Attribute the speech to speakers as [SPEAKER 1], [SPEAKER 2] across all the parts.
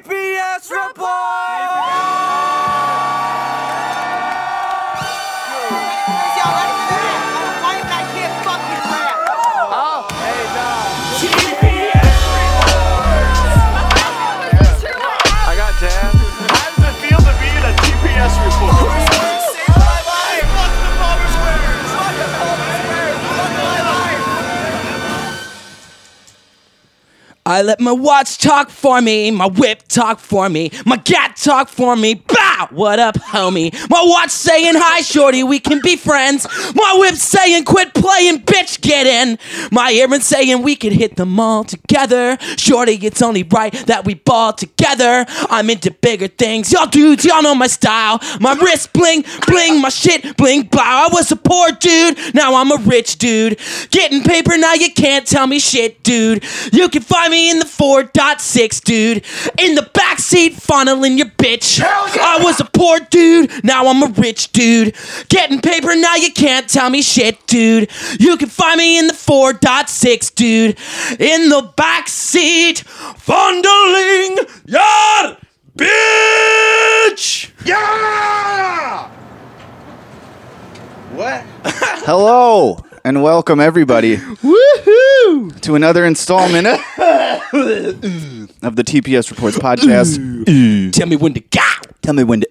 [SPEAKER 1] Sports Report! I got tabs.
[SPEAKER 2] How does it feel to be in a GPS report?
[SPEAKER 3] I let my watch talk for me, my whip talk for me, my gat talk for me. Bow, what up, homie? My watch saying hi, shorty, we can be friends. My whip saying quit playing, bitch, get in. My earring saying we could hit them all together. Shorty, it's only right that we ball together. I'm into bigger things, y'all dudes, y'all know my style. My wrist bling, bling, my shit bling, blow. I was a poor dude, now I'm a rich dude. Getting paper, now you can't tell me shit, dude. You can find me in the 4.6, dude. In the backseat, funneling your bitch. I was a poor dude, now I'm a rich dude. Getting paper, now you can't tell me shit, dude. You can find me in the 4.6, dude. In the backseat, fondling your bitch.
[SPEAKER 4] Hello and welcome everybody
[SPEAKER 3] Woohoo!
[SPEAKER 4] to another installment of the TPS Reports podcast.
[SPEAKER 3] Tell me when to go.
[SPEAKER 4] Tell me when to.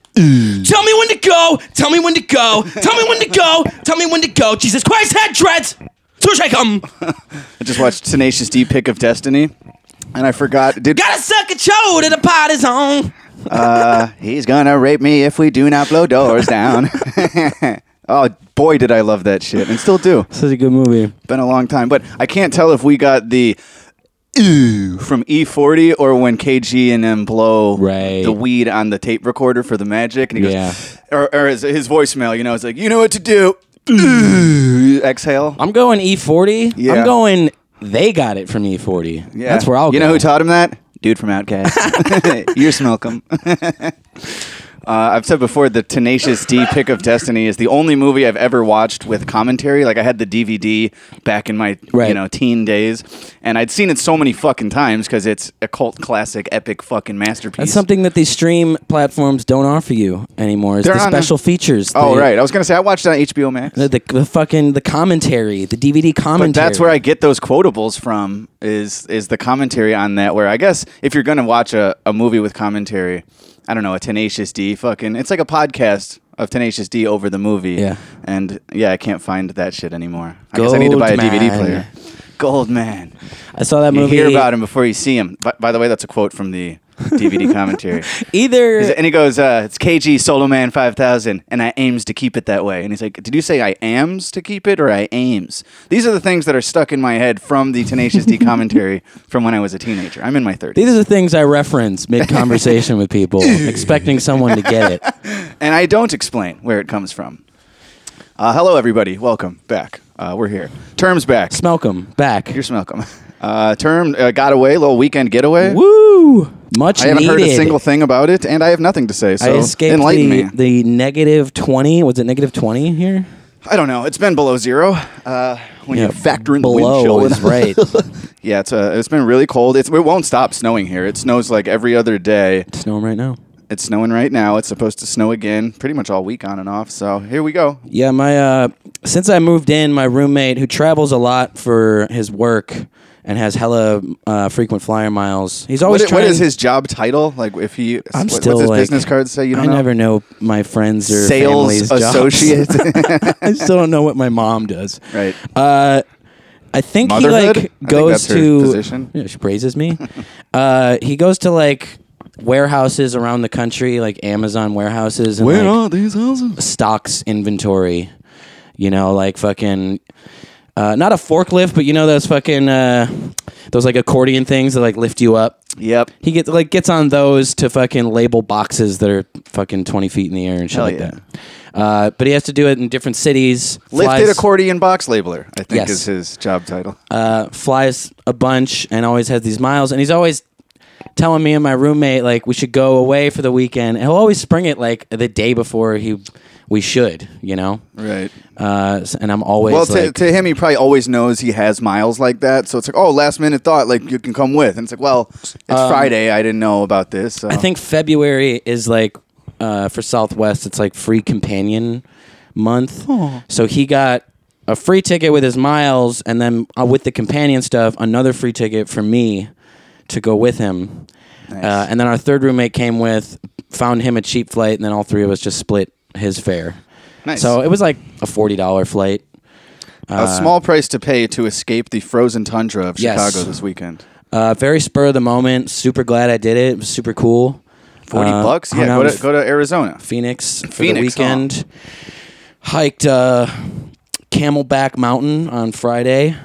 [SPEAKER 3] Tell me when to go. Tell me when to go. Tell me when to go. Tell me when to go. Jesus Christ, head dreads. So um, shake 'em.
[SPEAKER 4] I just watched Tenacious D Pick of Destiny, and I forgot. Did
[SPEAKER 3] Gotta suck a chode till the pot is on.
[SPEAKER 4] uh, he's gonna rape me if we do not blow doors down? oh boy, did I love that shit, and still do.
[SPEAKER 3] Such a good movie.
[SPEAKER 4] Been a long time, but I can't tell if we got the. Ooh, from E40 or when KG and M blow
[SPEAKER 3] Right.
[SPEAKER 4] the weed on the tape recorder for the magic and he goes
[SPEAKER 3] Yeah.
[SPEAKER 4] or, or his, his voicemail you know it's like you know what to do Ooh, exhale
[SPEAKER 3] I'm going E40.
[SPEAKER 4] Yeah.
[SPEAKER 3] I'm going. They got it from E40.
[SPEAKER 4] Yeah.
[SPEAKER 3] That's where I'll
[SPEAKER 4] You
[SPEAKER 3] go.
[SPEAKER 4] know who taught him that? Dude from Outcast. You're Smelkum. uh, I've said before the Tenacious D pick of Destiny is the only movie I've ever watched with commentary. Like I had the DVD back in my you
[SPEAKER 3] Right.
[SPEAKER 4] know teen days, and I'd seen it so many fucking times because it's a cult classic, epic fucking masterpiece.
[SPEAKER 3] That's something that these stream platforms don't offer you anymore. Is
[SPEAKER 4] They're
[SPEAKER 3] the
[SPEAKER 4] on a-
[SPEAKER 3] special features.
[SPEAKER 4] Oh
[SPEAKER 3] the,
[SPEAKER 4] right, I was gonna say I watched it on HBO Max.
[SPEAKER 3] The, the, the fucking the commentary, the DVD commentary.
[SPEAKER 4] But that's where I get those quotables from. Is is the commentary on that? Where I guess if you're gonna watch a, a movie with commentary, I don't know, a Tenacious D fucking. It's like a podcast of Tenacious D over the movie.
[SPEAKER 3] Yeah.
[SPEAKER 4] And yeah, I can't find that shit anymore. I guess I need to buy a
[SPEAKER 3] Goldman.
[SPEAKER 4] DVD player. Goldman.
[SPEAKER 3] I saw that
[SPEAKER 4] You
[SPEAKER 3] movie.
[SPEAKER 4] hear about him before you see him. By, by the way, that's a quote from the DVD commentary.
[SPEAKER 3] Either
[SPEAKER 4] He's- and he goes, uh, "It's KG Solo Man Five Thousand, and I aims to keep it that way." And he's like, "Did you say I aims to keep it or I aims?" These are the things that are stuck in my head from the Tenacious D commentary from when I was a teenager. I'm in my thirties,
[SPEAKER 3] These are the things I reference mid conversation with people, expecting someone to get it.
[SPEAKER 4] and I don't explain where it comes from. Uh, hello, everybody. Welcome back. Uh, we're here. Terms back.
[SPEAKER 3] Smelk 'em back.
[SPEAKER 4] Here's Malcolm. Uh, term uh, got away. Little weekend getaway.
[SPEAKER 3] Woo! Much
[SPEAKER 4] I haven't
[SPEAKER 3] needed.
[SPEAKER 4] heard a single thing about it, and I have nothing to say.
[SPEAKER 3] I
[SPEAKER 4] So
[SPEAKER 3] escaped
[SPEAKER 4] enlighten
[SPEAKER 3] the,
[SPEAKER 4] me.
[SPEAKER 3] the negative 20. Was it negative 20 here?
[SPEAKER 4] I don't know. It's been below zero. Uh, when you factor in the wind
[SPEAKER 3] below
[SPEAKER 4] chill,
[SPEAKER 3] is right.
[SPEAKER 4] Yeah, it's uh, it's been really cold. It's it won't stop snowing here. It snows like every other day.
[SPEAKER 3] It's snowing right now.
[SPEAKER 4] It's snowing right now. It's supposed to snow again pretty much all week on and off. So here we go.
[SPEAKER 3] Yeah, my uh, since I moved in, my roommate who travels a lot for his work and has hella uh, frequent flyer miles. He's
[SPEAKER 4] What
[SPEAKER 3] always
[SPEAKER 4] i-
[SPEAKER 3] trying.
[SPEAKER 4] what is his job title? Like if he
[SPEAKER 3] I'm
[SPEAKER 4] what,
[SPEAKER 3] still
[SPEAKER 4] what's his
[SPEAKER 3] like,
[SPEAKER 4] business card say? You don't
[SPEAKER 3] I
[SPEAKER 4] know.
[SPEAKER 3] never know my friends or
[SPEAKER 4] Sales
[SPEAKER 3] family's jobs.
[SPEAKER 4] associate.
[SPEAKER 3] I still don't know what my mom does.
[SPEAKER 4] right.
[SPEAKER 3] Uh, I think
[SPEAKER 4] Motherhood? I
[SPEAKER 3] he
[SPEAKER 4] think
[SPEAKER 3] like goes
[SPEAKER 4] that's her
[SPEAKER 3] to
[SPEAKER 4] position.
[SPEAKER 3] Yeah, she praises me. uh, he goes to like warehouses around the country, like Amazon warehouses, and like,
[SPEAKER 4] these houses?
[SPEAKER 3] stocks inventory. You know, like fucking. Uh, not a forklift, but you know those fucking uh, those like accordion things that like lift you up.
[SPEAKER 4] Yep.
[SPEAKER 3] He gets like gets on those to fucking label boxes that are fucking twenty feet in the air and shit
[SPEAKER 4] Hell
[SPEAKER 3] like
[SPEAKER 4] yeah.
[SPEAKER 3] that. Uh, but he has to do it in different cities.
[SPEAKER 4] Lifted
[SPEAKER 3] flies-
[SPEAKER 4] accordion box labeler, I think
[SPEAKER 3] Yes.
[SPEAKER 4] is his job title.
[SPEAKER 3] uh, flies a bunch and always has these miles and he's always telling me and my roommate like we should go away for the weekend. And he'll always spring it like the day before he we should, you know.
[SPEAKER 4] Right.
[SPEAKER 3] Uh, s- and I'm always
[SPEAKER 4] Well,
[SPEAKER 3] like,
[SPEAKER 4] to, to him, he probably always knows he has miles like that. So it's like, oh, last minute thought, like you can come with. And it's like, well, it's Friday. I didn't know about this. So.
[SPEAKER 3] Um, I think February is like uh, for Southwest. It's like free companion month. So he got a free ticket with his miles, and then uh, with the companion stuff, another free ticket for me to go with him. Uh, and then our third roommate came with, found him a cheap flight, and then all three of us just split his fare.
[SPEAKER 4] Nice.
[SPEAKER 3] So it was like a forty dollar flight.
[SPEAKER 4] a small price to pay to escape the frozen tundra
[SPEAKER 3] Uh,
[SPEAKER 4] of
[SPEAKER 3] Yes.
[SPEAKER 4] Chicago this weekend.
[SPEAKER 3] Uh, very spur of the moment. Super glad I did it. It was super cool.
[SPEAKER 4] Forty
[SPEAKER 3] Uh,
[SPEAKER 4] bucks?
[SPEAKER 3] hung
[SPEAKER 4] Yeah,
[SPEAKER 3] out
[SPEAKER 4] go
[SPEAKER 3] with-
[SPEAKER 4] to, go to Arizona.
[SPEAKER 3] Phoenix for the
[SPEAKER 4] Phoenix, huh?
[SPEAKER 3] weekend. Hiked uh, Camelback Mountain on Friday,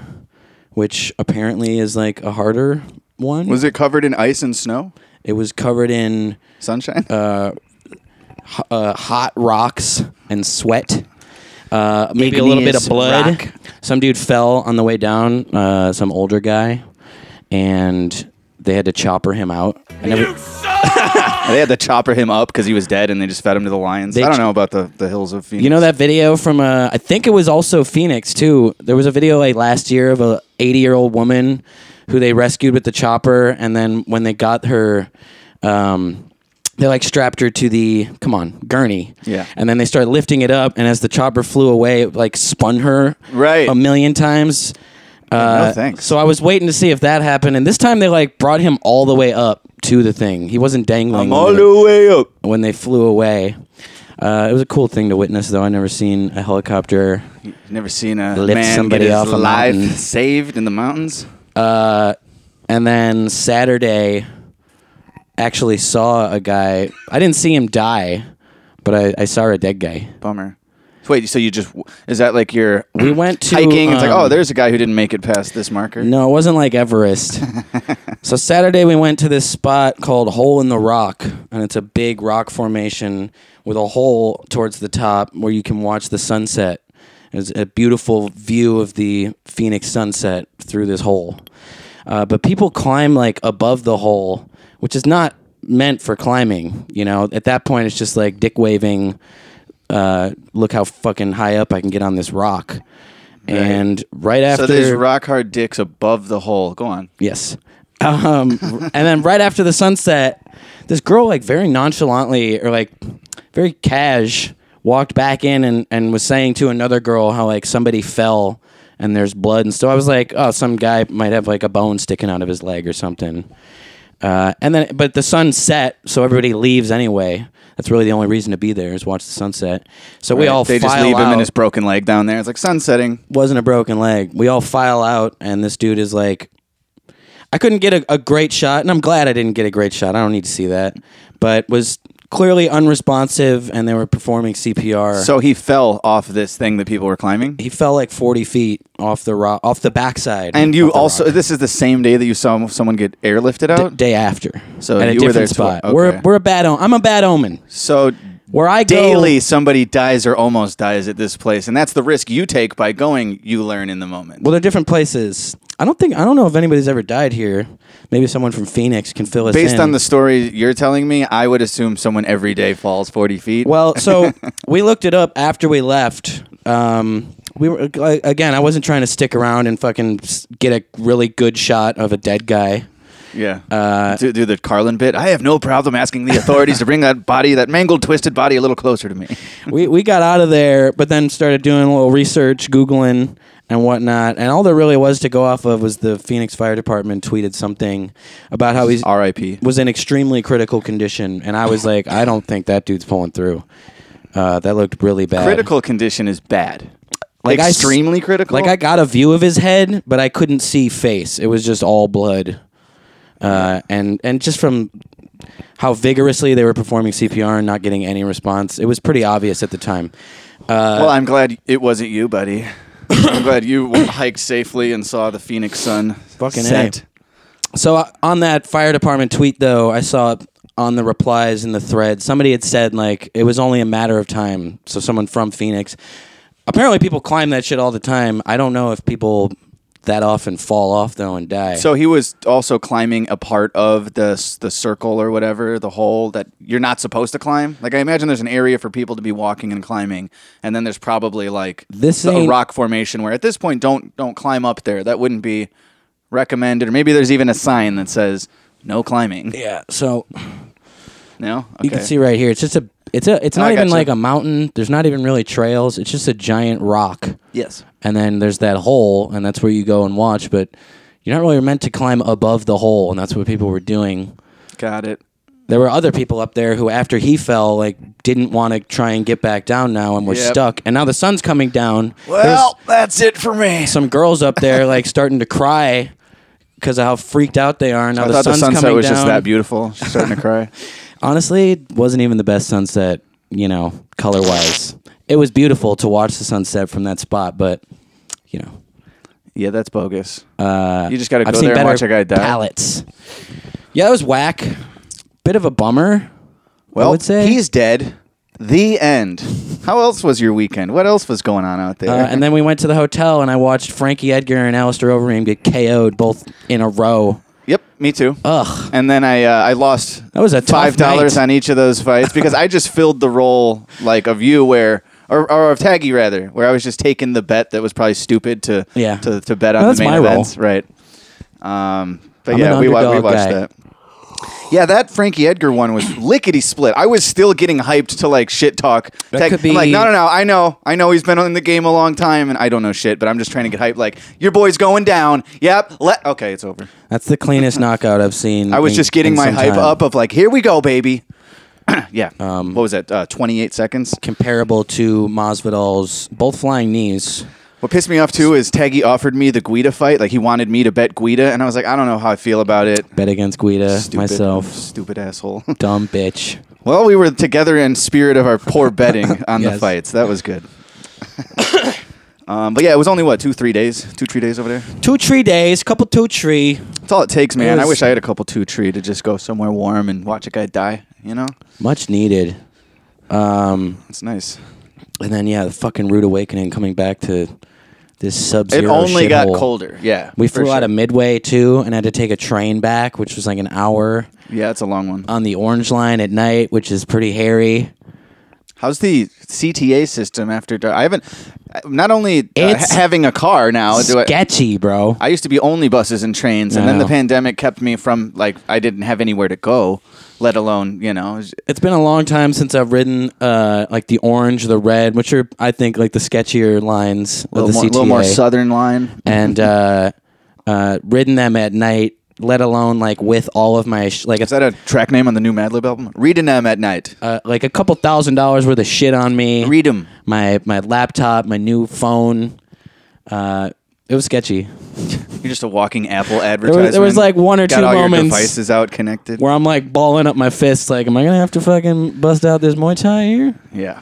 [SPEAKER 3] which apparently is like a harder one.
[SPEAKER 4] Was it covered in ice and snow?
[SPEAKER 3] It was covered in
[SPEAKER 4] Sunshine?
[SPEAKER 3] uh, hot rocks and sweat. Uh, maybe a
[SPEAKER 4] Igneous
[SPEAKER 3] little bit of blood.
[SPEAKER 4] rock.
[SPEAKER 3] Some dude fell on the way down. Uh, some older guy, and they had to chopper him out. And every-
[SPEAKER 4] they had to chopper him up because he was dead, and they just fed him to the lions.
[SPEAKER 3] They
[SPEAKER 4] I don't
[SPEAKER 3] ch-
[SPEAKER 4] know about the, the hills of Phoenix.
[SPEAKER 3] You know that video from uh, I think it was also Phoenix too. There was a video like last year of a 80 year old woman who they rescued with the chopper, and then when they got her, um, they like strapped her to the come on gurney.
[SPEAKER 4] Yeah.
[SPEAKER 3] And then they started lifting it up, and as the chopper flew away, it like spun her
[SPEAKER 4] Right.
[SPEAKER 3] a million times.
[SPEAKER 4] no
[SPEAKER 3] Uh,
[SPEAKER 4] thanks.
[SPEAKER 3] So I was waiting to see if that happened, and this time they like brought him all the way up to the thing. He wasn't dangling.
[SPEAKER 4] I'm
[SPEAKER 3] when
[SPEAKER 4] all
[SPEAKER 3] they-
[SPEAKER 4] the way up.
[SPEAKER 3] when they flew away. Uh, it was a cool thing to witness, though. I never seen a helicopter.
[SPEAKER 4] Never seen a
[SPEAKER 3] Lift
[SPEAKER 4] man
[SPEAKER 3] somebody
[SPEAKER 4] get his
[SPEAKER 3] off a
[SPEAKER 4] life
[SPEAKER 3] mountain.
[SPEAKER 4] saved in the mountains.
[SPEAKER 3] And then Saturday, actually saw a guy. I didn't see him die, but I, I saw a dead guy.
[SPEAKER 4] Bummer. Wait, so you just is that like your
[SPEAKER 3] We went to
[SPEAKER 4] hiking? it's like
[SPEAKER 3] um,
[SPEAKER 4] oh, there's a guy who didn't make it past this marker.
[SPEAKER 3] No, it wasn't like Everest. so Saturday we went to this spot called Hole in the Rock, and it's a big rock formation with a hole towards the top where you can watch the sunset. It's a beautiful view of the Phoenix sunset through this hole. Uh, but people climb like above the hole, which is not meant for climbing. You know, at that point it's just like dick waving. Uh, look how fucking high up I can get on this rock. And right after
[SPEAKER 4] so there's rock hard dicks above the hole. Go on.
[SPEAKER 3] Yes. Um, and then right after the sunset, this girl like very nonchalantly or like very cash walked back in and, and was saying to another girl how like somebody fell and there's blood and so I was like, oh, some guy might have like a bone sticking out of his leg or something. Uh, and then, but the sun set, so everybody leaves anyway. That's really the only reason to be there is watch the sunset. So we
[SPEAKER 4] Right?
[SPEAKER 3] all
[SPEAKER 4] they just
[SPEAKER 3] file
[SPEAKER 4] leave him in
[SPEAKER 3] out
[SPEAKER 4] his broken leg down there. It's like sunsetting.
[SPEAKER 3] wasn't a broken leg. We all file out, and this dude is like, I couldn't get a, a great shot, and I'm glad I didn't get a great shot. I don't need to see that, but was clearly unresponsive, and they were performing CPR.
[SPEAKER 4] So he fell off this thing that people were climbing.
[SPEAKER 3] he fell like 40 feet off the rock, off the backside,
[SPEAKER 4] And you
[SPEAKER 3] of the
[SPEAKER 4] also
[SPEAKER 3] rock.
[SPEAKER 4] this is the same day that you saw someone get airlifted out.
[SPEAKER 3] day after.
[SPEAKER 4] So
[SPEAKER 3] at a
[SPEAKER 4] you were
[SPEAKER 3] different
[SPEAKER 4] there tw-
[SPEAKER 3] spot.
[SPEAKER 4] okay.
[SPEAKER 3] We're we're a bad. O- I'm a bad omen.
[SPEAKER 4] so
[SPEAKER 3] Where I go-
[SPEAKER 4] daily somebody dies or almost dies at this place, and that's the risk you take by going. You learn in the moment.
[SPEAKER 3] Well, they're different places. I don't think I don't know if anybody's ever died here. Maybe someone from Phoenix can fill us
[SPEAKER 4] Based
[SPEAKER 3] in.
[SPEAKER 4] on the story you're telling me, I would assume someone every day falls 40 feet.
[SPEAKER 3] Well, so we looked it up after we left. Um, we were like, again. I wasn't trying to stick around and fucking s- get a really good shot of a dead guy.
[SPEAKER 4] yeah.
[SPEAKER 3] uh,
[SPEAKER 4] do, do the Carlin bit. I have no problem asking the authorities to bring that body, that mangled, twisted body, a little closer to me.
[SPEAKER 3] We we got out of there, but then started doing a little research, googling and whatnot. And all there really was to go off of was the Phoenix Fire Department tweeted something about how he's
[SPEAKER 4] R.I.P.
[SPEAKER 3] was in extremely critical condition, and I was like, I don't think that dude's pulling through. Uh, that looked really bad.
[SPEAKER 4] Critical condition is bad.
[SPEAKER 3] Like I s-
[SPEAKER 4] extremely critical.
[SPEAKER 3] Like I got a view of his head, but I couldn't see face. It was just all blood. Uh, and and just from how vigorously they were performing CPR and not getting any response, it was pretty obvious at the time.
[SPEAKER 4] well, I'm glad it wasn't you, buddy. I'm glad you hiked safely and saw the Phoenix Sun
[SPEAKER 3] Fucking A.
[SPEAKER 4] set.
[SPEAKER 3] So uh, on that fire department tweet, though, I saw on the replies in the thread somebody had said like it was only a matter of time. So someone from Phoenix, apparently people climb that shit all the time. I don't know if people that often fall off though and die.
[SPEAKER 4] So he was also climbing a part of the the circle or whatever, the hole that you're not supposed to climb. Like I imagine there's an area for people to be walking and climbing, and then there's probably like
[SPEAKER 3] This
[SPEAKER 4] the, a
[SPEAKER 3] ain't-
[SPEAKER 4] rock formation where at this point don't don't climb up there. That wouldn't be recommended. Or maybe there's even a sign that says no climbing.
[SPEAKER 3] yeah, so
[SPEAKER 4] No, okay.
[SPEAKER 3] you can see right here. It's just a. It's a. It's
[SPEAKER 4] No,
[SPEAKER 3] not
[SPEAKER 4] I
[SPEAKER 3] even
[SPEAKER 4] gotcha.
[SPEAKER 3] like a mountain. There's not even really trails. It's just a giant rock.
[SPEAKER 4] Yes.
[SPEAKER 3] And then there's that hole, and that's where you go and watch. But you're not really meant to climb above the hole, and that's what people were doing.
[SPEAKER 4] Got it.
[SPEAKER 3] There were other people up there who, after he fell, like didn't want to try and get back down now, and were
[SPEAKER 4] Yep.
[SPEAKER 3] stuck. And now the sun's coming down. There's-
[SPEAKER 4] Well, that's it for me.
[SPEAKER 3] some girls up there like starting to cry because of how freaked out they are. Now
[SPEAKER 4] I
[SPEAKER 3] the
[SPEAKER 4] thought the
[SPEAKER 3] sun's
[SPEAKER 4] sunset
[SPEAKER 3] coming
[SPEAKER 4] was
[SPEAKER 3] down.
[SPEAKER 4] just that beautiful. She's starting to cry.
[SPEAKER 3] Honestly, it wasn't even the best sunset, you know, color wise. It was beautiful to watch the sunset from that spot, but you know,
[SPEAKER 4] Yeah, that's bogus. Uh, you just got to go
[SPEAKER 3] I've seen
[SPEAKER 4] there and
[SPEAKER 3] better
[SPEAKER 4] watch a guy die.
[SPEAKER 3] palettes. Yeah, that was whack. Bit of a bummer.
[SPEAKER 4] Well,
[SPEAKER 3] I would say.
[SPEAKER 4] he's dead. The end. How else was your weekend? What else was going on out there?
[SPEAKER 3] Uh, and then we went to the hotel, and I watched Frankie Edgar and Alistair Overeem get KO'd both in a row.
[SPEAKER 4] yep, me too.
[SPEAKER 3] Ugh.
[SPEAKER 4] And then I uh, I lost
[SPEAKER 3] That was a tough
[SPEAKER 4] five dollars
[SPEAKER 3] night.
[SPEAKER 4] on each of those fights because I just filled the role like of you where or, or of Taggy rather where I was just taking the bet that was probably stupid to
[SPEAKER 3] Yeah.
[SPEAKER 4] to, to bet on
[SPEAKER 3] No,
[SPEAKER 4] the
[SPEAKER 3] that's
[SPEAKER 4] main
[SPEAKER 3] my role.
[SPEAKER 4] events right. Um, but
[SPEAKER 3] I'm
[SPEAKER 4] yeah,
[SPEAKER 3] an
[SPEAKER 4] we, wa- we
[SPEAKER 3] underdog
[SPEAKER 4] watched
[SPEAKER 3] guy.
[SPEAKER 4] that. Yeah, that Frankie Edgar one was lickety split. I was still getting hyped to like shit talk.
[SPEAKER 3] That
[SPEAKER 4] Tag-
[SPEAKER 3] could
[SPEAKER 4] I'm like,
[SPEAKER 3] be-
[SPEAKER 4] no, no, no. I know, I know. He's been in the game a long time, and I don't know shit. But I'm just trying to get hyped. Like your boy's going down. Yep. Let. Okay, it's over.
[SPEAKER 3] That's the cleanest knockout I've seen.
[SPEAKER 4] I was
[SPEAKER 3] in-
[SPEAKER 4] just getting
[SPEAKER 3] in
[SPEAKER 4] my
[SPEAKER 3] some
[SPEAKER 4] hype
[SPEAKER 3] time. Um,
[SPEAKER 4] up of like, here we go, baby. yeah. what was that? Uh, 28 seconds.
[SPEAKER 3] comparable to Masvidal's both flying knees.
[SPEAKER 4] What pissed me off too is Taggy offered me the Guida fight. Like he wanted me to bet Guida, and I was like, I don't know how I feel about it.
[SPEAKER 3] Bet against Guida,
[SPEAKER 4] Stupid,
[SPEAKER 3] myself,
[SPEAKER 4] stupid asshole.
[SPEAKER 3] dumb bitch.
[SPEAKER 4] well, we were together in spirit of our poor betting on the
[SPEAKER 3] Yes.
[SPEAKER 4] fights. That was good. um, but yeah, it was only what two, three days, two, three days over there.
[SPEAKER 3] Two tree days, couple two tree.
[SPEAKER 4] That's all it takes, man.
[SPEAKER 3] It
[SPEAKER 4] I
[SPEAKER 3] was-
[SPEAKER 4] wish I had a couple two tree to just go somewhere warm and watch a guy die. You know,
[SPEAKER 3] Much needed.
[SPEAKER 4] it's nice.
[SPEAKER 3] And then yeah, the fucking rude awakening coming back to this sub
[SPEAKER 4] It
[SPEAKER 3] zero.
[SPEAKER 4] only got colder. Yeah,
[SPEAKER 3] We
[SPEAKER 4] for
[SPEAKER 3] flew out
[SPEAKER 4] sure.
[SPEAKER 3] of Midway too, and had to take a train back, which was like an hour
[SPEAKER 4] Yeah, it's a long one.
[SPEAKER 3] on the Orange Line at night, which is pretty hairy.
[SPEAKER 4] How's the CTA system after dark? I haven't. Not only uh,
[SPEAKER 3] It's
[SPEAKER 4] ha- having a car now, do I,
[SPEAKER 3] Sketchy, bro.
[SPEAKER 4] I used to be only buses and trains, and
[SPEAKER 3] I
[SPEAKER 4] then the
[SPEAKER 3] know.
[SPEAKER 4] pandemic kept me from like I didn't have anywhere to go, let alone you know. j-
[SPEAKER 3] It's been a long time since I've ridden uh, like the orange, the red, which are I think like the sketchier lines
[SPEAKER 4] A
[SPEAKER 3] of the
[SPEAKER 4] little, more,
[SPEAKER 3] CTA.
[SPEAKER 4] little more southern line.
[SPEAKER 3] and uh, uh, ridden them at night, let alone like with all of my sh- like
[SPEAKER 4] Is that a track name on the new Madlib album? Reading them at night.
[SPEAKER 3] uh, like a couple thousand dollars worth of shit on me.
[SPEAKER 4] Read them.
[SPEAKER 3] my my laptop, my new phone. Uh, it was sketchy.
[SPEAKER 4] You're just a walking Apple advertisement.
[SPEAKER 3] was- there was, like, one or
[SPEAKER 4] Got
[SPEAKER 3] two
[SPEAKER 4] all Your
[SPEAKER 3] moments
[SPEAKER 4] devices out connected.
[SPEAKER 3] Where I'm like balling up my fists, like, am I gonna have to fucking bust out this Muay Thai here?
[SPEAKER 4] Yeah.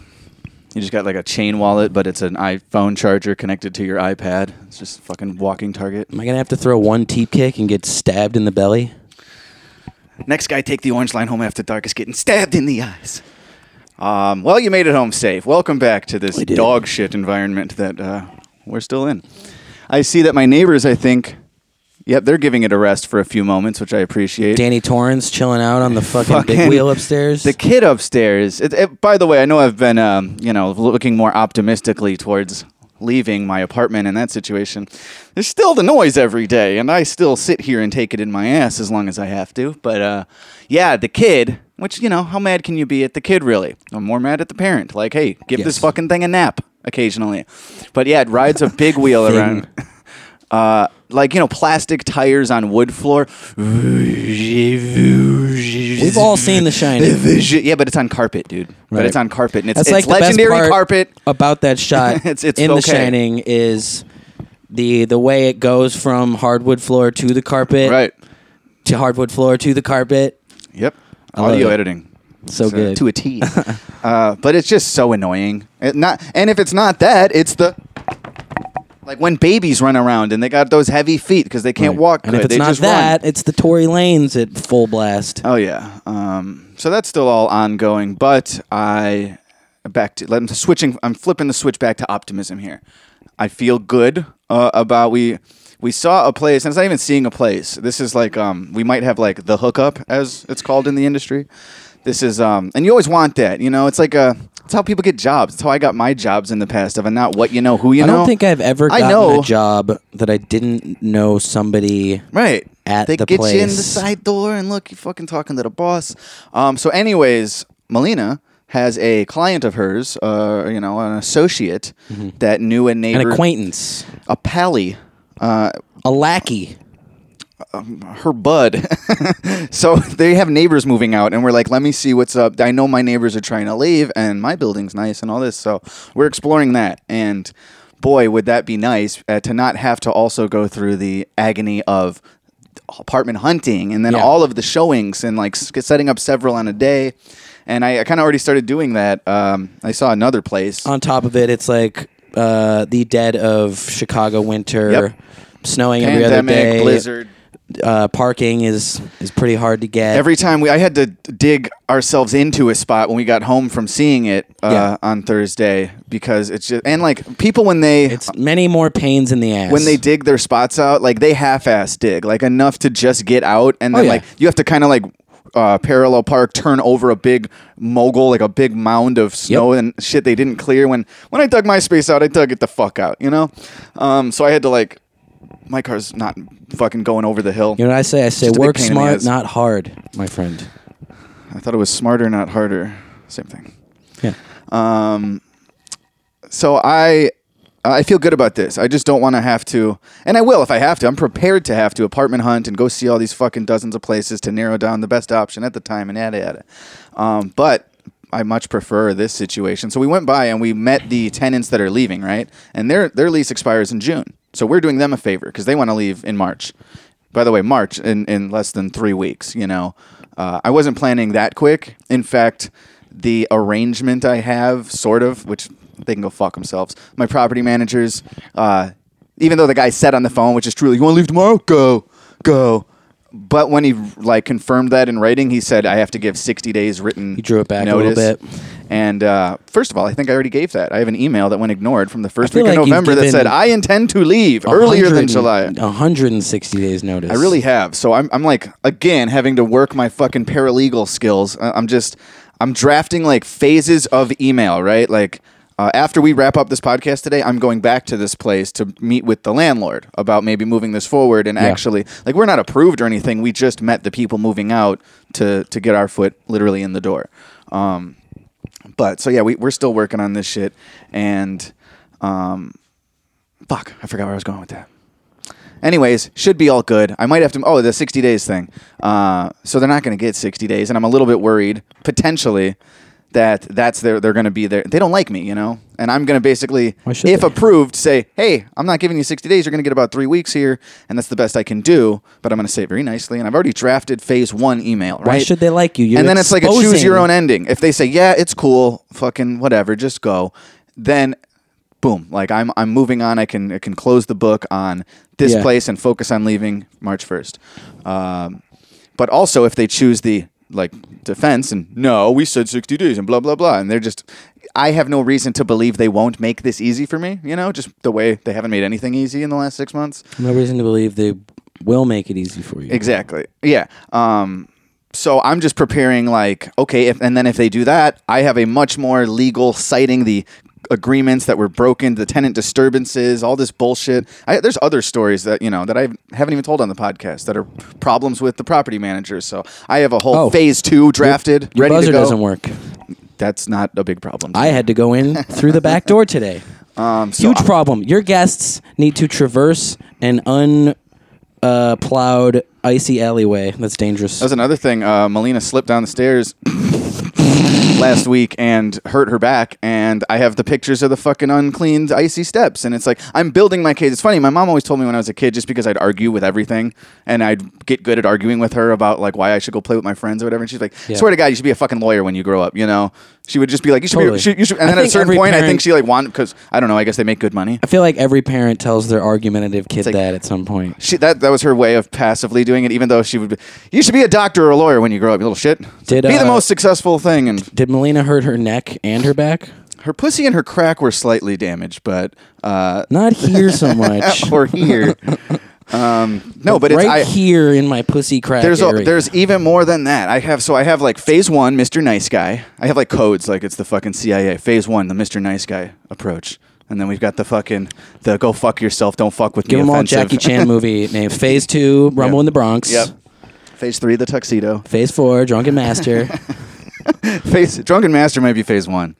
[SPEAKER 4] You just got like a chain wallet, but it's an iPhone charger connected to your iPad. It's just fucking walking target.
[SPEAKER 3] Am I gonna have to throw one teep kick and get stabbed in the belly?
[SPEAKER 4] Next guy take the orange line home after dark is getting stabbed in the eyes. Um, well, you made it home safe. Welcome back to this
[SPEAKER 3] We did.
[SPEAKER 4] dog shit environment that uh, we're still in. I see that my neighbors, I think, yep, they're giving it a rest for a few moments, which I appreciate.
[SPEAKER 3] Danny Torrance chilling out on the fucking,
[SPEAKER 4] Fucking-
[SPEAKER 3] big wheel upstairs.
[SPEAKER 4] The kid upstairs. It, it- by the way, I know I've been, um, you know, looking more optimistically towards leaving my apartment in that situation. There's still the noise every day, and I still sit here and take it in my ass as long as I have to. But uh, yeah, the kid. Which you know, how mad can you be at the kid? Really, I'm more mad at the parent. Like, hey, give this
[SPEAKER 3] Yes.
[SPEAKER 4] fucking thing a nap occasionally. But yeah, it rides a big wheel
[SPEAKER 3] Thing.
[SPEAKER 4] around. Uh, like you know, plastic tires on wood floor. We've
[SPEAKER 3] We've all seen The Shining.
[SPEAKER 4] yeah, but it's on carpet, dude. But
[SPEAKER 3] Right.
[SPEAKER 4] it's on carpet, and it's,
[SPEAKER 3] That's
[SPEAKER 4] it's
[SPEAKER 3] like the best
[SPEAKER 4] legendary
[SPEAKER 3] part
[SPEAKER 4] carpet.
[SPEAKER 3] about that shot
[SPEAKER 4] It's- it's
[SPEAKER 3] in The
[SPEAKER 4] okay.
[SPEAKER 3] Shining is the the way it goes from hardwood floor to the carpet,
[SPEAKER 4] Right.
[SPEAKER 3] To hardwood floor to the carpet.
[SPEAKER 4] Yep.
[SPEAKER 3] love
[SPEAKER 4] Audio
[SPEAKER 3] it.
[SPEAKER 4] editing.
[SPEAKER 3] So good.
[SPEAKER 4] to a T. uh, but it's just so annoying. It not, and if it's not that, it's the like when babies run around and they got those heavy feet because they can't walk.
[SPEAKER 3] and if
[SPEAKER 4] good,
[SPEAKER 3] it's
[SPEAKER 4] they
[SPEAKER 3] not
[SPEAKER 4] just run.
[SPEAKER 3] that, it's the Tory Lanes at full blast.
[SPEAKER 4] Oh yeah. Um, so that's still all ongoing, but I back to I'm switching. I'm flipping the switch back to optimism here. I feel good uh, about we we saw a place, and it's not even seeing a place. This is like um, we might have like the hookup, as it's called in the industry. This is um, and you always want that, you know. It's like a, it's how people get jobs. It's how I got my jobs in the past of a not what you know, who you
[SPEAKER 3] I
[SPEAKER 4] know.
[SPEAKER 3] don't think I've ever
[SPEAKER 4] I
[SPEAKER 3] gotten
[SPEAKER 4] know.
[SPEAKER 3] a job that I didn't know somebody.
[SPEAKER 4] Right.
[SPEAKER 3] at
[SPEAKER 4] they
[SPEAKER 3] the
[SPEAKER 4] get you in the
[SPEAKER 3] place.
[SPEAKER 4] side door and look, you fucking talking to the boss. Um, so, anyways, Melina has a client of hers, uh, you know, an associate that knew a neighbor,
[SPEAKER 3] Mm-hmm. An acquaintance,
[SPEAKER 4] a pally, uh,
[SPEAKER 3] a lackey.
[SPEAKER 4] her bud. so they have neighbors moving out, and we're like, let me see what's up. I know my neighbors are trying to leave, and my building's nice and all this. So we're exploring that. And boy, would that be nice uh, to not have to also go through the agony of apartment hunting and then
[SPEAKER 3] Yeah.
[SPEAKER 4] all of the showings and like s- setting up several on a day. And I, I kind of already started doing that. Um, I saw another place.
[SPEAKER 3] On top of it, it's like uh, the dead of Chicago winter,
[SPEAKER 4] Yep.
[SPEAKER 3] snowing every other
[SPEAKER 4] Pandemic,
[SPEAKER 3] day.
[SPEAKER 4] blizzard.
[SPEAKER 3] Uh, parking is is pretty hard to get.
[SPEAKER 4] Every time we, I had to dig ourselves into a spot when we got home from seeing it uh,
[SPEAKER 3] Yeah.
[SPEAKER 4] on Thursday because it's just and like people when they
[SPEAKER 3] it's many more pains in the ass
[SPEAKER 4] when they dig their spots out, like they half-ass dig, like enough to just get out, and then
[SPEAKER 3] Oh, yeah.
[SPEAKER 4] like you have to kind of like uh, parallel park, turn over a big mogul, like a big mound of snow and shit they didn't clear. When when I dug my space out, I dug it the fuck out, you know. Um, so I had to like. My car's not fucking going over the hill.
[SPEAKER 3] You know what I say? I say
[SPEAKER 4] Just a big
[SPEAKER 3] work
[SPEAKER 4] pain in the
[SPEAKER 3] smart,
[SPEAKER 4] ass.
[SPEAKER 3] not hard, my friend.
[SPEAKER 4] I thought it was smarter, not harder. Same thing.
[SPEAKER 3] Yeah.
[SPEAKER 4] so I I feel good about this. I just don't want to have to, and I will if I have to. I'm prepared to have to apartment hunt and go see all these fucking dozens of places to narrow down the best option at the time and yada yada. Um, but I much prefer this situation. So we went by and we met the tenants that are leaving, right? And their their lease expires in June, so we're doing them a favor because they want to leave in March. By the way, March in in less than three weeks. You know, uh, I wasn't planning that quick. In fact, the arrangement I have, sort of, which they can go fuck themselves. My property managers, uh, even though the guy said on the phone, which is truly, you want to leave tomorrow? Go, go. But when he like confirmed that in writing, he said I have to give sixty days written. He
[SPEAKER 3] drew it back a little
[SPEAKER 4] notice.
[SPEAKER 3] bit.
[SPEAKER 4] And uh, first of all, I think I already gave that. I have an email that went ignored from the first
[SPEAKER 3] feel
[SPEAKER 4] week of
[SPEAKER 3] like you've
[SPEAKER 4] November that
[SPEAKER 3] given
[SPEAKER 4] said I intend to leave earlier than
[SPEAKER 3] 100
[SPEAKER 4] July.
[SPEAKER 3] 160 days notice.
[SPEAKER 4] I really have. So I'm, I'm like, again, having to work my fucking paralegal skills. I- I'm just, I'm drafting like phases of email, right? Like, uh, after we wrap up this podcast today, I'm going back to this place to meet with the landlord about maybe moving this forward. And actually, like, we're not approved or anything. We just met the people moving out to to get our foot literally in the door. Um, but so yeah, we, we're still working on this shit. And um, fuck, I forgot where I was going with that. Anyways, should be all good. I might have to. Oh, the 60 days thing. Uh, so they're not going to get 60 days, and I'm a little bit worried potentially that that's their they're going to be there. They don't like me, you know, and I'm going to basically,
[SPEAKER 3] Why
[SPEAKER 4] if
[SPEAKER 3] should they?
[SPEAKER 4] approved, say, hey, I'm not giving you 60 days. You're going to get about three weeks here, and that's the best I can do. But I'm going to say it very nicely, and I've already drafted phase one email. Right?
[SPEAKER 3] Why should they like you? You're
[SPEAKER 4] and then it's like a choose
[SPEAKER 3] exposing-
[SPEAKER 4] your own ending. If they say, "Yeah, it's cool, fucking whatever, just go," then boom, like I'm I'm moving on. I can I can close the book on this
[SPEAKER 3] Yeah.
[SPEAKER 4] place and focus on leaving March first. Um, but also, if they choose the like defense and no, we said sixty days and blah blah blah, and they're just. I have no reason to believe they won't make this easy for me, you know, just the way they haven't made anything easy in the last six months.
[SPEAKER 3] No reason to believe they will make it easy for you.
[SPEAKER 4] Exactly. Yeah. Um, so I'm just preparing like okay, if and then if they do that, I have a much more legal citing the agreements that were broken, the tenant disturbances, all this bullshit. I, there's other stories that you know that I haven't even told on the podcast that are problems with the property managers. So I have a whole
[SPEAKER 3] Oh.
[SPEAKER 4] phase two drafted,
[SPEAKER 3] your
[SPEAKER 4] ready
[SPEAKER 3] buzzer
[SPEAKER 4] to go.
[SPEAKER 3] doesn't work.
[SPEAKER 4] That's not a big problem.
[SPEAKER 3] I had to go in through the back door today.
[SPEAKER 4] um, so
[SPEAKER 3] Huge problem. Your guests need to traverse an un uh, plowed icy alleyway. That's dangerous.
[SPEAKER 4] That was another thing. Uh, Melina slipped down the stairs last week and hurt her back. And I have the pictures of the fucking uncleaned icy steps. And it's like, I'm building my case. It's funny. My mom always told me when I was a kid, just because I'd argue with everything and I'd get good at arguing with her about like why I should go play with my friends or whatever. And she's like,
[SPEAKER 3] Yeah.
[SPEAKER 4] swear to God, you should be a fucking lawyer when you grow up, you know? She would just be like, you should be,
[SPEAKER 3] Totally.
[SPEAKER 4] you should, you should. And
[SPEAKER 3] I
[SPEAKER 4] then at a
[SPEAKER 3] think
[SPEAKER 4] certain
[SPEAKER 3] every
[SPEAKER 4] point, I
[SPEAKER 3] parent-
[SPEAKER 4] think she like wanted, because I don't know, I guess they make good money.
[SPEAKER 3] I feel like every parent tells their argumentative kid
[SPEAKER 4] like-
[SPEAKER 3] that at some point.
[SPEAKER 4] She, that, that was her way of passively doing it, even though she would be, you should be a doctor or a lawyer when you grow up, you little shit.
[SPEAKER 3] Did,
[SPEAKER 4] be the
[SPEAKER 3] uh,
[SPEAKER 4] most successful thing. And
[SPEAKER 3] Did Melina hurt her neck and her back?
[SPEAKER 4] her pussy and her crack were slightly damaged, but uh,
[SPEAKER 3] Not here so much.
[SPEAKER 4] or here. Um, No, but it's
[SPEAKER 3] right
[SPEAKER 4] I,
[SPEAKER 3] here in my pussy crack
[SPEAKER 4] there's a,
[SPEAKER 3] area.
[SPEAKER 4] there's even more than that. I have so I have like phase one, Mr. Nice Guy. I have like codes like it's the fucking CIA. Phase one, the Mr. Nice Guy approach, and then we've got the fucking the go fuck yourself, don't fuck with
[SPEAKER 3] Give
[SPEAKER 4] me.
[SPEAKER 3] them all
[SPEAKER 4] offensive.
[SPEAKER 3] Jackie Chan movie name. Phase two, Rumble in the Bronx.
[SPEAKER 4] yep. Phase three, the tuxedo.
[SPEAKER 3] Phase four, Drunken Master.
[SPEAKER 4] Phase Drunken Master might be phase one.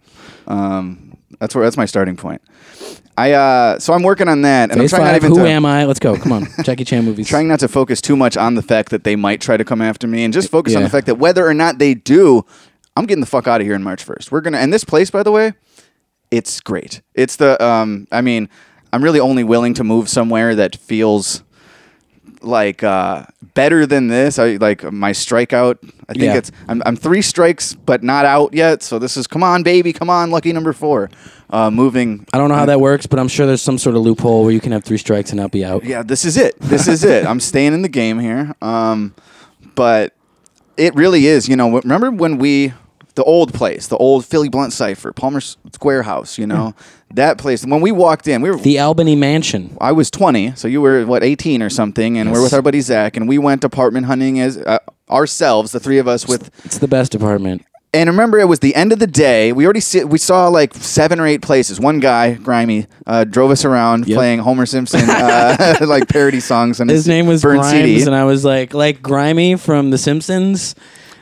[SPEAKER 4] Um, that's where that's my starting point. I uh, so I'm working on that, and
[SPEAKER 3] phase
[SPEAKER 4] I'm trying
[SPEAKER 3] five,
[SPEAKER 4] not even
[SPEAKER 3] Who
[SPEAKER 4] to,
[SPEAKER 3] Am I? Let's go. Come on, Jackie Chan movies.
[SPEAKER 4] trying not to focus too much on the fact that they might try to come after me and just focus on
[SPEAKER 3] Yeah.
[SPEAKER 4] the fact that whether or not they do, I'm getting the fuck out of here on March 1st. We're going to, and this place, by the way, it's great. It's the, um, I mean, I'm really only willing to move somewhere that feels like uh, better than this. I like my strikeout. I think
[SPEAKER 3] Yeah.
[SPEAKER 4] it's I'm, I'm three strikes, but not out yet. So this is come on, baby, come on, lucky number four. Uh, moving.
[SPEAKER 3] I don't know how that works, but I'm sure there's some sort of loophole where you can have three strikes and not be out.
[SPEAKER 4] yeah, this is it. This is it. I'm staying in the game here. Um, but it really is. You know, wh- remember when we the old place, the old Philly Blunt Cipher, Palmer S- Square House. You know, that place. When we walked in, we were.
[SPEAKER 3] The Albany Mansion.
[SPEAKER 4] I was 20, so you were what 18 or something, and we're
[SPEAKER 3] Yes.
[SPEAKER 4] with our buddy Zach, and we went apartment hunting as uh, ourselves, the three of us with
[SPEAKER 3] It's the best apartment.
[SPEAKER 4] and remember, it was the end of the day. We already see, we saw like seven or eight places. One guy, grimy, uh, drove us around
[SPEAKER 3] Yep.
[SPEAKER 4] playing Homer Simpson uh, like parody songs. And
[SPEAKER 3] His name was
[SPEAKER 4] Burn
[SPEAKER 3] Grimes,
[SPEAKER 4] CD.
[SPEAKER 3] and I was like, like Grimy from The Simpsons.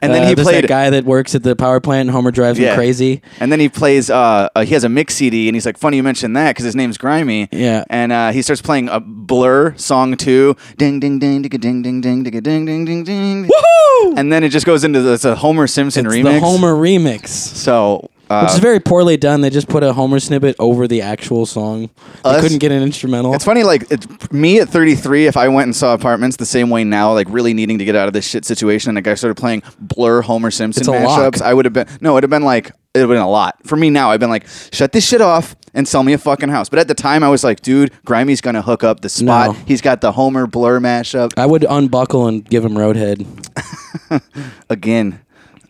[SPEAKER 4] And then
[SPEAKER 3] Uh,
[SPEAKER 4] he
[SPEAKER 3] there's
[SPEAKER 4] played-
[SPEAKER 3] that guy that works at the power plant, and Homer drives him crazy.
[SPEAKER 4] And then he plays. Uh, uh, he has a mix CD, and he's like, "Funny you mentioned that because his name's Grimy."
[SPEAKER 3] Yeah.
[SPEAKER 4] And uh, he starts playing a Blur song too. Ding ding ding ding ding ding ding ding ding ding ding ding.
[SPEAKER 3] Woohoo!
[SPEAKER 4] And then it just goes into the, it's a Homer Simpson
[SPEAKER 3] It's
[SPEAKER 4] remix.
[SPEAKER 3] the Homer remix.
[SPEAKER 4] So. Uh,
[SPEAKER 3] Which is very poorly done. They just put a Homer snippet over the actual song. They
[SPEAKER 4] Us-
[SPEAKER 3] couldn't get an instrumental.
[SPEAKER 4] It's funny, like it, me at 33, if I went and saw apartments the same way now, like really needing to get out of this shit situation, and a guy started playing Blur Homer Simpson
[SPEAKER 3] It's a
[SPEAKER 4] mashups,
[SPEAKER 3] lock.
[SPEAKER 4] I would have been no, it'd have been like it would have been a lot for me now. I've been like, shut this shit off and sell me a fucking house. But at the time, I was like, dude, Grimey's gonna hook up the spot.
[SPEAKER 3] No.
[SPEAKER 4] He's got the Homer Blur mashup
[SPEAKER 3] I would unbuckle and give him roadhead.
[SPEAKER 4] again.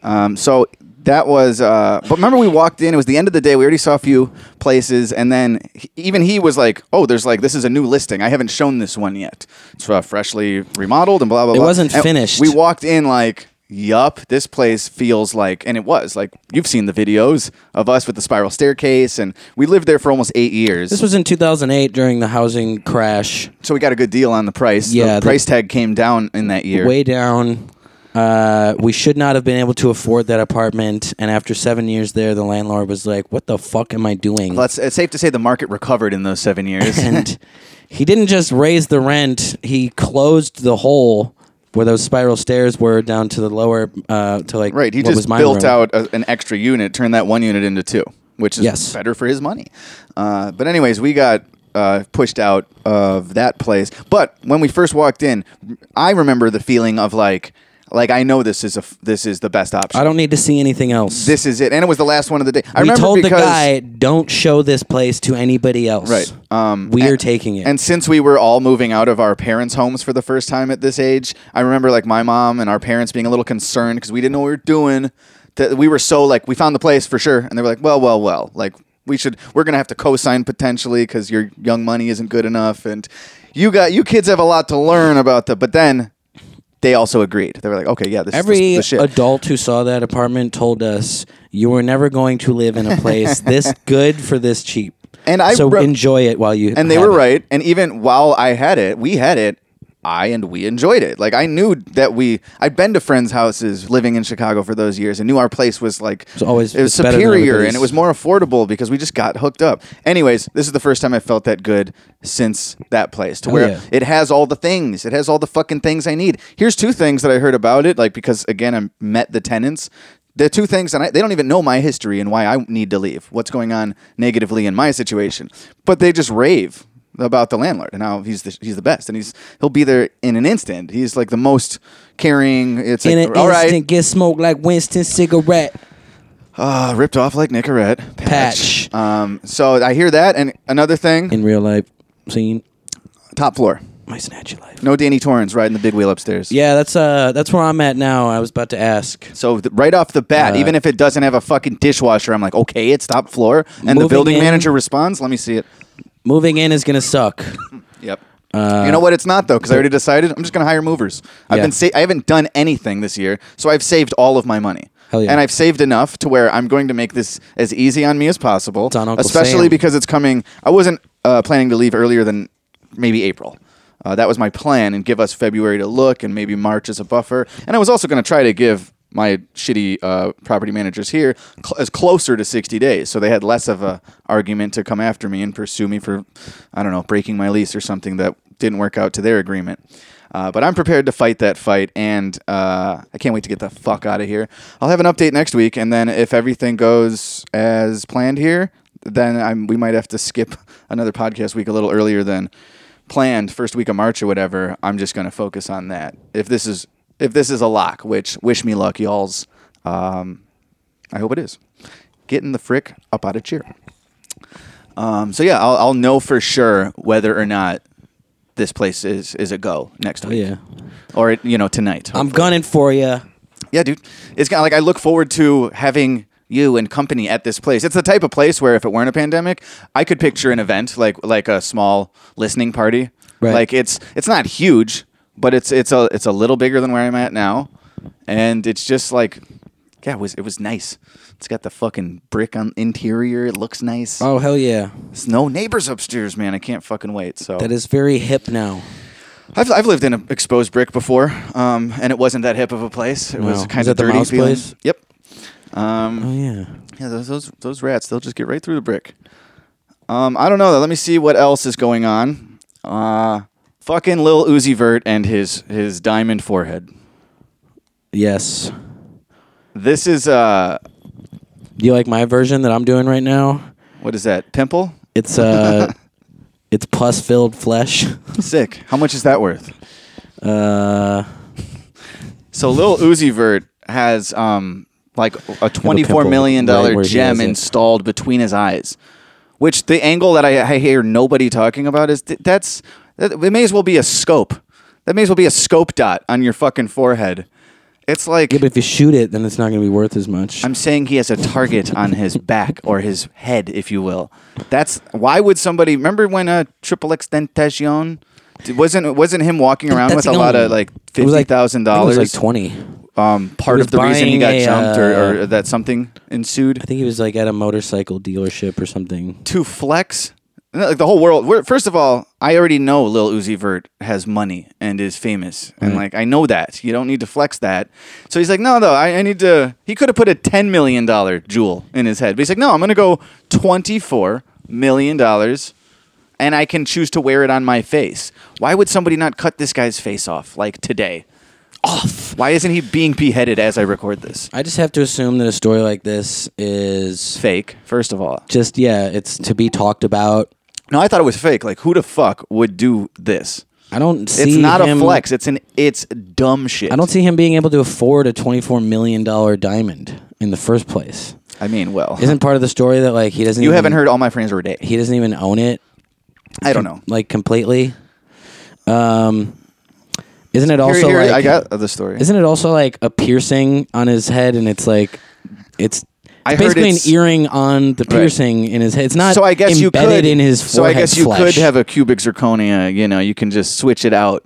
[SPEAKER 4] Um, so that was, uh, but remember we walked in. It was the end of the day. We already saw a few places, and then he, even he was like, "Oh, there's like this is a new listing. I haven't shown this one yet. It's uh, freshly remodeled and blah blah."
[SPEAKER 3] It
[SPEAKER 4] blah.
[SPEAKER 3] wasn't
[SPEAKER 4] And
[SPEAKER 3] finished.
[SPEAKER 4] We walked in like. Yup, this place feels like, and it was like you've seen the videos of us with the spiral staircase, and we lived there for almost eight years.
[SPEAKER 3] This was in 2008 during the housing crash.
[SPEAKER 4] so we got a good deal on the price.
[SPEAKER 3] Yeah,
[SPEAKER 4] the
[SPEAKER 3] the-
[SPEAKER 4] price tag came down in that year.
[SPEAKER 3] Way down. Uh, we should not have been able to afford that apartment. And after seven years there, the landlord was like, "What the fuck am I doing?"
[SPEAKER 4] Let's. It's safe to say the market recovered in those seven years.
[SPEAKER 3] and he didn't just raise the rent; he closed the hole where those spiral stairs were down to the lower uh, to like
[SPEAKER 4] Right. He
[SPEAKER 3] what was
[SPEAKER 4] just
[SPEAKER 3] my
[SPEAKER 4] built
[SPEAKER 3] room.
[SPEAKER 4] out a, an extra unit, turned that one unit into two, which is
[SPEAKER 3] Yes.
[SPEAKER 4] better for his money. Uh, but, anyways, we got uh, pushed out of that place. But when we first walked in, I remember the feeling of like, like I know this is a f- this is the best option.
[SPEAKER 3] I don't need to see anything else.
[SPEAKER 4] this is it, and it was the last one of the day. I
[SPEAKER 3] we
[SPEAKER 4] remember
[SPEAKER 3] told the
[SPEAKER 4] because,
[SPEAKER 3] guy, "Don't show this place to anybody else."
[SPEAKER 4] Right. Um,
[SPEAKER 3] we are
[SPEAKER 4] and-
[SPEAKER 3] taking it.
[SPEAKER 4] And since we were all moving out of our parents' homes for the first time at this age, I remember like my mom and our parents being a little concerned because we didn't know what we were doing. That we were so like we found the place for sure, and they were like, well, well, well, like we should we're gonna have to co-sign potentially because your young money isn't good enough, and you got you kids have a lot to learn about the. But then they also agreed. They were like, okay, yeah, this
[SPEAKER 3] Every
[SPEAKER 4] is the, the shit.
[SPEAKER 3] adult who saw that apartment told us you were never going to live in a place this good for this cheap.
[SPEAKER 4] And I
[SPEAKER 3] so
[SPEAKER 4] wrote-
[SPEAKER 3] enjoy it while you
[SPEAKER 4] and they
[SPEAKER 3] have
[SPEAKER 4] were
[SPEAKER 3] it.
[SPEAKER 4] right. And even while I had it, we had it. I and we enjoyed it. Like I knew that we. I'd been to friends' houses living in Chicago for those years, and knew our place was like it was
[SPEAKER 3] always-
[SPEAKER 4] it was
[SPEAKER 3] it's better than other
[SPEAKER 4] superior and
[SPEAKER 3] place.
[SPEAKER 4] it was more affordable because we just got hooked up. Anyways, this is the first time I felt that good since that place to where
[SPEAKER 3] yeah.
[SPEAKER 4] it has all the things. It has all the fucking things I need. Here's two things that I heard about it, like because again I met the tenants. The two things, and I, they don't even know my history and why I need to leave. What's going on negatively in my situation? But they just rave about the landlord and how he's the, he's the best, and he's he'll be there in an instant. He's like the most caring. It's
[SPEAKER 3] In
[SPEAKER 4] like,
[SPEAKER 3] an
[SPEAKER 4] all right,
[SPEAKER 3] instant, get smoked like Winston cigarette
[SPEAKER 4] uh, ripped off like Nicorette
[SPEAKER 3] Patch.
[SPEAKER 4] Um, so I hear that, and another thing,
[SPEAKER 3] in real life scene.
[SPEAKER 4] top floor.
[SPEAKER 3] My snatchy life.
[SPEAKER 4] No Danny Torrance riding the big wheel upstairs.
[SPEAKER 3] Yeah, that's uh, that's where I'm at now. I was about to ask.
[SPEAKER 4] So th- right off the bat,
[SPEAKER 3] Uh,
[SPEAKER 4] even if it doesn't have a fucking dishwasher, I'm like, okay, it's top floor, and the
[SPEAKER 3] Moving
[SPEAKER 4] building
[SPEAKER 3] in-
[SPEAKER 4] manager responds, "Let me see it."
[SPEAKER 3] Moving in is gonna suck.
[SPEAKER 4] Yep. you know what? It's not though, because I already decided I'm just going to hire movers. I've
[SPEAKER 3] Uh, Yeah.
[SPEAKER 4] been sa- I haven't done anything this year, so I've saved all of my money.
[SPEAKER 3] Hell yeah.
[SPEAKER 4] And I've saved enough to where I'm going to make this as easy on me as possible.
[SPEAKER 3] on Uncle
[SPEAKER 4] especially
[SPEAKER 3] Sam.
[SPEAKER 4] because it's coming. I wasn't uh, planning to leave earlier than maybe April. Uh, that was my plan, and give us February to look, and maybe March as a buffer. And I was also going to try to give my shitty uh, property managers here cl- as closer to 60 days, so they had less of a argument to come after me and pursue me for, I don't know, breaking my lease or something that didn't work out to their agreement. Uh, but I'm prepared to fight that fight, and uh, I can't wait to get the fuck out of here. I'll have an update next week, and then if everything goes as planned here, then I'm, we might have to skip another podcast week a little earlier than planned, first week of March or whatever. I'm just going to focus on that. If this is if this is a lock, which wish me luck, y'all's. Um, I hope it is. Getting the frick up out of cheer. Um, so yeah, I'll, I'll know for sure whether or not this place is is a go next week.
[SPEAKER 3] yeah.
[SPEAKER 4] Or it, you know tonight.
[SPEAKER 3] I'm gunning for you.
[SPEAKER 4] Yeah, dude. It's kind of like I look forward to having you and company at this place. It's the type of place where if it weren't a pandemic, I could picture an event like like a small listening party.
[SPEAKER 3] Right.
[SPEAKER 4] Like it's it's not huge, but it's it's a it's a little bigger than where I'm at now, and it's just like. Yeah, it was it was nice. It's got the fucking brick on interior. It looks nice.
[SPEAKER 3] Oh hell yeah,
[SPEAKER 4] There's no neighbors upstairs, man. I can't fucking wait. So
[SPEAKER 3] that is very hip now.
[SPEAKER 4] I've, I've lived in an exposed brick before, um, and it wasn't that hip of a place. It was
[SPEAKER 3] Wow.
[SPEAKER 4] kind
[SPEAKER 3] Is
[SPEAKER 4] of
[SPEAKER 3] that the
[SPEAKER 4] dirty
[SPEAKER 3] mouse
[SPEAKER 4] feeling.
[SPEAKER 3] place?
[SPEAKER 4] Yep. Um,
[SPEAKER 3] Oh yeah.
[SPEAKER 4] yeah, those, those those rats, they'll just get right through the brick. Um, I don't know. though. Let me see what else is going on. Uh, fucking Lil Uzi Vert and his his diamond forehead.
[SPEAKER 3] Yes.
[SPEAKER 4] This is uh,
[SPEAKER 3] Do you like my version that I'm doing right now?
[SPEAKER 4] what is that? Pimple?
[SPEAKER 3] It's uh, it's pus filled flesh.
[SPEAKER 4] Sick. How much is that worth?
[SPEAKER 3] Uh,
[SPEAKER 4] So Lil Uzi Vert has um like a twenty four million
[SPEAKER 3] pimple
[SPEAKER 4] dollar
[SPEAKER 3] right where he
[SPEAKER 4] gem
[SPEAKER 3] has it.
[SPEAKER 4] installed between his eyes, which the angle that I, I hear nobody talking about is th- that's that it may as well be a scope. That may as well be a scope dot on your fucking forehead. It's like
[SPEAKER 3] but if you shoot it, then it's not gonna be worth as much.
[SPEAKER 4] I'm saying he has a target on his back or his head, if you will. That's why would somebody remember when a triple extentation wasn't wasn't him walking around with
[SPEAKER 3] That's
[SPEAKER 4] a
[SPEAKER 3] the
[SPEAKER 4] lot
[SPEAKER 3] only-
[SPEAKER 4] of like
[SPEAKER 3] It was
[SPEAKER 4] fifty thousand
[SPEAKER 3] I think
[SPEAKER 4] dollars?
[SPEAKER 3] It was like twenty.
[SPEAKER 4] um, part
[SPEAKER 3] was
[SPEAKER 4] of the reason he got
[SPEAKER 3] buying a,
[SPEAKER 4] jumped or,
[SPEAKER 3] uh,
[SPEAKER 4] or that something ensued
[SPEAKER 3] I think he was like at a motorcycle dealership or something.
[SPEAKER 4] to flex No, like the whole world we're, first of all i already know lil uzi vert has money and is famous
[SPEAKER 3] Mm.
[SPEAKER 4] and like i know that you don't need to flex that so he's like no no i, I need to he could have put a $10 million jewel in his head but he's like no i'm gonna go $24 million and i can choose to wear it on my face why would somebody not cut this guy's face off like today off why isn't he being beheaded as i record this
[SPEAKER 3] I just have to assume that a story like this is
[SPEAKER 4] fake first of all
[SPEAKER 3] just yeah, it's to be talked about.
[SPEAKER 4] No, I thought it was fake. Like, who the fuck would do this?
[SPEAKER 3] I don't see.
[SPEAKER 4] It's not
[SPEAKER 3] him-
[SPEAKER 4] a flex. It's an it's dumb shit.
[SPEAKER 3] I don't see him being able to afford a twenty-four million dollar diamond in the first place.
[SPEAKER 4] I mean, well,
[SPEAKER 3] Isn't part of the story that like he doesn't?
[SPEAKER 4] you
[SPEAKER 3] even,
[SPEAKER 4] haven't heard all my friends were a day.
[SPEAKER 3] He doesn't even own it
[SPEAKER 4] I don't know.
[SPEAKER 3] like completely. Um, isn't it also
[SPEAKER 4] Here, here,
[SPEAKER 3] like
[SPEAKER 4] I got the story.
[SPEAKER 3] Isn't it also like a piercing on his head, and it's like it's.
[SPEAKER 4] I
[SPEAKER 3] it's
[SPEAKER 4] heard
[SPEAKER 3] basically
[SPEAKER 4] it's-
[SPEAKER 3] an earring on the piercing in his head. It's not
[SPEAKER 4] so I guess you
[SPEAKER 3] embedded
[SPEAKER 4] could
[SPEAKER 3] in his
[SPEAKER 4] so I
[SPEAKER 3] forehead
[SPEAKER 4] guess you
[SPEAKER 3] flesh.
[SPEAKER 4] could have a cubic zirconia. You know, you can just switch it out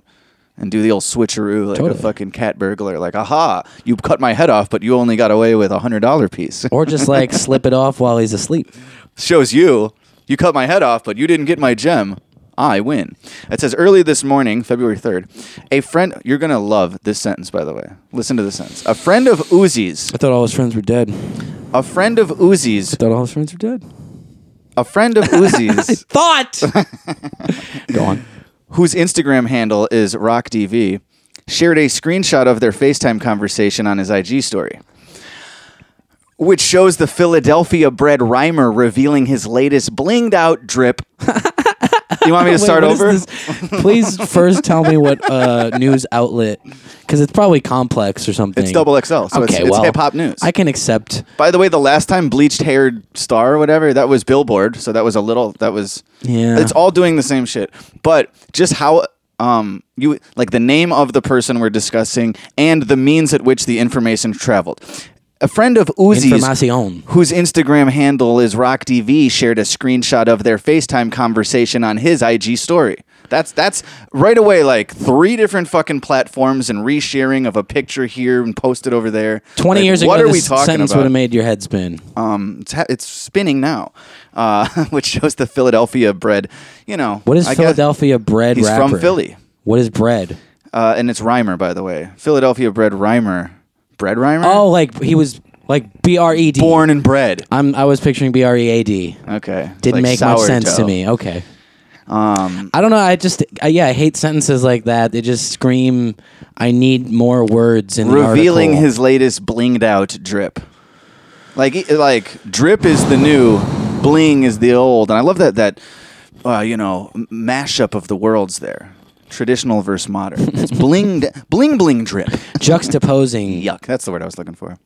[SPEAKER 4] and do the old switcheroo like
[SPEAKER 3] Totally.
[SPEAKER 4] a fucking cat burglar. Like, aha, you cut my head off, but you only got away with a hundred dollar piece.
[SPEAKER 3] or just like slip it off while he's asleep.
[SPEAKER 4] shows you you cut my head off, but you didn't get my gem. I win. It says early this morning, February 3rd, a friend. You're going to love this sentence, by the way. Listen to this sentence. A friend of Uzi's,
[SPEAKER 3] I thought all his friends were dead.
[SPEAKER 4] a friend of Uzi's,
[SPEAKER 3] Thought all his friends were dead.
[SPEAKER 4] a friend of Uzi's,
[SPEAKER 3] Thought. Go on.
[SPEAKER 4] whose Instagram handle is RockDV, shared a screenshot of their FaceTime conversation on his IG story, which shows the Philadelphia bred rhymer revealing his latest blinged out drip. you want me to
[SPEAKER 3] Wait,
[SPEAKER 4] start
[SPEAKER 3] what is
[SPEAKER 4] over?
[SPEAKER 3] this? Please first tell me what uh, news outlet, because it's probably complex or something.
[SPEAKER 4] It's double XL, so it's- it's hip-hop news.
[SPEAKER 3] I can accept.
[SPEAKER 4] By the way, the last time bleached haired star or whatever, that was Billboard. So that was a little that was
[SPEAKER 3] Yeah.
[SPEAKER 4] It's all doing the same shit. But just how um you like the name of the person we're discussing and the means at which the information traveled. A friend of Uzi's
[SPEAKER 3] Informacion.
[SPEAKER 4] whose Instagram handle is RockDV shared a screenshot of their FaceTime conversation on his IG story, That's that's right away like three different fucking platforms and resharing of a picture here and posted over there.
[SPEAKER 3] 20
[SPEAKER 4] Like,
[SPEAKER 3] years
[SPEAKER 4] what
[SPEAKER 3] ago,
[SPEAKER 4] are we
[SPEAKER 3] this
[SPEAKER 4] talking
[SPEAKER 3] sentence
[SPEAKER 4] about?
[SPEAKER 3] would have made your head spin.
[SPEAKER 4] um, it's, ha- it's spinning now, uh, which shows the Philadelphia bread. You know
[SPEAKER 3] What is
[SPEAKER 4] I guess-
[SPEAKER 3] Philadelphia bread
[SPEAKER 4] He's
[SPEAKER 3] rapper?
[SPEAKER 4] from Philly.
[SPEAKER 3] What is bread?
[SPEAKER 4] uh, and it's Rhymer by the way. Philadelphia bread Rhymer, bread Rhymer.
[SPEAKER 3] Oh, like he was like B R E D.
[SPEAKER 4] born and bred.
[SPEAKER 3] I'm I was picturing B R E A D.
[SPEAKER 4] Okay,
[SPEAKER 3] Didn't
[SPEAKER 4] Like
[SPEAKER 3] make much sense to
[SPEAKER 4] sourdough.
[SPEAKER 3] me. Okay. Um, I don't know. I just I, yeah, I hate sentences like that. They just scream. I need more words in
[SPEAKER 4] revealing
[SPEAKER 3] the article.
[SPEAKER 4] his latest blinged out drip. Like he- like drip is the new, bling is the old, and I love that that uh, you know m- mashup of the worlds there, traditional versus modern. It's blinged bling bling drip.
[SPEAKER 3] juxtaposing.
[SPEAKER 4] Yuck, that's the word I was looking for.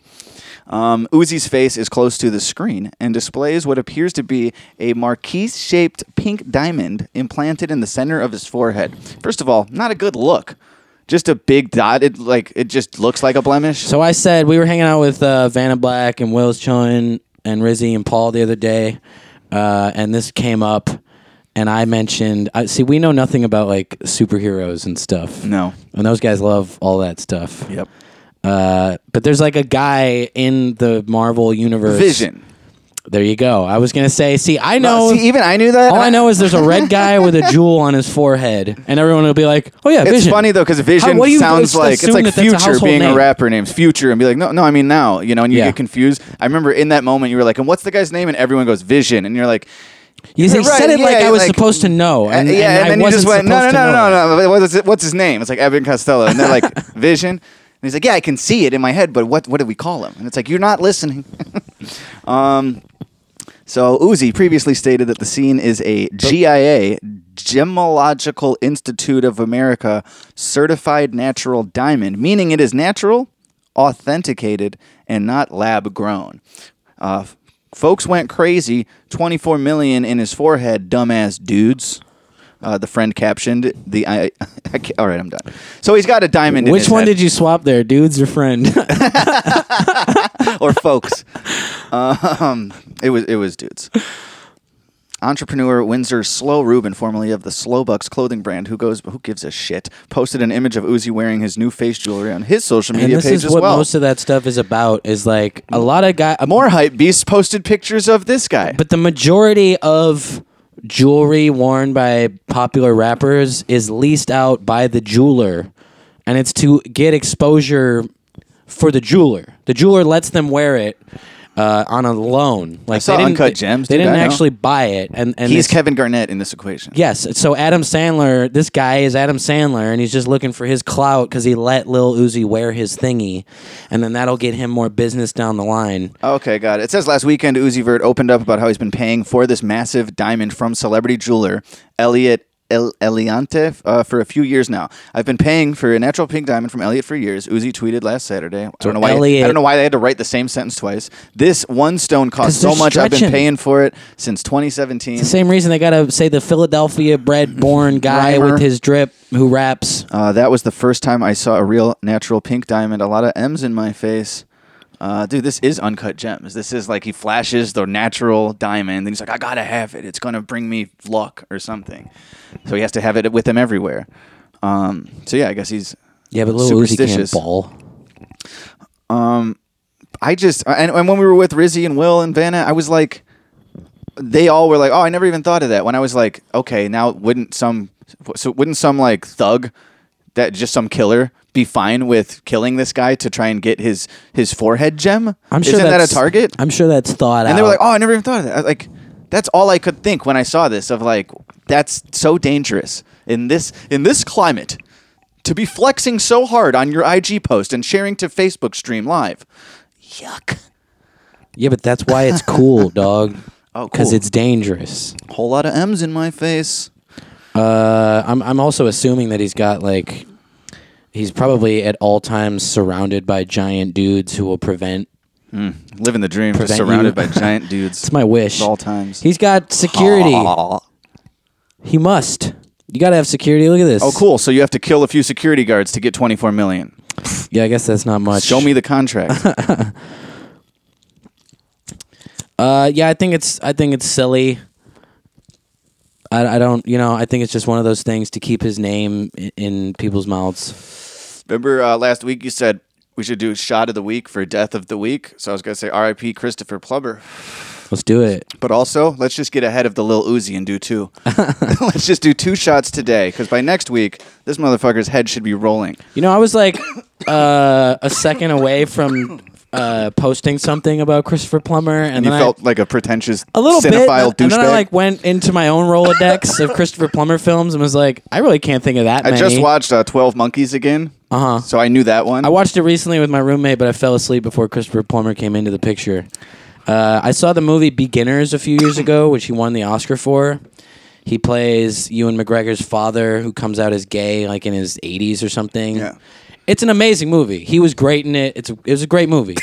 [SPEAKER 4] Um, Uzi's face is close to the screen and displays what appears to be a marquise shaped pink diamond implanted in the center of his forehead. First of all, not a good look. Just a big dot. It like it just looks like a blemish.
[SPEAKER 3] So I said we were hanging out with uh, Vanna Black and Will's Chun and Rizzy and Paul the other day, uh, and this came up, and I mentioned. I see we know nothing about like superheroes and stuff.
[SPEAKER 4] No.
[SPEAKER 3] and those guys love all that stuff.
[SPEAKER 4] Yep.
[SPEAKER 3] Uh, but there's like a guy in the Marvel universe.
[SPEAKER 4] Vision.
[SPEAKER 3] There you go. I was gonna say. See, I know.
[SPEAKER 4] No, see, even I knew that.
[SPEAKER 3] all
[SPEAKER 4] and
[SPEAKER 3] I know is there's a red guy with a jewel on his forehead, and everyone will be like, "Oh yeah,
[SPEAKER 4] It's
[SPEAKER 3] Vision."
[SPEAKER 4] funny though because Vision
[SPEAKER 3] How- what do you
[SPEAKER 4] sounds
[SPEAKER 3] assume
[SPEAKER 4] like it's like
[SPEAKER 3] that that's a
[SPEAKER 4] Future
[SPEAKER 3] household
[SPEAKER 4] being a
[SPEAKER 3] name?
[SPEAKER 4] rapper named Future and be like, no, no, I mean now, you know, and you
[SPEAKER 3] Yeah.
[SPEAKER 4] get confused. I remember in that moment you were like, and what's the guy's name? And everyone goes Vision, and you're like,
[SPEAKER 3] You
[SPEAKER 4] You're
[SPEAKER 3] he said
[SPEAKER 4] right,
[SPEAKER 3] it like
[SPEAKER 4] yeah,
[SPEAKER 3] I was
[SPEAKER 4] like-
[SPEAKER 3] supposed to know, Oh, and,
[SPEAKER 4] Uh, yeah, and,
[SPEAKER 3] and
[SPEAKER 4] then
[SPEAKER 3] I
[SPEAKER 4] you
[SPEAKER 3] wasn't
[SPEAKER 4] just went, no, no,
[SPEAKER 3] supposed to
[SPEAKER 4] no,
[SPEAKER 3] know.
[SPEAKER 4] no, no, no. What's, his- what's his name? It's like Evan Costello, and they're like Vision, and he's like, yeah, I can see it in my head, but what what do we call him? And it's like you're not listening. um, so Uzi previously stated that the scene is a GIA Gemological Institute of America certified natural diamond, meaning it is natural, authenticated, and not lab grown. Uh, f- folks went crazy. 24 million in his forehead, dumbass dudes. Uh, the friend captioned the. I, I can't- all right, I'm done. So he's got a diamond. in
[SPEAKER 3] Which
[SPEAKER 4] his
[SPEAKER 3] one
[SPEAKER 4] head.
[SPEAKER 3] did you swap there, dudes or friend?
[SPEAKER 4] or folks. um, it was it was dudes. Entrepreneur Windsor Slow Rubin, formerly of the Slow Bucks clothing brand, who goes who gives a shit, posted an image of Uzi wearing his new face jewelry on his social
[SPEAKER 3] and
[SPEAKER 4] media
[SPEAKER 3] this
[SPEAKER 4] page
[SPEAKER 3] is
[SPEAKER 4] as
[SPEAKER 3] what
[SPEAKER 4] well. Mm.
[SPEAKER 3] most of that stuff is about. Is like a lot of guys.
[SPEAKER 4] More hype beasts posted pictures of this guy.
[SPEAKER 3] but the majority of jewelry worn by popular rappers is leased out by the jeweler and it's to get exposure for the jeweler the jeweler lets them wear it uh, on a loan like
[SPEAKER 4] saw
[SPEAKER 3] they didn't,
[SPEAKER 4] Uncut
[SPEAKER 3] they-
[SPEAKER 4] Gems,
[SPEAKER 3] they
[SPEAKER 4] dude,
[SPEAKER 3] didn't
[SPEAKER 4] I know.
[SPEAKER 3] actually buy it and, and
[SPEAKER 4] He's
[SPEAKER 3] it's-
[SPEAKER 4] Kevin Garnett in this equation.
[SPEAKER 3] Yes. So Adam Sandler, this guy is Adam Sandler, and he's just looking for his clout because he let Lil Uzi wear his thingy, and then that'll get him more business down the line.
[SPEAKER 4] Okay, got it. It says last weekend Uzi Vert opened up about how he's been paying for this massive diamond from celebrity jeweler Elliot El- Eliante uh, for a few years now. I've been paying for a natural pink diamond from Elliot for years. Uzi tweeted last Saturday. I don't know why. I
[SPEAKER 3] Elliot-
[SPEAKER 4] don't know why they had to write the same sentence twice. This one stone
[SPEAKER 3] 'Cause
[SPEAKER 4] cost so
[SPEAKER 3] they're
[SPEAKER 4] much. I've been
[SPEAKER 3] stretching.
[SPEAKER 4] paying for it since 2017.
[SPEAKER 3] The same reason they gotta say the Philadelphia bred born guy
[SPEAKER 4] Rhymer.
[SPEAKER 3] with his drip who raps.
[SPEAKER 4] Uh, that was the first time I saw a real natural pink diamond. A lot of M's in my face. Uh, dude, this is uncut gems. This is like he flashes the natural diamond, and he's like, "I gotta have it. It's gonna bring me luck or something." So he has to have it with him everywhere. Um, so yeah, I guess he's.
[SPEAKER 3] Yeah, but Lil Uzi can't
[SPEAKER 4] Superstitious.
[SPEAKER 3] ball.
[SPEAKER 4] I just and, and when we were with Rizzy and Will and Vanna, I was like, they all were like, "Oh, I never even thought of that." When I was like, "Okay, now wouldn't some so wouldn't some like thug that just some killer be fine with killing this guy to try and get his his forehead gem?"
[SPEAKER 3] I'm sure
[SPEAKER 4] Isn't that
[SPEAKER 3] that's,
[SPEAKER 4] a target?
[SPEAKER 3] I'm sure that's thought out.
[SPEAKER 4] and they were like, "Oh, I never even thought of that." I was Like that's all I could think when I saw this of like that's so dangerous in this in this climate to be flexing so hard on your IG post and sharing to Facebook stream live. Yuck.
[SPEAKER 3] yeah, but that's why it's cool, dog.
[SPEAKER 4] Oh,
[SPEAKER 3] because
[SPEAKER 4] cool.
[SPEAKER 3] it's dangerous.
[SPEAKER 4] whole lot of M's in my face.
[SPEAKER 3] Uh, I'm I'm also assuming that he's got like he's probably at all times surrounded by giant dudes who will prevent
[SPEAKER 4] Living the dream,
[SPEAKER 3] Prevent
[SPEAKER 4] just surrounded
[SPEAKER 3] you-
[SPEAKER 4] by giant dudes.
[SPEAKER 3] It's my wish.
[SPEAKER 4] At all times.
[SPEAKER 3] He's got security. He must. You gotta have security. Look at this.
[SPEAKER 4] Oh, cool. So you have to kill a few security guards to get 24 million.
[SPEAKER 3] Yeah, I guess that's not much.
[SPEAKER 4] Show me the contract.
[SPEAKER 3] Uh, yeah, I think it's. I think it's silly. I, I don't, you know, I think it's just one of those things to keep his name in, in people's mouths.
[SPEAKER 4] Remember uh, last week you said we should do a shot of the week for death of the week. So I was gonna say R.I.P. Christopher Plummer.
[SPEAKER 3] Let's do it.
[SPEAKER 4] But also, let's just get ahead of the Lil Uzi and do two. let's just do two shots today, because by next week, this motherfucker's head should be rolling.
[SPEAKER 3] You know, I was like uh, a second away from uh, posting something about Christopher Plummer, and,
[SPEAKER 4] And
[SPEAKER 3] then
[SPEAKER 4] you
[SPEAKER 3] I-
[SPEAKER 4] felt like a pretentious
[SPEAKER 3] a little bit,
[SPEAKER 4] cinephile
[SPEAKER 3] and then I
[SPEAKER 4] douchebag.
[SPEAKER 3] like went into my own Rolodex of Christopher Plummer films and was like, I really can't think of that
[SPEAKER 4] I
[SPEAKER 3] many.
[SPEAKER 4] just watched uh, Twelve Monkeys again,
[SPEAKER 3] Uh-huh.
[SPEAKER 4] so I knew that one.
[SPEAKER 3] I watched it recently with my roommate, but I fell asleep before Christopher Plummer came into the picture. Uh, I saw the movie Beginners a few years ago, which he won the Oscar for. He plays Ewan McGregor's father, who comes out as gay, like in his 80s or something.
[SPEAKER 4] Yeah.
[SPEAKER 3] It's an amazing movie. He was great in it. It's a, it was a great movie.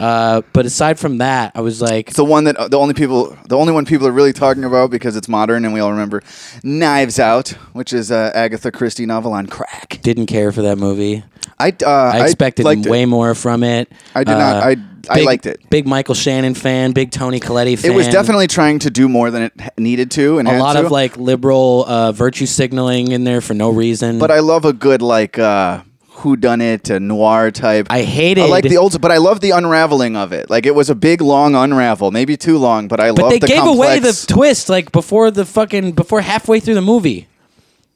[SPEAKER 3] uh, but aside from that, I was like,
[SPEAKER 4] it's the one that uh, the only people, the only one people are really talking about because it's modern and we all remember Knives Out, which is uh, Agatha Christie novel on crack.
[SPEAKER 3] didn't care for that movie.
[SPEAKER 4] I uh,
[SPEAKER 3] I expected
[SPEAKER 4] liked it.
[SPEAKER 3] way more from it. Uh,
[SPEAKER 4] I did not- I- I
[SPEAKER 3] big-
[SPEAKER 4] liked it.
[SPEAKER 3] Big Michael Shannon fan, big Tony Colletti fan.
[SPEAKER 4] It was definitely trying to do more than it h- needed to, and
[SPEAKER 3] a
[SPEAKER 4] had
[SPEAKER 3] lot
[SPEAKER 4] to.
[SPEAKER 3] of like liberal uh, virtue signaling in there for no reason.
[SPEAKER 4] But I love a good like uh who done it noir type.
[SPEAKER 3] I hated.
[SPEAKER 4] I like the old, but I love the unraveling of it. Like it was a big, long unravel, maybe too long, but I
[SPEAKER 3] But
[SPEAKER 4] love
[SPEAKER 3] they
[SPEAKER 4] the
[SPEAKER 3] gave away the
[SPEAKER 4] complex-
[SPEAKER 3] twist like before the fucking before halfway through the movie.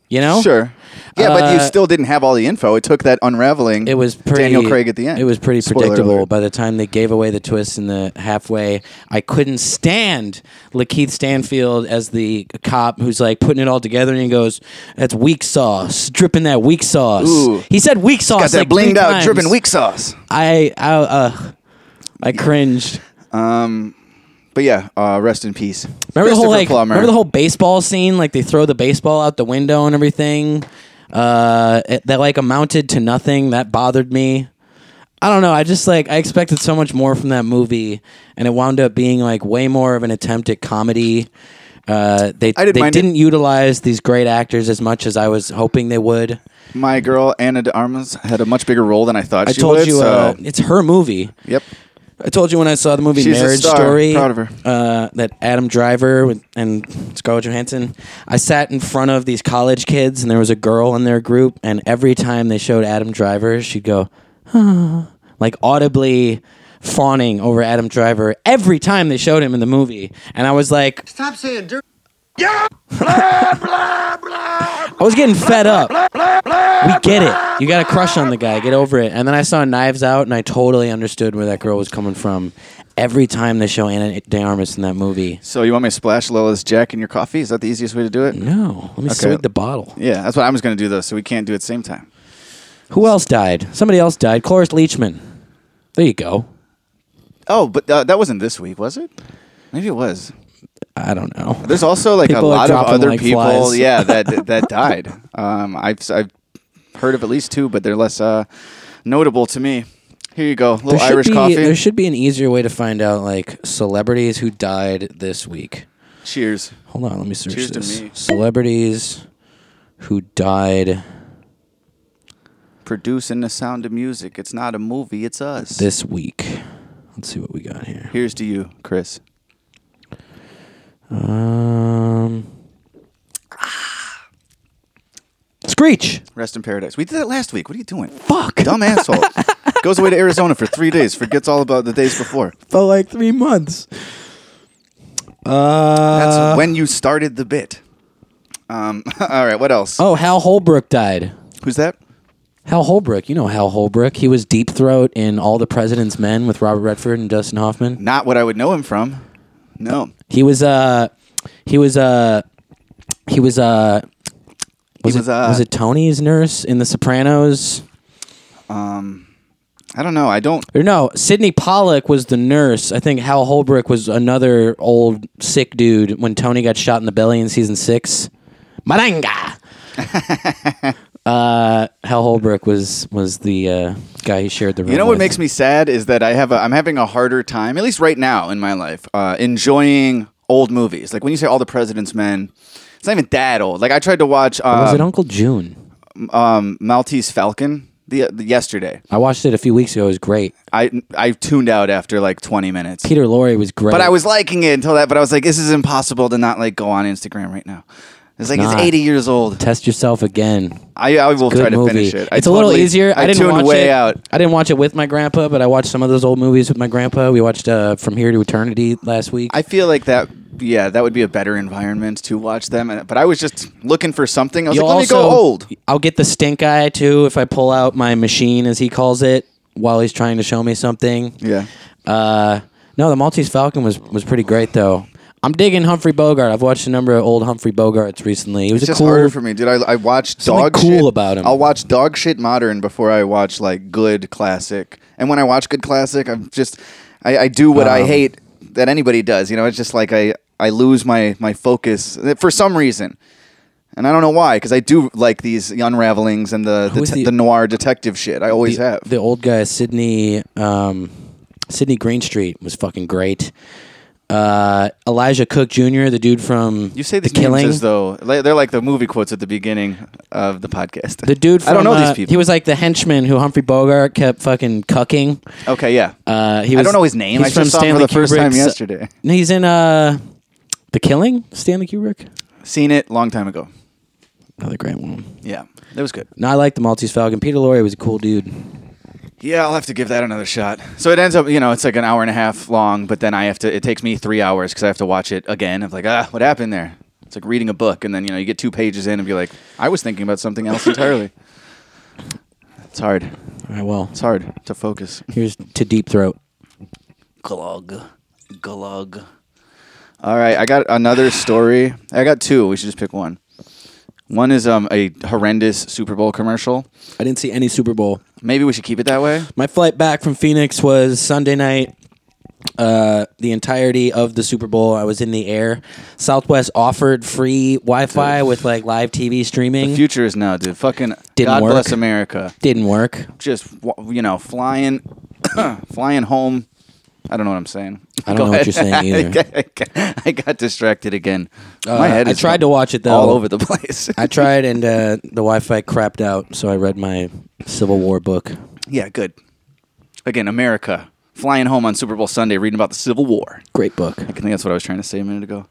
[SPEAKER 3] You know,
[SPEAKER 4] Sure. Yeah, but you
[SPEAKER 3] Uh,
[SPEAKER 4] still didn't have all the info. It took that unraveling.
[SPEAKER 3] It was pretty.
[SPEAKER 4] Daniel Craig at the end.
[SPEAKER 3] It was pretty
[SPEAKER 4] Spoiler
[SPEAKER 3] predictable.
[SPEAKER 4] alert.
[SPEAKER 3] By the time they gave away the twist in the halfway, I couldn't stand Lakeith Stanfield as the cop who's like putting it all together, and he goes, "That's weak sauce, dripping that weak sauce."
[SPEAKER 4] Ooh.
[SPEAKER 3] He said weak sauce.
[SPEAKER 4] Got that
[SPEAKER 3] like
[SPEAKER 4] blinged
[SPEAKER 3] three
[SPEAKER 4] out,
[SPEAKER 3] times.
[SPEAKER 4] dripping weak sauce.
[SPEAKER 3] I, I, uh, I cringed.
[SPEAKER 4] But yeah, uh, rest in peace.
[SPEAKER 3] Remember the whole
[SPEAKER 4] Christopher
[SPEAKER 3] like,
[SPEAKER 4] Plummer.
[SPEAKER 3] remember the whole baseball scene? Like they throw the baseball out the window and everything. Uh, it- that like amounted to nothing. That bothered me. I don't know. I just like I expected so much more from that movie, and it wound up being like way more of an attempt at comedy. Uh, they
[SPEAKER 4] I didn't
[SPEAKER 3] they
[SPEAKER 4] mind it.
[SPEAKER 3] didn't utilize these great actors as much as I was hoping they would.
[SPEAKER 4] My girl Anna de Armas had a much bigger role than I thought
[SPEAKER 3] I
[SPEAKER 4] she
[SPEAKER 3] told
[SPEAKER 4] would.
[SPEAKER 3] you,
[SPEAKER 4] so
[SPEAKER 3] uh, it's her movie.
[SPEAKER 4] yep,
[SPEAKER 3] I told you when I saw the movie
[SPEAKER 4] She's a
[SPEAKER 3] Marriage
[SPEAKER 4] star.
[SPEAKER 3] Story.
[SPEAKER 4] Proud of her.
[SPEAKER 3] Uh, that Adam Driver with, and Scarlett Johansson. I sat in front of these college kids, and there was a girl in their group, and every time they showed Adam Driver, she'd go, "Huh," like audibly fawning over Adam Driver every time they showed him in the movie. And I was like,
[SPEAKER 1] Stop saying dirt.
[SPEAKER 3] I was getting fed up. We get it. You got a crush on the guy. Get over it. And then I saw Knives Out, and I totally understood where that girl was coming from. Every time they show Anna De Armas in that movie.
[SPEAKER 4] So you want me to splash Lola's Jack in your coffee? Is that the easiest way to do it?
[SPEAKER 3] No, let me swig the bottle.
[SPEAKER 4] Yeah, that's what I was going to do though. So we can't do it at the same time.
[SPEAKER 3] Who else died? Somebody else died. Cloris Leachman. There you go.
[SPEAKER 4] Oh, but uh, that wasn't this week, was it? Maybe it was.
[SPEAKER 3] I don't know.
[SPEAKER 4] There's also like
[SPEAKER 3] People
[SPEAKER 4] a
[SPEAKER 3] are
[SPEAKER 4] lot of
[SPEAKER 3] dropping
[SPEAKER 4] other
[SPEAKER 3] like
[SPEAKER 4] people,
[SPEAKER 3] flies.
[SPEAKER 4] yeah, that that died. Um, I've I've heard of at least two, but they're less uh, notable to me. Here you go, little
[SPEAKER 3] There should
[SPEAKER 4] Irish
[SPEAKER 3] be-
[SPEAKER 4] coffee.
[SPEAKER 3] There should be an easier way to find out like celebrities who died this week.
[SPEAKER 4] Cheers.
[SPEAKER 3] Hold on, let me search
[SPEAKER 4] Cheers to
[SPEAKER 3] this.
[SPEAKER 4] me.
[SPEAKER 3] Celebrities who died
[SPEAKER 4] Producing the sound of music. It's not a movie. It's us.
[SPEAKER 3] this week. Let's see what we got here.
[SPEAKER 4] Here's to you, Chris.
[SPEAKER 3] Um Screech.
[SPEAKER 4] Rest in paradise. We did that last week. What are you doing?
[SPEAKER 3] Fuck.
[SPEAKER 4] Dumb asshole. Goes away to Arizona for three days. Forgets all about the days before.
[SPEAKER 3] For like 3 months. Uh
[SPEAKER 4] That's when you started the bit. Um, all right, what else?
[SPEAKER 3] Oh, Hal Holbrook died.
[SPEAKER 4] Who's that?
[SPEAKER 3] Hal Holbrook, you know Hal Holbrook. He was Deep Throat in All the President's Men with Robert Redford and Dustin Hoffman.
[SPEAKER 4] Not what I would know him from. No.
[SPEAKER 3] He was uh he was uh he was uh was,
[SPEAKER 4] was,
[SPEAKER 3] it,
[SPEAKER 4] uh,
[SPEAKER 3] was it Tony's nurse in The Sopranos?
[SPEAKER 4] I don't know. I don't.
[SPEAKER 3] Or no, Sidney Pollack was the nurse. I think Hal Holbrook was another old sick dude when Tony got shot in the belly in season six. Maranga. uh, Hal Holbrook was was the uh, guy he shared the room.
[SPEAKER 4] You know what
[SPEAKER 3] with.
[SPEAKER 4] makes me sad is that I have a, I'm having a harder time, at least right now in my life, uh, enjoying old movies. Like when you say All the President's Men, it's not even that old. Like I tried to watch uh,
[SPEAKER 3] was it
[SPEAKER 4] um,
[SPEAKER 3] Uncle June?
[SPEAKER 4] um, Maltese Falcon. the, the yesterday.
[SPEAKER 3] I watched it a few weeks ago. It was great.
[SPEAKER 4] I I tuned out after like 20 minutes.
[SPEAKER 3] Peter Lorre was great.
[SPEAKER 4] But I was liking it until that. But I was like, this is impossible to not like go on Instagram right now. It's like
[SPEAKER 3] Not.
[SPEAKER 4] it's 80 years old.
[SPEAKER 3] test yourself again.
[SPEAKER 4] I, I will
[SPEAKER 3] Good
[SPEAKER 4] try to
[SPEAKER 3] movie.
[SPEAKER 4] finish it. I
[SPEAKER 3] it's a little
[SPEAKER 4] totally-
[SPEAKER 3] easier. I,
[SPEAKER 4] I,
[SPEAKER 3] didn't
[SPEAKER 4] tuned
[SPEAKER 3] watch
[SPEAKER 4] way
[SPEAKER 3] it.
[SPEAKER 4] out.
[SPEAKER 3] I didn't watch it with my grandpa, but I watched some of those old movies with my grandpa. We watched uh, From Here to Eternity last week.
[SPEAKER 4] I feel like that. Yeah, that would be a better environment to watch them. And- But I was just looking for something. I was
[SPEAKER 3] You'll
[SPEAKER 4] like, let me go
[SPEAKER 3] also-
[SPEAKER 4] old.
[SPEAKER 3] I'll get the stink eye too if I pull out my machine, as he calls it, while he's trying to show me something.
[SPEAKER 4] Yeah.
[SPEAKER 3] Uh, no, the Maltese Falcon was was pretty great though. I'm digging Humphrey Bogart. I've watched a number of old Humphrey Bogarts recently. He was
[SPEAKER 4] It's
[SPEAKER 3] a
[SPEAKER 4] just
[SPEAKER 3] cool.
[SPEAKER 4] harder for me, dude. I, I watch
[SPEAKER 3] Something
[SPEAKER 4] dog
[SPEAKER 3] cool
[SPEAKER 4] shit.
[SPEAKER 3] about 'em.
[SPEAKER 4] I'll watch dog shit modern before I watch like good classic. And when I watch good classic, I'm just I, I do what I
[SPEAKER 3] Um,
[SPEAKER 4] hate that anybody does. You know, it's just like I I lose my my focus eh, for some reason. And I don't know why, because I do like these unravelings and the the,
[SPEAKER 3] Who's
[SPEAKER 4] te-
[SPEAKER 3] the-
[SPEAKER 4] the noir detective shit. I always
[SPEAKER 3] the,
[SPEAKER 4] have.
[SPEAKER 3] the old guy Sydney um, Sydney Greenstreet was fucking great. Uh, Elijah Cook Jr., the dude from
[SPEAKER 4] you say
[SPEAKER 3] the
[SPEAKER 4] these names
[SPEAKER 3] killing,
[SPEAKER 4] as though li- they're like the movie quotes at the beginning of the podcast.
[SPEAKER 3] the dude. From,
[SPEAKER 4] I don't know
[SPEAKER 3] uh,
[SPEAKER 4] these people.
[SPEAKER 3] He was like the henchman who Humphrey Bogart kept fucking cucking.
[SPEAKER 4] okay, yeah.
[SPEAKER 3] Uh, he
[SPEAKER 4] I
[SPEAKER 3] was,
[SPEAKER 4] don't know his name.
[SPEAKER 3] he's
[SPEAKER 4] I just saw him for the first time
[SPEAKER 3] Kubrick's- uh,
[SPEAKER 4] yesterday.
[SPEAKER 3] He's in uh, the Killing. Stanley Kubrick,
[SPEAKER 4] Seen it long time ago.
[SPEAKER 3] another great one.
[SPEAKER 4] Yeah, it was good.
[SPEAKER 3] No, I like the Maltese Falcon. Peter Lorre was a cool dude.
[SPEAKER 4] Yeah, I'll have to give that another shot. So it ends up, you know, it's like an hour and a half long, but then I have to. It takes me three hours because I have to watch it again. I'm like, ah, what happened there? It's like reading a book, and then you know, you get two pages in and be like, I was thinking about something else entirely. it's hard.
[SPEAKER 3] All right, well,
[SPEAKER 4] It's hard to focus.
[SPEAKER 3] here's to Deep Throat.
[SPEAKER 4] Glug, glug. All right, I got another story. I got two. We should just pick one. One is um a horrendous Super Bowl commercial.
[SPEAKER 3] I didn't see any Super Bowl.
[SPEAKER 4] Maybe we should keep it that way.
[SPEAKER 3] My flight back from Phoenix was Sunday night. Uh, the entirety of the Super Bowl, I was in the air. Southwest offered free Wi-Fi with like live TV streaming.
[SPEAKER 4] Future is now, dude. Fucking
[SPEAKER 3] Didn't
[SPEAKER 4] God
[SPEAKER 3] work.
[SPEAKER 4] bless America.
[SPEAKER 3] Didn't work.
[SPEAKER 4] just wa- you know flying flying home i don't know what i'm saying
[SPEAKER 3] I don't know what you're saying either. Uh,
[SPEAKER 4] i got distracted again my head
[SPEAKER 3] I
[SPEAKER 4] is
[SPEAKER 3] tried to watch it, though.
[SPEAKER 4] all over the place
[SPEAKER 3] I tried, and uh, the Wi-Fi crapped out, so I read my Civil War book.
[SPEAKER 4] yeah good again america flying home on super bowl sunday reading about the civil war
[SPEAKER 3] Great book.
[SPEAKER 4] i think that's what i was trying to say a minute ago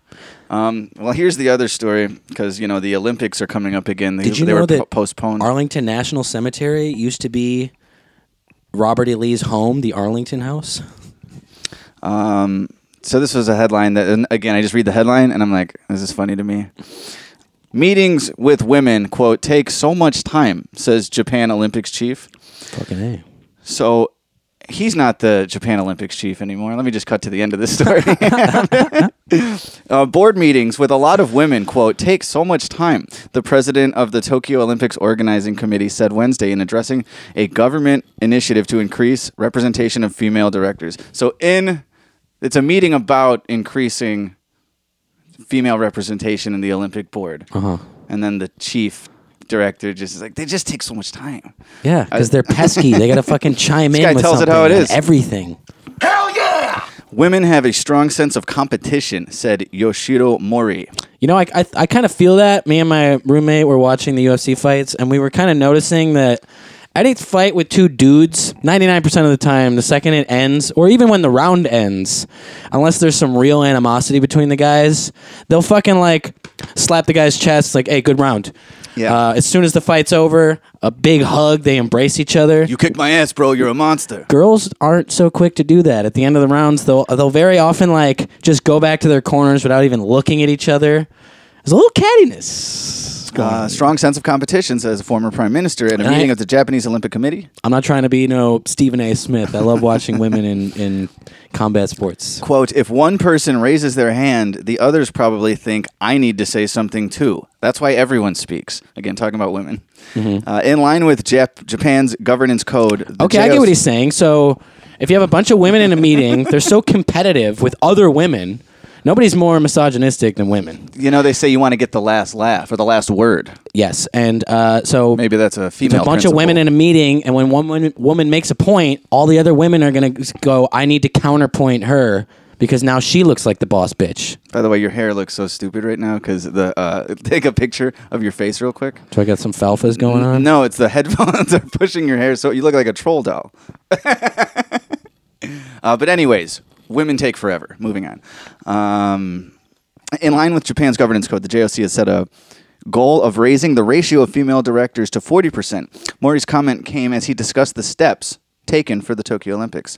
[SPEAKER 4] um, well here's the other story because you know the olympics are coming up again they,
[SPEAKER 3] Did you
[SPEAKER 4] they
[SPEAKER 3] know
[SPEAKER 4] were
[SPEAKER 3] that
[SPEAKER 4] po- postponed
[SPEAKER 3] Arlington National Cemetery used to be Robert E. Lee's home, the Arlington House.
[SPEAKER 4] Um, so this was a headline that, and again, I just read the headline and I'm like, this is funny to me. Meetings with women, quote, take so much time, says Japan Olympics chief.
[SPEAKER 3] Fucking a.
[SPEAKER 4] So he's not the Japan Olympics chief anymore. Let me just cut to the end of this story. uh, board meetings with a lot of women, quote, take so much time, the president of the Tokyo Olympics Organizing Committee said Wednesday in addressing a government initiative to increase representation of female directors. So in it's a meeting about increasing female representation in the Olympic board.
[SPEAKER 3] Uh huh.
[SPEAKER 4] And then the chief director just is like, they just take so much time.
[SPEAKER 3] Yeah, because they're pesky. they gotta fucking chime in.
[SPEAKER 4] guy
[SPEAKER 3] with
[SPEAKER 4] tells it
[SPEAKER 3] something
[SPEAKER 4] how it
[SPEAKER 3] on
[SPEAKER 4] is.
[SPEAKER 3] Everything.
[SPEAKER 4] Women have a strong sense of competition, said Yoshiro Mori.
[SPEAKER 3] You know, I I, I kind of feel that. Me and my roommate were watching the UFC fights, and we were kind of noticing that at each fight with two dudes, ninety nine percent of the time, the second it ends, or even when the round ends, unless there's some real animosity between the guys, they'll fucking like slap the guy's chest, like, "Hey, good round."
[SPEAKER 4] Yeah.
[SPEAKER 3] Uh, as soon as the fight's over, a big hug. They embrace each other.
[SPEAKER 4] You kicked my ass, bro. You're a monster.
[SPEAKER 3] girls aren't so quick to do that. At the end of the rounds, they'll they'll very often like just go back to their corners without even looking at each other. There's a little cattiness.
[SPEAKER 4] Uh, strong sense of competition, says a former prime minister at a
[SPEAKER 3] And I-
[SPEAKER 4] meeting of the Japanese Olympic Committee.
[SPEAKER 3] I'm not trying to be no Stephen A. Smith. I love watching women in in combat sports.
[SPEAKER 4] Quote, if one person raises their hand, the others probably think, I need to say something too. That's why everyone speaks. Again, talking about women. Uh, in line with Jap- Japan's governance code. the
[SPEAKER 3] Okay, I get
[SPEAKER 4] JOC
[SPEAKER 3] what he's saying. So if you have a bunch of women in a meeting, they're so competitive with other women. Nobody's more misogynistic than women.
[SPEAKER 4] You know, they say you want to get the last laugh or the last word.
[SPEAKER 3] Yes, and uh, so
[SPEAKER 4] Maybe that's a
[SPEAKER 3] It's a
[SPEAKER 4] female
[SPEAKER 3] bunch of women in a meeting, and when one women- woman makes a point, all the other women are going to go, I need to counterpoint her because now she looks like the boss bitch.
[SPEAKER 4] By the way, your hair looks so stupid right now because the uh, take a picture of your face real quick.
[SPEAKER 3] Do I got some falfas going on?
[SPEAKER 4] No, it's the headphones are pushing your hair, so you look like a troll doll. uh, but anyways, women take forever. Moving on. Um, in line with Japan's governance code, the JOC has set a goal of raising the ratio of female directors to 40%. Mori's comment came as he discussed the steps taken for the Tokyo Olympics.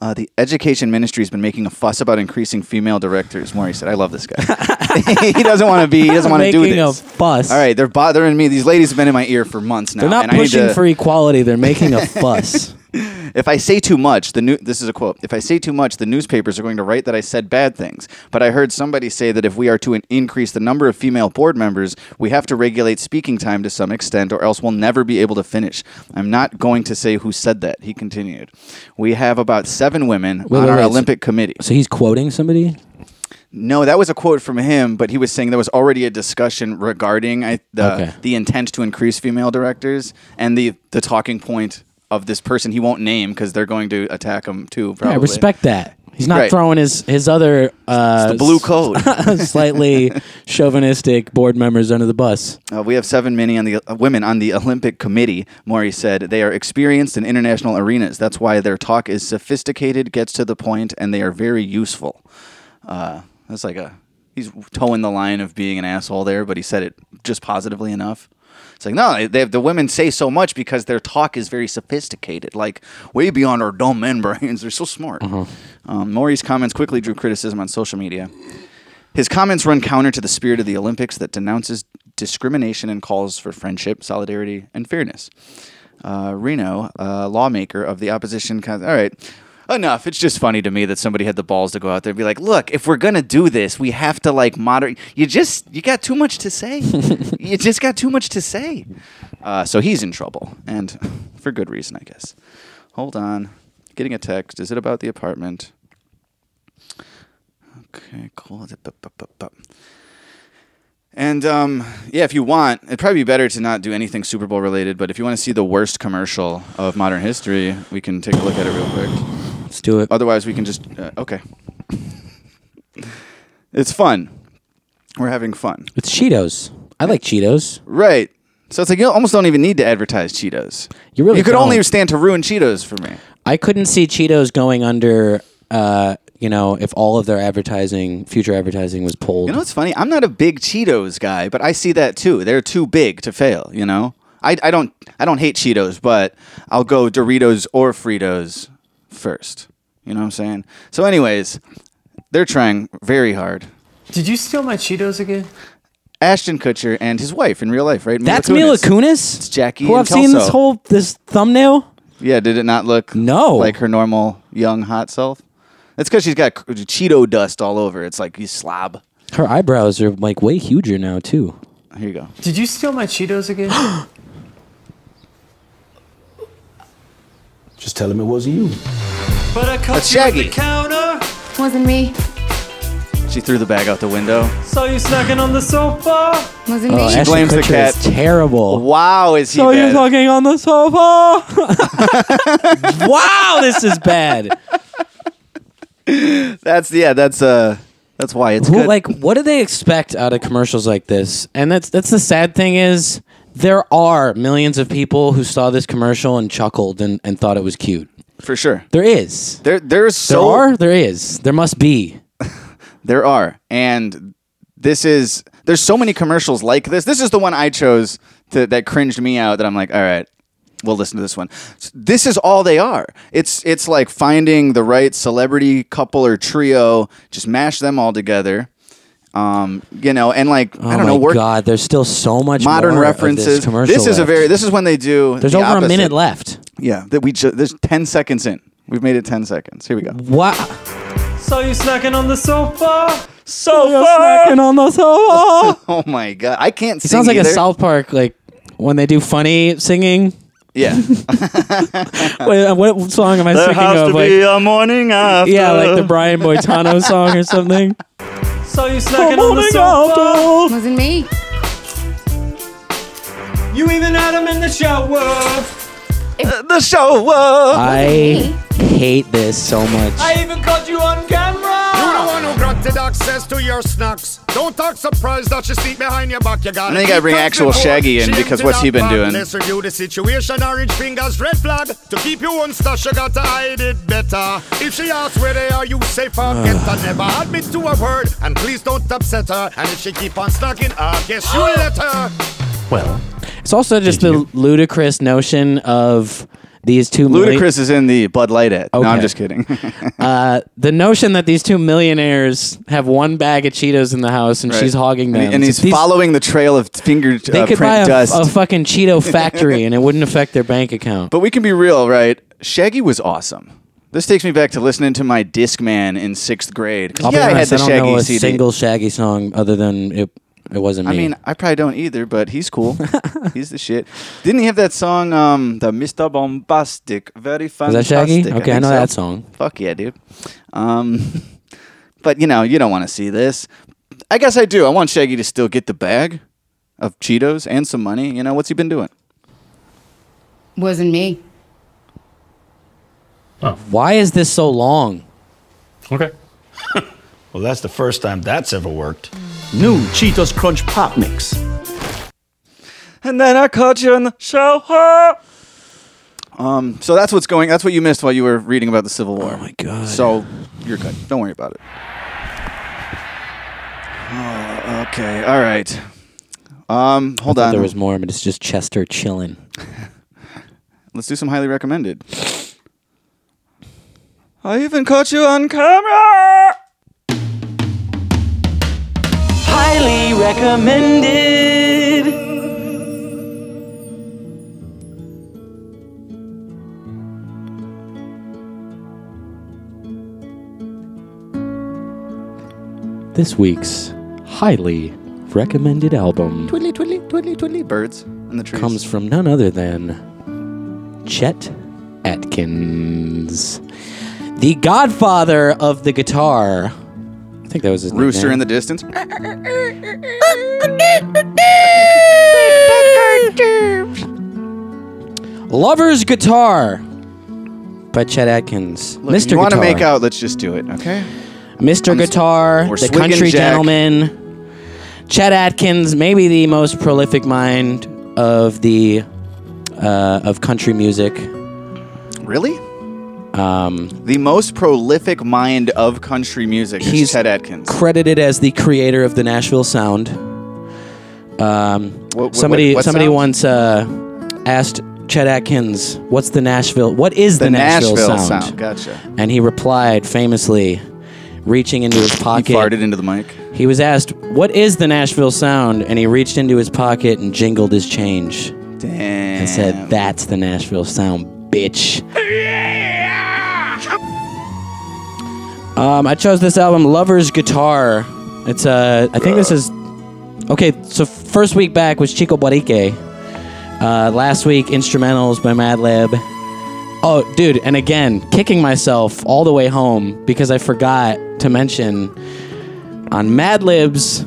[SPEAKER 4] Uh, the education ministry has been making a fuss about increasing female directors. Maury said, "I love this guy. he doesn't want to be. He doesn't want to do
[SPEAKER 3] Making a
[SPEAKER 4] this.
[SPEAKER 3] fuss.
[SPEAKER 4] All right, they're bothering me. These ladies have been in my ear for months now.
[SPEAKER 3] They're not
[SPEAKER 4] and I need
[SPEAKER 3] pushing
[SPEAKER 4] to-
[SPEAKER 3] for equality. They're making a fuss.
[SPEAKER 4] If I say too much, the new. This is a quote. If I say too much, the newspapers are going to write that I said bad things. But I heard somebody say that if we are to in- increase the number of female board members, we have to regulate speaking time to some extent, or else we'll never be able to finish. I'm not going to say who said that. He continued. We have about seven women on
[SPEAKER 3] wait,
[SPEAKER 4] our
[SPEAKER 3] wait.
[SPEAKER 4] Olympic committee.
[SPEAKER 3] so he's quoting somebody.
[SPEAKER 4] No, that was a quote from him, but he was saying there was already a discussion regarding I, the
[SPEAKER 3] Okay.
[SPEAKER 4] the intent to increase female directors and the the talking point of this person he won't name because they're going to attack him too. Probably
[SPEAKER 3] I respect that. He's not
[SPEAKER 4] Right.
[SPEAKER 3] throwing his his other uh,
[SPEAKER 4] the blue code.
[SPEAKER 3] slightly chauvinistic board members under the bus.
[SPEAKER 4] Uh, we have seven many on the uh, women on the Olympic committee. Maury said they are experienced in international arenas. That's why their talk is sophisticated, gets to the point, and they are very useful. Uh, that's like a he's towing the line of being an asshole there, but he said it just positively enough. It's like no, they, the women say so much because their talk is very sophisticated, like way beyond our dumb men brains. They're so smart. Um, Maury's comments quickly drew criticism on social media. His comments run counter to the spirit of the Olympics that denounces discrimination and calls for friendship, solidarity, and fairness. Uh, Reno, a lawmaker of the opposition, con- all right, enough. It's just funny to me that somebody had the balls to go out there and be like, "Look, if we're gonna do this, we have to like moderate." You just you got too much to say. you just got too much to say. Uh, so he's in trouble, and for good reason, I guess. Hold on, getting a text. Is it about the apartment? Okay, cool. Zip, bup, bup, bup, bup. And um, yeah, if you want, it'd probably be better to not do anything Super Bowl related. But if you want to see the worst commercial of modern history, we can take a look at it real quick.
[SPEAKER 3] Let's do it.
[SPEAKER 4] Otherwise, we can just uh, okay. it's fun. We're having fun,
[SPEAKER 3] It's Cheetos. I like Cheetos.
[SPEAKER 4] right? So it's like you almost don't even need to advertise Cheetos.
[SPEAKER 3] You really
[SPEAKER 4] you could only
[SPEAKER 3] don't.
[SPEAKER 4] stand to ruin Cheetos for me.
[SPEAKER 3] I couldn't see Cheetos going under. Uh, you know, if all of their advertising, future advertising, was pulled.
[SPEAKER 4] You know what's funny? I'm not a big Cheetos guy, but I see that too. They're too big to fail. You know, I, I don't I don't hate Cheetos, but I'll go Doritos or Fritos first. You know what I'm saying? So, anyways, they're trying very hard.
[SPEAKER 1] Did you steal my Cheetos again?
[SPEAKER 4] Ashton Kutcher and his wife in real life, right? Mila
[SPEAKER 3] That's Mila Kunis.
[SPEAKER 4] It's Jackie
[SPEAKER 3] Who
[SPEAKER 4] and
[SPEAKER 3] I've seen this
[SPEAKER 4] Kelso.
[SPEAKER 3] whole this thumbnail.
[SPEAKER 4] Yeah, did it not look
[SPEAKER 3] No.
[SPEAKER 4] like her normal young hot self? That's because she's got Cheeto dust all over. It's like you slob.
[SPEAKER 3] Her eyebrows are like way huger now too.
[SPEAKER 4] Here you go.
[SPEAKER 1] Did you steal my Cheetos again?
[SPEAKER 5] Just tell him it wasn't you.
[SPEAKER 2] But I
[SPEAKER 4] That's
[SPEAKER 2] caught you at
[SPEAKER 4] Shaggy.
[SPEAKER 2] the counter,
[SPEAKER 6] Wasn't me.
[SPEAKER 4] She threw the bag out the window.
[SPEAKER 2] saw you snacking on the sofa.
[SPEAKER 6] Wasn't
[SPEAKER 3] Oh,
[SPEAKER 6] me.
[SPEAKER 3] Ashton
[SPEAKER 4] blames the
[SPEAKER 3] Kutcher
[SPEAKER 4] cat.
[SPEAKER 3] Is terrible.
[SPEAKER 4] Wow, is he?
[SPEAKER 3] So
[SPEAKER 4] bad
[SPEAKER 3] you're
[SPEAKER 4] at-
[SPEAKER 3] talking on the sofa. wow, this is bad.
[SPEAKER 4] That's yeah. That's uh. That's why it's
[SPEAKER 3] Who,
[SPEAKER 4] good.
[SPEAKER 3] like, what do they expect out of commercials like this? And that's that's the sad thing is there are millions of people who saw this commercial and chuckled and, and thought it was cute.
[SPEAKER 4] for sure.
[SPEAKER 3] There is.
[SPEAKER 4] There there's
[SPEAKER 3] There
[SPEAKER 4] so
[SPEAKER 3] are. There is. There must be.
[SPEAKER 4] there are and this is there's so many commercials like this. This is the one I chose to, that cringed me out. That I'm like, all right, we'll listen to this one. This is all they are. It's it's like finding the right celebrity couple or trio, just mash them all together. Um, you know, and like
[SPEAKER 3] Oh
[SPEAKER 4] I don't know,
[SPEAKER 3] my
[SPEAKER 4] work
[SPEAKER 3] god, there's still so much
[SPEAKER 4] modern
[SPEAKER 3] more of
[SPEAKER 4] references.
[SPEAKER 3] this, commercial
[SPEAKER 4] is a
[SPEAKER 3] left.
[SPEAKER 4] very this is when they do.
[SPEAKER 3] There's
[SPEAKER 4] the
[SPEAKER 3] over a
[SPEAKER 4] opposite.
[SPEAKER 3] minute left.
[SPEAKER 4] Yeah, that we ju- there's ten seconds in. We've made it ten seconds. Here we go.
[SPEAKER 3] What?
[SPEAKER 2] Saw you snacking on the sofa.
[SPEAKER 3] Snacking on the sofa.
[SPEAKER 4] Oh my god, I can't.
[SPEAKER 3] It sounds like a South Park like when they do funny singing.
[SPEAKER 4] Yeah,
[SPEAKER 3] Wait, uh, what song am I thinking of? Like,
[SPEAKER 4] a morning after.
[SPEAKER 3] yeah, like the Brian Boitano song or something.
[SPEAKER 2] Saw you snacking on the sofa.
[SPEAKER 3] after.
[SPEAKER 6] Wasn't me.
[SPEAKER 2] You even had him in the shower.
[SPEAKER 4] the show up.
[SPEAKER 3] I hate this so much.
[SPEAKER 2] I even caught you on
[SPEAKER 5] You
[SPEAKER 2] camera.
[SPEAKER 5] the one who granted access to your snacks. Don't talk surprised that she sneak behind your back. You got
[SPEAKER 4] And then you gotta bring actual Shaggy in, because what's he been doing?
[SPEAKER 5] Let's review the situation. Orange fingers, red flag. To keep you on stash, you gotta hide it better. If she asks where they are, you say forget her. Never admit to a word, and please don't upset her. And if she keep on snacking, I guess you let her.
[SPEAKER 1] Well,
[SPEAKER 3] It's also just the ludicrous notion of these two milli-
[SPEAKER 4] Ludacris is in the Bud Light ad. No, I'm
[SPEAKER 3] Okay.
[SPEAKER 4] just kidding.
[SPEAKER 3] the notion that these two millionaires have one bag of Cheetos in the house and she's hogging them.
[SPEAKER 4] And, he- and he's
[SPEAKER 3] These-
[SPEAKER 4] following the trail of finger
[SPEAKER 3] They
[SPEAKER 4] uh,
[SPEAKER 3] could
[SPEAKER 4] print
[SPEAKER 3] buy a,
[SPEAKER 4] dust.
[SPEAKER 3] a fucking Cheeto factory and it wouldn't affect their bank account.
[SPEAKER 4] But we can be real, right? Shaggy was awesome. This takes me back to listening to my Discman in sixth grade. 'Cause
[SPEAKER 3] I'll
[SPEAKER 4] yeah,
[SPEAKER 3] be
[SPEAKER 4] I had
[SPEAKER 3] honest, I,
[SPEAKER 4] the
[SPEAKER 3] don't
[SPEAKER 4] Shaggy
[SPEAKER 3] know a
[SPEAKER 4] CD.
[SPEAKER 3] single Shaggy song other than it. It wasn't
[SPEAKER 4] I
[SPEAKER 3] me.
[SPEAKER 4] mean, I probably don't either, but he's cool. he's the shit. Didn't he have that song, um, the Mr. Bombastic, very
[SPEAKER 3] was that
[SPEAKER 4] fantastic?
[SPEAKER 3] Shaggy?
[SPEAKER 4] I
[SPEAKER 3] Okay, I,
[SPEAKER 4] think
[SPEAKER 3] know
[SPEAKER 4] so.
[SPEAKER 3] that song.
[SPEAKER 4] Fuck yeah, dude. Um, but you know, you don't want to see this. I guess I do. I want Shaggy to still get the bag of Cheetos and some money. You know, what's he been doing?
[SPEAKER 6] Wasn't me.
[SPEAKER 3] Why is this so long?
[SPEAKER 7] Okay.
[SPEAKER 8] Well, that's the first time that's ever worked.
[SPEAKER 9] New Cheetos Crunch Pop Mix.
[SPEAKER 4] And then I caught you in the shower. Um, so that's what's going. That's what you missed while you were reading about the Civil War. Oh my
[SPEAKER 3] God.
[SPEAKER 4] So you're good. Don't worry about it. Oh, okay. All right. Um, hold
[SPEAKER 3] Thought
[SPEAKER 4] on.
[SPEAKER 3] there was more, but it's just Chester chilling.
[SPEAKER 4] Let's do some highly recommended. I even caught you on camera.
[SPEAKER 2] Highly recommended.
[SPEAKER 3] This week's highly recommended album
[SPEAKER 4] Twiddly, twiddly, twiddly, twiddly. Birds in the trees.
[SPEAKER 3] comes from none other than Chet Atkins, the godfather of the guitar. I think that was his
[SPEAKER 4] Rooster
[SPEAKER 3] nickname.
[SPEAKER 4] in the distance.
[SPEAKER 3] Lover's Guitar by Chet Atkins.
[SPEAKER 4] Look, if
[SPEAKER 3] Mr.
[SPEAKER 4] you want to
[SPEAKER 3] Guitar.
[SPEAKER 4] make out? Let's just do it. Okay.
[SPEAKER 3] Mr. Guitar,
[SPEAKER 4] or
[SPEAKER 3] the
[SPEAKER 4] Swig and
[SPEAKER 3] country
[SPEAKER 4] Jack.
[SPEAKER 3] gentleman, Chet Atkins, maybe the most prolific mind of the uh, of country music.
[SPEAKER 4] Really? Um, the most prolific mind of country music is
[SPEAKER 3] he's-
[SPEAKER 4] Chet Atkins.
[SPEAKER 3] Credited as the creator of the Nashville sound. Um,
[SPEAKER 4] What- what-
[SPEAKER 3] somebody
[SPEAKER 4] what
[SPEAKER 3] somebody
[SPEAKER 4] sound?
[SPEAKER 3] once uh, asked Chet Atkins, "What's the Nashville? What is the, Nashville, sound?"
[SPEAKER 4] Gotcha.
[SPEAKER 3] And he replied famously, reaching into his pocket.
[SPEAKER 4] He farted into the mic.
[SPEAKER 3] He was asked, What is the Nashville sound? And he reached into his pocket and jingled his change and
[SPEAKER 4] Damn.
[SPEAKER 3] said, That's the Nashville sound, bitch. Um, I chose this album, Lover's Guitar. It's, uh, I think this is. Okay, so first week back was Chico Barique. Uh, last week, instrumentals by Madlib. Oh, dude, and again, kicking myself all the way home because I forgot to mention on Madlib's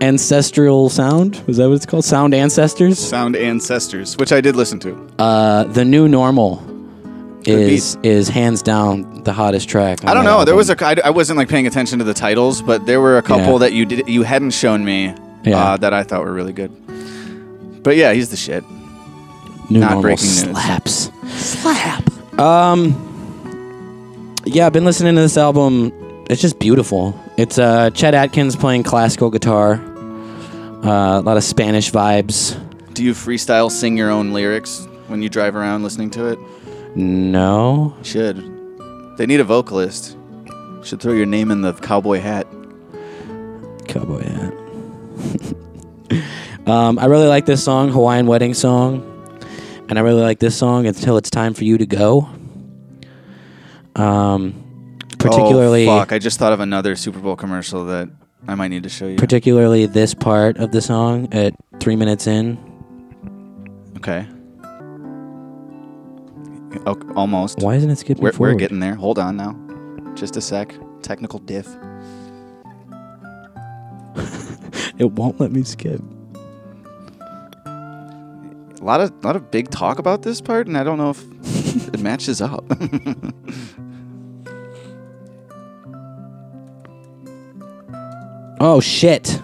[SPEAKER 3] Ancestral Sound. Is that what it's called? Sound Ancestors?
[SPEAKER 4] Sound Ancestors, which I did listen to.
[SPEAKER 3] Uh, the New Normal is
[SPEAKER 4] beat.
[SPEAKER 3] is hands down the hottest track. on
[SPEAKER 4] I don't
[SPEAKER 3] that
[SPEAKER 4] know. There
[SPEAKER 3] album.
[SPEAKER 4] was a. I, I wasn't like paying attention to the titles, but there were a couple
[SPEAKER 3] Yeah.
[SPEAKER 4] that you did you hadn't shown me
[SPEAKER 3] Yeah.
[SPEAKER 4] uh, that I thought were really good. But yeah, he's the shit.
[SPEAKER 3] New
[SPEAKER 4] Not
[SPEAKER 3] Normal
[SPEAKER 4] breaking news.
[SPEAKER 3] slaps. Slap. Um, yeah, I've been listening to this album. It's just beautiful. It's uh, Chet Atkins playing classical guitar. Uh, a lot of Spanish vibes.
[SPEAKER 4] Do you freestyle sing your own lyrics when you drive around listening to it?
[SPEAKER 3] No,
[SPEAKER 4] Should. They need a vocalist. Should throw your name in the cowboy hat.
[SPEAKER 3] cowboy hat. um, I really like this song, Hawaiian Wedding Song, and I really like this song until it's time for you to go. Um, particularly,
[SPEAKER 4] Oh, fuck! I just thought of another Super Bowl commercial that I might need to show you.
[SPEAKER 3] particularly this part of the song at three minutes in,
[SPEAKER 4] okay. O- almost.
[SPEAKER 3] Why isn't it skipping
[SPEAKER 4] We're,
[SPEAKER 3] forward?
[SPEAKER 4] we're getting there. Hold on now. Just a sec. Technical diff.
[SPEAKER 3] It won't let me skip.
[SPEAKER 4] a lot of lot of big talk about this part, and I don't know if it matches up.
[SPEAKER 3] Oh shit.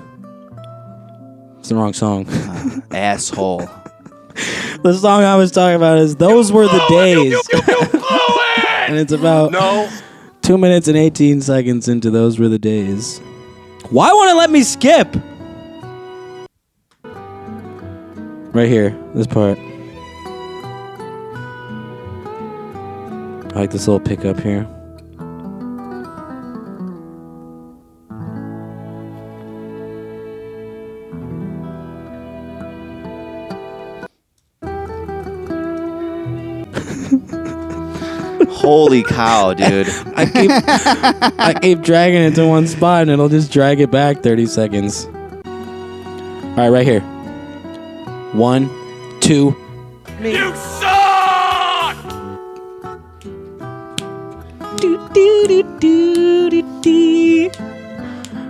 [SPEAKER 3] It's the wrong song.
[SPEAKER 4] Asshole.
[SPEAKER 3] the song I was talking about is Those Were the Days. and it's about
[SPEAKER 5] No.
[SPEAKER 3] two minutes and 18 seconds into Those Were the Days. Why won't it let me skip? Right here, this part. I like this little pickup here.
[SPEAKER 4] Holy cow, dude.
[SPEAKER 3] I keep, I keep dragging it to one spot and it'll just drag it back 30 seconds. All right, right here. One, two. You suck!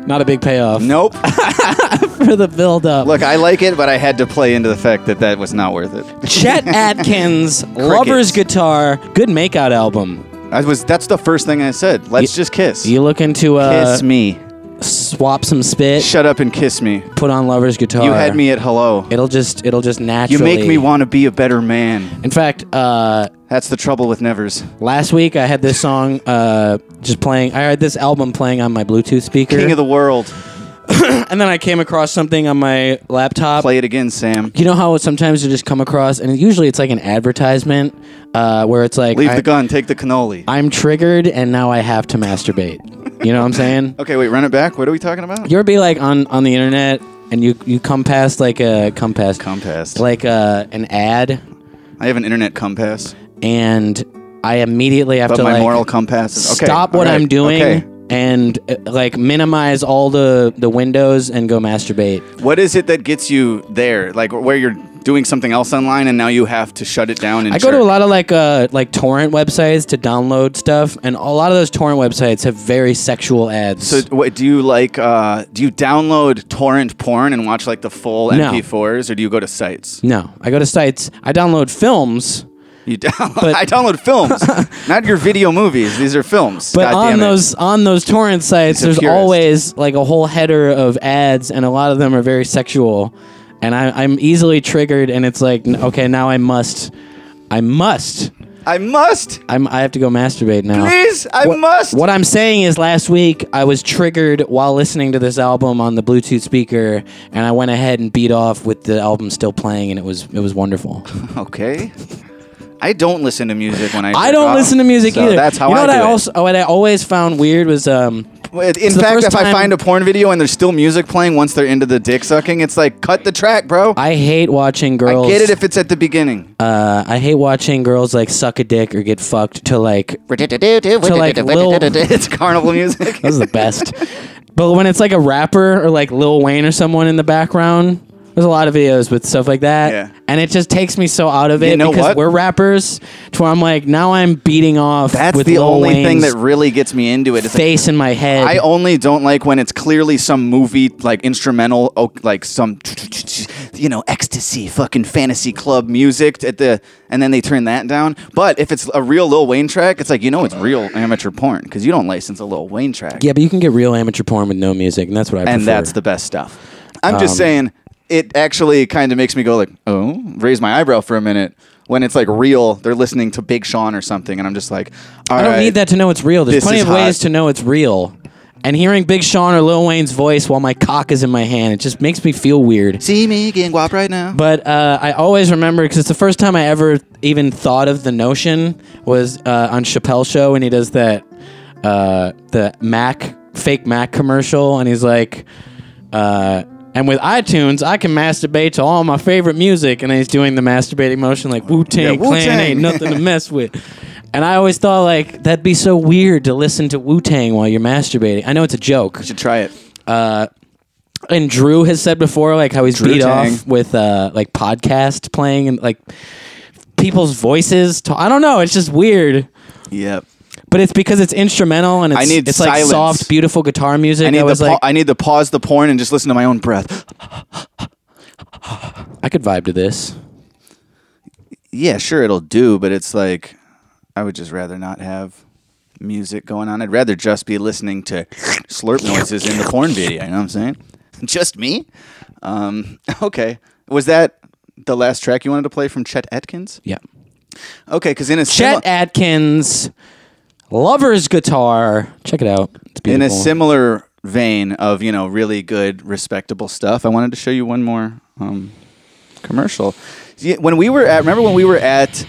[SPEAKER 3] Not a big payoff
[SPEAKER 4] Nope.
[SPEAKER 3] for the build up.
[SPEAKER 4] Look, I like it, but I had to play into the fact that that was not worth it.
[SPEAKER 3] Chet Atkins, Lover's Guitar, good makeout album.
[SPEAKER 4] I was that's the first thing I said. Let's
[SPEAKER 3] Y-
[SPEAKER 4] just kiss.
[SPEAKER 3] You looking to uh,
[SPEAKER 4] kiss me.
[SPEAKER 3] swap some spit?
[SPEAKER 4] Shut up and kiss me.
[SPEAKER 3] put on lover's guitar.
[SPEAKER 4] You had me at hello.
[SPEAKER 3] It'll just it'll just
[SPEAKER 4] You
[SPEAKER 3] naturally.
[SPEAKER 4] make me want to be a better man.
[SPEAKER 3] In fact, uh,
[SPEAKER 4] That's the trouble with nevers.
[SPEAKER 3] last week I had this song uh, just playing. I had this album playing on my Bluetooth speaker,
[SPEAKER 4] King of the world.
[SPEAKER 3] and then I came across something on my laptop.
[SPEAKER 4] Play it again, Sam.
[SPEAKER 3] you know how sometimes you just come across, and usually it's like an advertisement uh, where it's like,
[SPEAKER 4] Leave
[SPEAKER 3] I,
[SPEAKER 4] the gun, take the cannoli.
[SPEAKER 3] I'm triggered, and now I have to masturbate. You know what I'm saying?
[SPEAKER 4] Okay, wait, run it back. What are we talking about?
[SPEAKER 3] You ever be like on on the internet, and you you come past like a come past
[SPEAKER 4] Cum past.
[SPEAKER 3] like uh, an ad,
[SPEAKER 4] I have an internet compass,
[SPEAKER 3] and I immediately have
[SPEAKER 4] but
[SPEAKER 3] to
[SPEAKER 4] my
[SPEAKER 3] like
[SPEAKER 4] moral compass is okay.
[SPEAKER 3] stop what
[SPEAKER 4] all right,
[SPEAKER 3] I'm doing
[SPEAKER 4] Okay.
[SPEAKER 3] and uh, like minimize all the the windows and go masturbate.
[SPEAKER 4] What is it that gets you there? Like where you're doing something else online and now you have to shut it down and
[SPEAKER 3] I go to
[SPEAKER 4] jerk.
[SPEAKER 3] a lot of like uh like torrent websites to download stuff, and a lot of those torrent websites have very sexual ads.
[SPEAKER 4] So what do you like uh, do you download torrent porn and watch like the full
[SPEAKER 3] No.
[SPEAKER 4] MP4s or do you go to sites?
[SPEAKER 3] no, I go to sites. I download films,
[SPEAKER 4] You download
[SPEAKER 3] But-
[SPEAKER 4] I download films. not your video movies. These are films.
[SPEAKER 3] but
[SPEAKER 4] God
[SPEAKER 3] on
[SPEAKER 4] damn it.
[SPEAKER 3] those on those torrent sites,
[SPEAKER 4] He's a
[SPEAKER 3] there's
[SPEAKER 4] purist.
[SPEAKER 3] always like a whole header of ads, and a lot of them are very sexual, and I, I'm easily triggered, and it's like, n- okay, now I must, I must,
[SPEAKER 4] I must
[SPEAKER 3] I'm, I have to go masturbate now.
[SPEAKER 4] please I
[SPEAKER 3] Oh. what,
[SPEAKER 4] must
[SPEAKER 3] What I'm saying is, last week I was triggered while listening to this album on the Bluetooth speaker, and I went ahead and beat off with the album still playing, and it was it was wonderful.
[SPEAKER 4] Okay. I don't listen to music when I
[SPEAKER 3] I don't listen to music
[SPEAKER 4] so
[SPEAKER 3] either.
[SPEAKER 4] That's how
[SPEAKER 3] you know
[SPEAKER 4] I
[SPEAKER 3] what
[SPEAKER 4] do
[SPEAKER 3] I
[SPEAKER 4] it.
[SPEAKER 3] also what I always found weird was um
[SPEAKER 4] Wait, In
[SPEAKER 3] It's the
[SPEAKER 4] fact,
[SPEAKER 3] first
[SPEAKER 4] if I
[SPEAKER 3] time-
[SPEAKER 4] find a porn video and there's still music playing once they're into the dick sucking, it's like cut the track, bro. I,
[SPEAKER 3] I hate watching girls.
[SPEAKER 4] get it if it's at the beginning.
[SPEAKER 3] uh, I hate watching girls like suck a dick or get fucked to like
[SPEAKER 4] to
[SPEAKER 3] like, Lil-
[SPEAKER 4] it's carnival music.
[SPEAKER 3] Those are the best. but when it's like a rapper or like Lil Wayne or someone in the background, there's a lot of videos with stuff like that.
[SPEAKER 4] Yeah.
[SPEAKER 3] And it just takes me so out of it
[SPEAKER 4] You know
[SPEAKER 3] because
[SPEAKER 4] what?
[SPEAKER 3] we're rappers to where I'm like, now I'm beating off
[SPEAKER 4] That's
[SPEAKER 3] with
[SPEAKER 4] the
[SPEAKER 3] Lil
[SPEAKER 4] only thing
[SPEAKER 3] Wayne's
[SPEAKER 4] that really gets me into it. It's like,
[SPEAKER 3] face in my head.
[SPEAKER 4] I only don't like when it's clearly some movie like instrumental, oh, like some you know ecstasy, fucking fantasy club music at the, and then they turn that down. But if it's a real Lil Wayne track, it's like you know it's real amateur porn because you don't license a Lil Wayne track.
[SPEAKER 3] yeah, but you can get real amateur porn with no music, and that's what I
[SPEAKER 4] and
[SPEAKER 3] prefer.
[SPEAKER 4] that's the best stuff. I'm just
[SPEAKER 3] Um,
[SPEAKER 4] saying, it actually kind of makes me go like, oh, raise my eyebrow for a minute when it's like real. They're listening to Big Sean or something, and I'm just like,
[SPEAKER 3] I don't
[SPEAKER 4] alright.
[SPEAKER 3] need that to know it's real. There's
[SPEAKER 4] This
[SPEAKER 3] plenty
[SPEAKER 4] is
[SPEAKER 3] of ways
[SPEAKER 4] hot.
[SPEAKER 3] to know it's real. And hearing Big Sean or Lil Wayne's voice while my cock is in my hand, it just makes me feel weird.
[SPEAKER 4] See me getting guap right now.
[SPEAKER 3] But uh, I always remember because it's the first time I ever even thought of the notion was uh, on Chappelle's show when he does that uh, the Mac fake Mac commercial, and he's like, uh, "And with iTunes, I can masturbate to all my favorite music." And then he's doing the masturbating motion like Wu Tang
[SPEAKER 4] Yeah,
[SPEAKER 3] Clan
[SPEAKER 4] Wu-Tang.
[SPEAKER 3] ain't nothing to mess with. And I always thought like that'd be so weird to listen to Wu Tang while you're masturbating. I know it's a joke,
[SPEAKER 4] should try it.
[SPEAKER 3] and Drew has said before, like how he's
[SPEAKER 4] Drew
[SPEAKER 3] beat
[SPEAKER 4] Tang.
[SPEAKER 3] off with uh, like podcast playing and like people's voices. ta- I don't know. It's just weird,
[SPEAKER 4] Yep.
[SPEAKER 3] but it's because it's instrumental and it's,
[SPEAKER 4] I need
[SPEAKER 3] it's
[SPEAKER 4] silence.
[SPEAKER 3] like soft, beautiful guitar music.
[SPEAKER 4] I need,
[SPEAKER 3] I
[SPEAKER 4] to
[SPEAKER 3] was
[SPEAKER 4] pa-
[SPEAKER 3] like, I-,
[SPEAKER 4] I need to pause the porn and just listen to my own breath.
[SPEAKER 3] could vibe to this.
[SPEAKER 4] yeah, sure, it'll do, but it's like I would just rather not have music going on. I'd rather just be listening to slurp noises in the porn video. You know what I'm saying? Just me? Um, okay. Was that the last track you wanted to play from Chet Atkins?
[SPEAKER 3] Yeah.
[SPEAKER 4] Okay, because in a
[SPEAKER 3] Chet
[SPEAKER 4] simi-
[SPEAKER 3] Atkins, Lover's Guitar. Check it out. It's
[SPEAKER 4] in
[SPEAKER 3] beautiful.
[SPEAKER 4] a similar vein of you know really good respectable stuff, I wanted to show you one more um, commercial. See, When we were at, remember when we were at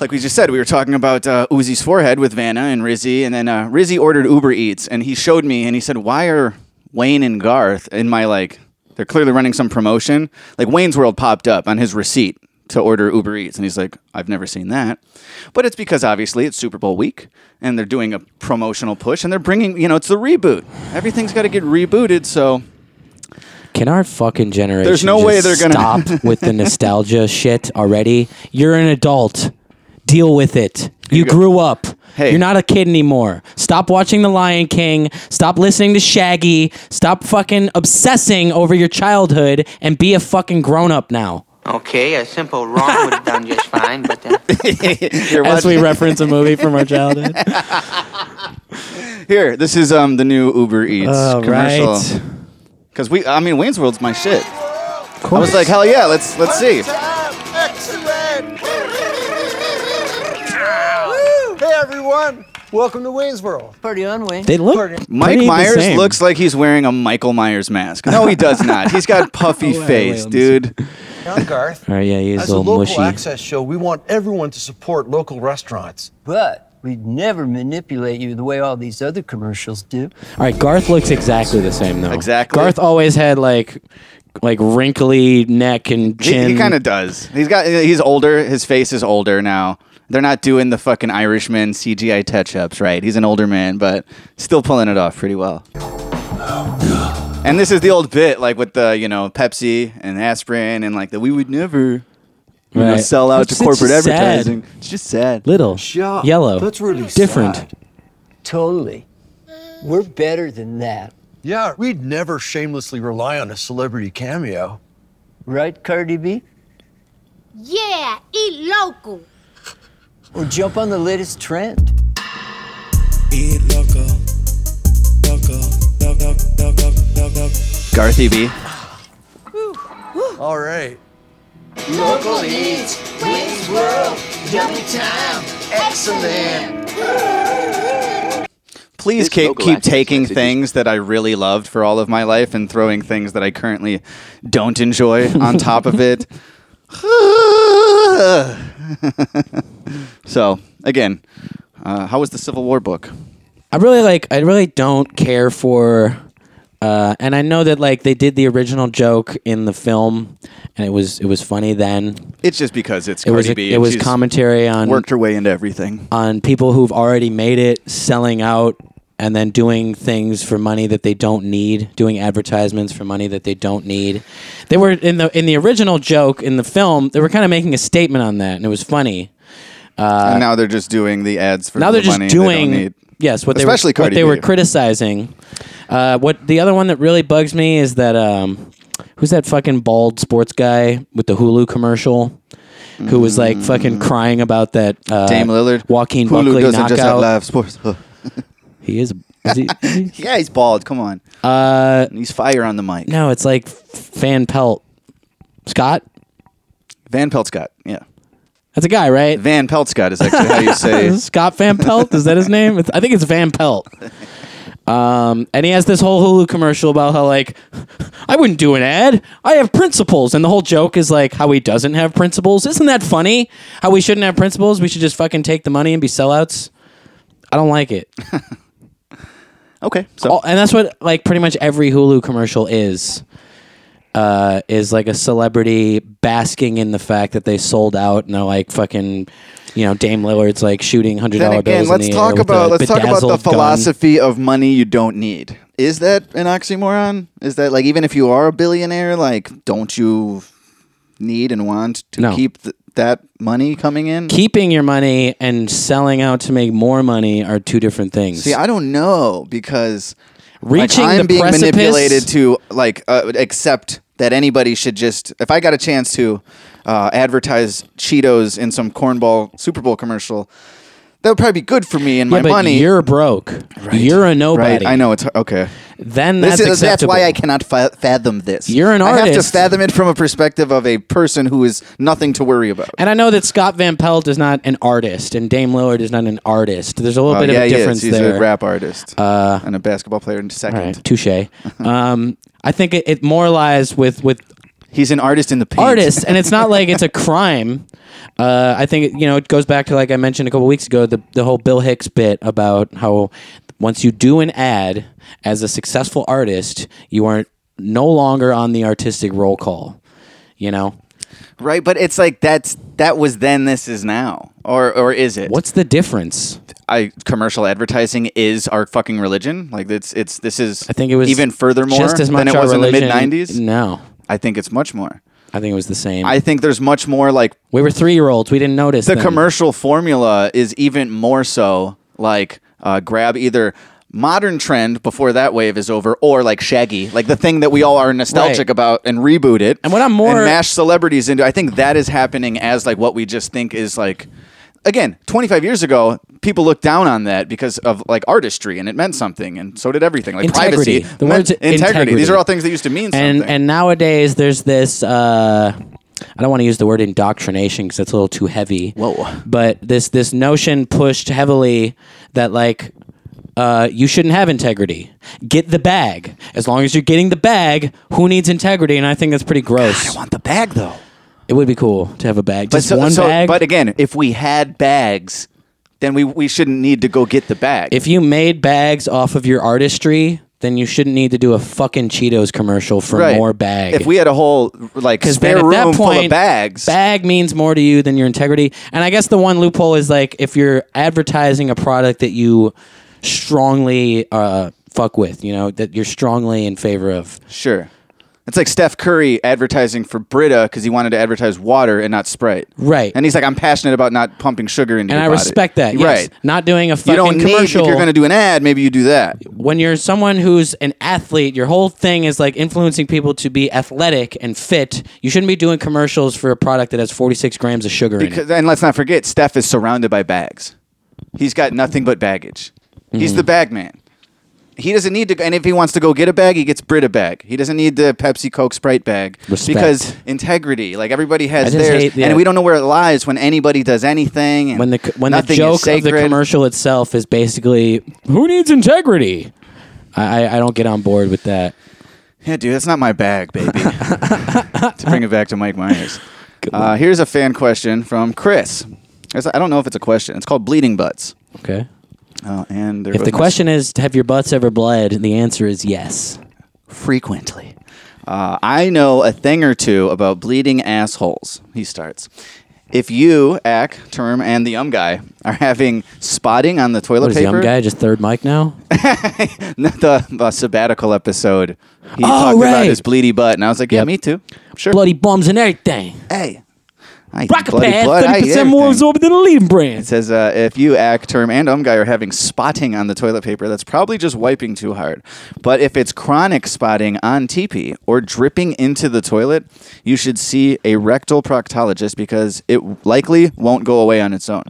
[SPEAKER 4] like we just said, we were talking about uh, Uzi's forehead with Vanna and Rizzy, and then uh, Rizzy ordered Uber Eats, and he showed me, and he said, "Why are Wayne and Garth in my like? They're clearly running some promotion. Like Wayne's World popped up on his receipt to order Uber Eats, and he's like, "I've never seen that," but it's because obviously it's Super Bowl week, and they're doing a promotional push, and they're bringing, you know, it's the reboot. Everything's got to get rebooted, so
[SPEAKER 3] Can our fucking generation
[SPEAKER 4] There's no
[SPEAKER 3] just
[SPEAKER 4] way they're gonna-
[SPEAKER 3] stop with the nostalgia shit already? You're an adult. Deal with it. You,
[SPEAKER 4] go.
[SPEAKER 3] grew up.
[SPEAKER 4] Hey.
[SPEAKER 3] You're not a kid anymore. Stop watching The Lion King. Stop listening to Shaggy. Stop fucking obsessing over your childhood and be a fucking grown up now.
[SPEAKER 7] Okay, a simple wrong would have done just fine, but uh,
[SPEAKER 4] you're
[SPEAKER 3] As we
[SPEAKER 4] watching-
[SPEAKER 3] reference a movie from our childhood.
[SPEAKER 4] here. This is um the new Uber Eats
[SPEAKER 3] Oh,
[SPEAKER 4] commercial.
[SPEAKER 3] right.
[SPEAKER 4] Cause we, I mean, Wayne's World's my shit.
[SPEAKER 3] Of
[SPEAKER 4] I
[SPEAKER 3] course.
[SPEAKER 4] was like, hell yeah, let's let's see.
[SPEAKER 10] Hey everyone, welcome to Wayne's World.
[SPEAKER 7] party on, Wayne.
[SPEAKER 3] they look.
[SPEAKER 4] Mike
[SPEAKER 3] pretty the
[SPEAKER 4] Myers
[SPEAKER 3] same.
[SPEAKER 4] looks like he's wearing a Michael Myers mask. No, he does not. He's got puffy
[SPEAKER 3] wait,
[SPEAKER 4] face,
[SPEAKER 3] let me
[SPEAKER 4] dude.
[SPEAKER 10] I'm Garth.
[SPEAKER 3] Oh, yeah, he is
[SPEAKER 10] As
[SPEAKER 3] a
[SPEAKER 10] a
[SPEAKER 3] little
[SPEAKER 10] local
[SPEAKER 3] mushy.
[SPEAKER 10] access show, we want everyone to support local restaurants.
[SPEAKER 7] But we'd never manipulate you the way all these other commercials do.
[SPEAKER 3] All right, Garth looks exactly the same though.
[SPEAKER 4] Exactly.
[SPEAKER 3] Garth always had like, like wrinkly neck and
[SPEAKER 4] He-
[SPEAKER 3] chin.
[SPEAKER 4] He, kind of does. He's got. He's older. His face is older now. They're not doing the fucking Irishman CGI touch-ups, right? He's an older man, but still pulling it off pretty well. And this is the old bit, like with the you know Pepsi and aspirin, and like that we would never you know,
[SPEAKER 3] Right.
[SPEAKER 4] sell out
[SPEAKER 3] It's- it's
[SPEAKER 4] to corporate
[SPEAKER 3] just sad.
[SPEAKER 4] advertising. It's just sad.
[SPEAKER 3] little,
[SPEAKER 10] Yeah,
[SPEAKER 3] yellow.
[SPEAKER 10] that's really
[SPEAKER 3] different.
[SPEAKER 10] sad.
[SPEAKER 7] Totally. We're better than that.
[SPEAKER 10] Yeah, we'd never shamelessly rely on a celebrity cameo.
[SPEAKER 7] Right, Cardi B?
[SPEAKER 11] Yeah, eat local.
[SPEAKER 7] Or jump on the latest trend.
[SPEAKER 4] Garthy B.
[SPEAKER 10] All right.
[SPEAKER 7] This
[SPEAKER 4] please keep,
[SPEAKER 7] local
[SPEAKER 4] keep
[SPEAKER 7] access
[SPEAKER 4] taking
[SPEAKER 7] message is-
[SPEAKER 4] things that I really loved for all of my life and throwing things that I currently don't enjoy on top of it. so again, uh, how was the Civil War book?
[SPEAKER 3] I really like. I really don't care for. Uh, and I know that like they did the original joke in the film, and it was it was funny then.
[SPEAKER 4] It's just because it's
[SPEAKER 3] It was
[SPEAKER 4] Cardi
[SPEAKER 3] a,
[SPEAKER 4] B.
[SPEAKER 3] it was Uh,
[SPEAKER 4] She's
[SPEAKER 3] commentary on
[SPEAKER 4] Worked her way into everything.
[SPEAKER 3] on people who've already made it, selling out, and then doing things for money that they don't need, doing advertisements for money that they don't need. They were in the in the original joke in the film. They were kind of making a statement on that, and it was funny.
[SPEAKER 4] and now they're just doing the ads for
[SPEAKER 3] now
[SPEAKER 4] the
[SPEAKER 3] they're just
[SPEAKER 4] money they don't
[SPEAKER 3] doing
[SPEAKER 4] need.
[SPEAKER 3] yes what
[SPEAKER 4] Especially
[SPEAKER 3] they were, what
[SPEAKER 4] Cardi
[SPEAKER 3] they were
[SPEAKER 4] B.
[SPEAKER 3] criticizing uh, what the other one that really bugs me is that um, who's that fucking bald sports guy with the hulu commercial who was like fucking crying about that uh,
[SPEAKER 4] Mm. Dame Lillard,
[SPEAKER 3] Joaquin
[SPEAKER 4] Hulu
[SPEAKER 3] Buckley
[SPEAKER 4] doesn't
[SPEAKER 3] knockout
[SPEAKER 4] just have live sports.
[SPEAKER 3] he is, is he, is he?
[SPEAKER 4] yeah, he's bald. Come on,
[SPEAKER 3] Uh,
[SPEAKER 4] he's fire on the mic.
[SPEAKER 3] no it's like Van Pelt Scott
[SPEAKER 4] Van Pelt Scott. Yeah,
[SPEAKER 3] that's a guy right
[SPEAKER 4] Van Pelt Scott is actually how you say.
[SPEAKER 3] Scott Van Pelt. Is that his name? It's, I think it's Van Pelt. Um, and he has this whole Hulu commercial about how like I wouldn't do an ad. I have principles, and the whole joke is like how he doesn't have principles. Isn't that funny? How we shouldn't have principles. We should just fucking take the money and be sellouts. I don't like it.
[SPEAKER 4] Okay, so
[SPEAKER 3] Oh, and that's what like pretty much every Hulu commercial is. Uh, is like a celebrity basking in the fact that they sold out and they're like fucking, you know, Dame Lillard's like shooting hundred
[SPEAKER 4] then
[SPEAKER 3] dollar
[SPEAKER 4] again,
[SPEAKER 3] bills.
[SPEAKER 4] let's
[SPEAKER 3] in the
[SPEAKER 4] talk
[SPEAKER 3] air with
[SPEAKER 4] about
[SPEAKER 3] a
[SPEAKER 4] let's talk about the
[SPEAKER 3] bedazzled gun.
[SPEAKER 4] philosophy of money you don't need. Is that an oxymoron? Is that like even if you are a billionaire, like don't you need and want to
[SPEAKER 3] No.
[SPEAKER 4] keep th- that money coming in?
[SPEAKER 3] Keeping your money and selling out to make more money are two different things.
[SPEAKER 4] See, I don't know because like,
[SPEAKER 3] Reaching
[SPEAKER 4] I'm
[SPEAKER 3] the
[SPEAKER 4] being
[SPEAKER 3] precipice-
[SPEAKER 4] manipulated to like uh, accept that anybody should just if I got a chance to uh, advertise Cheetos in some cornball Super Bowl commercial. That would probably be good for me and
[SPEAKER 3] Yeah,
[SPEAKER 4] my
[SPEAKER 3] but
[SPEAKER 4] money.
[SPEAKER 3] You're broke. You're a nobody.
[SPEAKER 4] Right, I know it's okay.
[SPEAKER 3] Then
[SPEAKER 4] This
[SPEAKER 3] that's
[SPEAKER 4] is- that's why I
[SPEAKER 3] acceptable.
[SPEAKER 4] cannot fa- fathom this.
[SPEAKER 3] You're an
[SPEAKER 4] I have to
[SPEAKER 3] artist.
[SPEAKER 4] fathom it from a perspective of a person who is nothing to worry about.
[SPEAKER 3] And I know that Scott Van Pelt is not an artist, and Dame Lillard is not an artist. There's a little
[SPEAKER 4] Uh,
[SPEAKER 3] bit
[SPEAKER 4] yeah,
[SPEAKER 3] of a
[SPEAKER 4] he is.
[SPEAKER 3] difference
[SPEAKER 4] He's
[SPEAKER 3] there.
[SPEAKER 4] a rap artist uh, and a basketball player in second.
[SPEAKER 3] All right, touche. um, I think it, it more lies with with
[SPEAKER 4] He's an artist in the paint.
[SPEAKER 3] artists, and it's not like it's a crime. Uh, I think you know it goes back to like I mentioned a couple weeks ago the the whole Bill Hicks bit about how once you do an ad as a successful artist, you are no longer on the artistic roll call. You know
[SPEAKER 4] right? But it's like that's that was then. This is now, or or is it?
[SPEAKER 3] what's the difference?
[SPEAKER 4] I commercial advertising is our fucking religion. Like it's it's this is.
[SPEAKER 3] I think it was
[SPEAKER 4] even furthermore
[SPEAKER 3] just as much
[SPEAKER 4] than it
[SPEAKER 3] our
[SPEAKER 4] was in the mid
[SPEAKER 3] religion-
[SPEAKER 4] '90s.
[SPEAKER 3] No,
[SPEAKER 4] I think it's much more.
[SPEAKER 3] I think it was the same.
[SPEAKER 4] I think there's much more like
[SPEAKER 3] we were three year olds. We didn't notice
[SPEAKER 4] the
[SPEAKER 3] then.
[SPEAKER 4] commercial formula is even more so like uh, grab either modern trend before that wave is over or like shaggy like the thing that we all are nostalgic
[SPEAKER 3] Right.
[SPEAKER 4] about and reboot it
[SPEAKER 3] And what I'm more-
[SPEAKER 4] and mash celebrities into i think that is happening as like what we just think is like again 25 years ago people looked down on that because of like artistry and it meant something and so did everything like
[SPEAKER 3] Integrity.
[SPEAKER 4] privacy
[SPEAKER 3] The
[SPEAKER 4] meant
[SPEAKER 3] words integrity.
[SPEAKER 4] these are all things that used to mean something
[SPEAKER 3] and and nowadays there's this uh I don't want to use the word indoctrination because it's a little too heavy.
[SPEAKER 4] Whoa.
[SPEAKER 3] But this this notion pushed heavily that like uh, you shouldn't have integrity. Get the bag. As long as you're getting the bag, who needs integrity? And I think that's pretty gross.
[SPEAKER 4] i want the bag though
[SPEAKER 3] it would be cool to have a bag, just one bag.
[SPEAKER 4] But again, if we had bags, then we, we shouldn't need to go get the bag.
[SPEAKER 3] if you made bags off of your artistry, then you shouldn't need to do a fucking Cheetos commercial for more bag.
[SPEAKER 4] If we had a whole like
[SPEAKER 3] Because
[SPEAKER 4] spare
[SPEAKER 3] at
[SPEAKER 4] room
[SPEAKER 3] that point,
[SPEAKER 4] full of bags,
[SPEAKER 3] bag means more to you than your integrity. And I guess the one loophole is like if you're advertising a product that you strongly uh, fuck with, you know, that you're strongly in favor of.
[SPEAKER 4] sure. It's like Steph Curry advertising for Brita because he wanted to advertise water and not Sprite.
[SPEAKER 3] Right.
[SPEAKER 4] And he's like, I'm passionate about not pumping sugar into
[SPEAKER 3] And
[SPEAKER 4] your
[SPEAKER 3] I
[SPEAKER 4] body."
[SPEAKER 3] respect that. Yes.
[SPEAKER 4] Right.
[SPEAKER 3] Not doing a fucking
[SPEAKER 4] you don't need, if
[SPEAKER 3] commercial.
[SPEAKER 4] you're going to do an ad, maybe you do that.
[SPEAKER 3] when you're someone who's an athlete, your whole thing is like influencing people to be athletic and fit. You shouldn't be doing commercials for a product that has 46 grams of sugar in
[SPEAKER 4] Because, and let's not forget, Steph is surrounded by bags. He's got nothing but baggage. He's the
[SPEAKER 3] Mm-hmm.
[SPEAKER 4] bag man. He doesn't need to, and if he wants to go get a bag, he gets Brita bag. He doesn't need the Pepsi Coke Sprite bag
[SPEAKER 3] Respect.
[SPEAKER 4] because integrity. Like everybody
[SPEAKER 3] I
[SPEAKER 4] has
[SPEAKER 3] just
[SPEAKER 4] theirs,
[SPEAKER 3] hate the-
[SPEAKER 4] and we don't know where it lies when anybody does
[SPEAKER 3] it.
[SPEAKER 4] anything. And
[SPEAKER 3] When the when the
[SPEAKER 4] nothing is
[SPEAKER 3] joke of the
[SPEAKER 4] sacred.
[SPEAKER 3] commercial itself is basically who needs integrity. I, I I don't get on board with that.
[SPEAKER 4] Yeah, dude, that's not my bag, baby. to bring it back to Mike Myers. Uh, here's a fan question from Chris. It's- I don't know if it's a question. It's called bleeding butts.
[SPEAKER 3] Okay.
[SPEAKER 4] Oh, and there
[SPEAKER 3] If
[SPEAKER 4] goes
[SPEAKER 3] the
[SPEAKER 4] my-
[SPEAKER 3] question is, have your butts ever bled? The answer is yes.
[SPEAKER 4] frequently. Uh, I know a thing or two about bleeding assholes. He starts. If you, Ack, Term, and the Yum Guy are having spotting on the toilet
[SPEAKER 3] What is
[SPEAKER 4] paper,
[SPEAKER 3] young guy just third mic now?
[SPEAKER 4] the uh, sabbatical episode, he talked about
[SPEAKER 3] Oh, right.
[SPEAKER 4] his bleedy butt, and I was like, yeah,
[SPEAKER 3] Yep.
[SPEAKER 4] me too. Sure.
[SPEAKER 3] Bloody bums and everything.
[SPEAKER 4] Hey. I eat
[SPEAKER 3] Rock a
[SPEAKER 4] bloody
[SPEAKER 3] pad,
[SPEAKER 4] blood. I eat
[SPEAKER 3] thirty percent more
[SPEAKER 4] everything.
[SPEAKER 3] absorbent than a leading brand.
[SPEAKER 4] It says uh, if you act term and um guy are having spotting on the toilet paper that's probably just wiping too hard but if it's chronic spotting on teepee or dripping into the toilet you should see a rectal proctologist because it likely won't go away on its own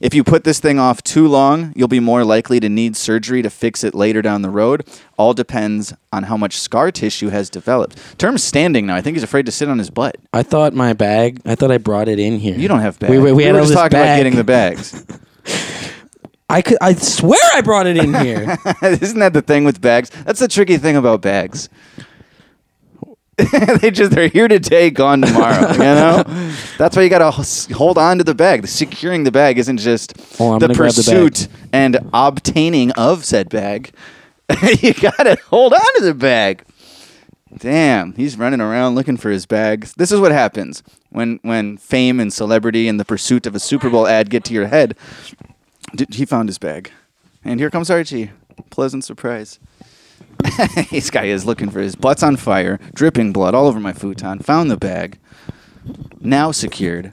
[SPEAKER 4] if you put this thing off too long you'll be more likely to need surgery to fix it later down the road all depends on how much scar tissue has developed term's standing now i think he's afraid to sit on his butt
[SPEAKER 3] I thought my bag. I thought I brought it in here.
[SPEAKER 4] you don't have bags.
[SPEAKER 3] We, we, we, had
[SPEAKER 4] were
[SPEAKER 3] all
[SPEAKER 4] just
[SPEAKER 3] this
[SPEAKER 4] talking about
[SPEAKER 3] bag.
[SPEAKER 4] getting the bags.
[SPEAKER 3] I could. I swear I brought it in here.
[SPEAKER 4] Isn't that the thing with bags? That's the tricky thing about bags. they just they're here today, gone tomorrow. you know, that's why you gotta h- hold on to the bag. The securing the bag isn't just
[SPEAKER 3] Oh, I'm
[SPEAKER 4] the
[SPEAKER 3] gonna grab the bag.
[SPEAKER 4] pursuit and obtaining of said bag. you gotta hold on to the bag. Damn, he's running around looking for his bag. This is what happens when when fame and celebrity and the pursuit of a Super Bowl ad get to your head. D- he found his bag, and here comes Archie. Pleasant surprise. this guy is looking for his butt's on fire, dripping blood all over my futon. Found the bag, now secured.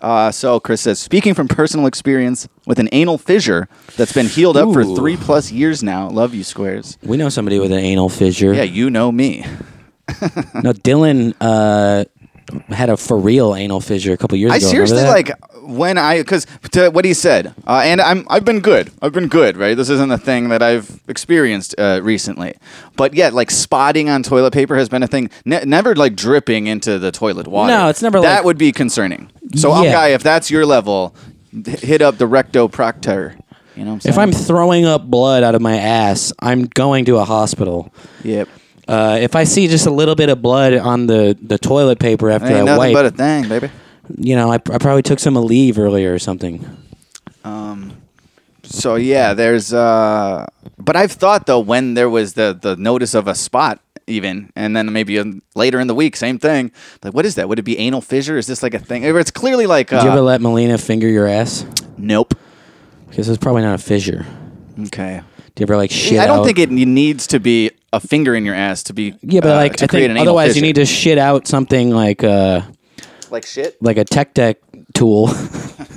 [SPEAKER 4] Uh, so Chris says, speaking from personal experience with an anal fissure that's been healed up for
[SPEAKER 3] Ooh.
[SPEAKER 4] three plus years now. Love you, squares.
[SPEAKER 3] we know somebody with an anal fissure.
[SPEAKER 4] Yeah, you know me.
[SPEAKER 3] No, Dylan uh, had a for real anal fissure a couple years
[SPEAKER 4] I
[SPEAKER 3] ago.
[SPEAKER 4] seriously
[SPEAKER 3] remember
[SPEAKER 4] like when I because to what he said, uh, and I'm I've been good. I've been good, right? This isn't a thing that I've experienced uh, recently, but yet like spotting on toilet paper has been a thing. Ne- never like dripping into the toilet water.
[SPEAKER 3] No, it's never,
[SPEAKER 4] That
[SPEAKER 3] like-
[SPEAKER 4] would be concerning. So, um,
[SPEAKER 3] Yeah.
[SPEAKER 4] guy, if that's your level, h- hit up the rectoproctor. You know, what I'm
[SPEAKER 3] that? if I'm throwing up blood out of my ass, I'm going to a hospital.
[SPEAKER 4] Yep.
[SPEAKER 3] Uh, if I see just a little bit of blood on the, the toilet paper after
[SPEAKER 4] saying? ain't
[SPEAKER 3] I
[SPEAKER 4] nothing
[SPEAKER 3] wipe,
[SPEAKER 4] but a thing, baby.
[SPEAKER 3] you know, I, I probably took some Aleve earlier or something.
[SPEAKER 4] Um, so yeah, there's. Uh, but I've thought though when there was the the notice of a spot even, and then maybe um, later in the week, same thing. Like, what is that? Would it be anal fissure? Is this like a thing? It's clearly like. Uh,
[SPEAKER 3] Did you ever let Melina finger your ass?
[SPEAKER 4] nope.
[SPEAKER 3] Because it's probably not a fissure.
[SPEAKER 4] Okay.
[SPEAKER 3] Do you ever like shit?
[SPEAKER 4] I don't
[SPEAKER 3] out?
[SPEAKER 4] think it needs to be a finger in your ass to be.
[SPEAKER 3] Yeah, but
[SPEAKER 4] uh,
[SPEAKER 3] like
[SPEAKER 4] to
[SPEAKER 3] I
[SPEAKER 4] create
[SPEAKER 3] think
[SPEAKER 4] an anal
[SPEAKER 3] otherwise you
[SPEAKER 4] fissure.
[SPEAKER 3] need to shit out something like uh
[SPEAKER 4] like shit.
[SPEAKER 3] like a tech deck tool.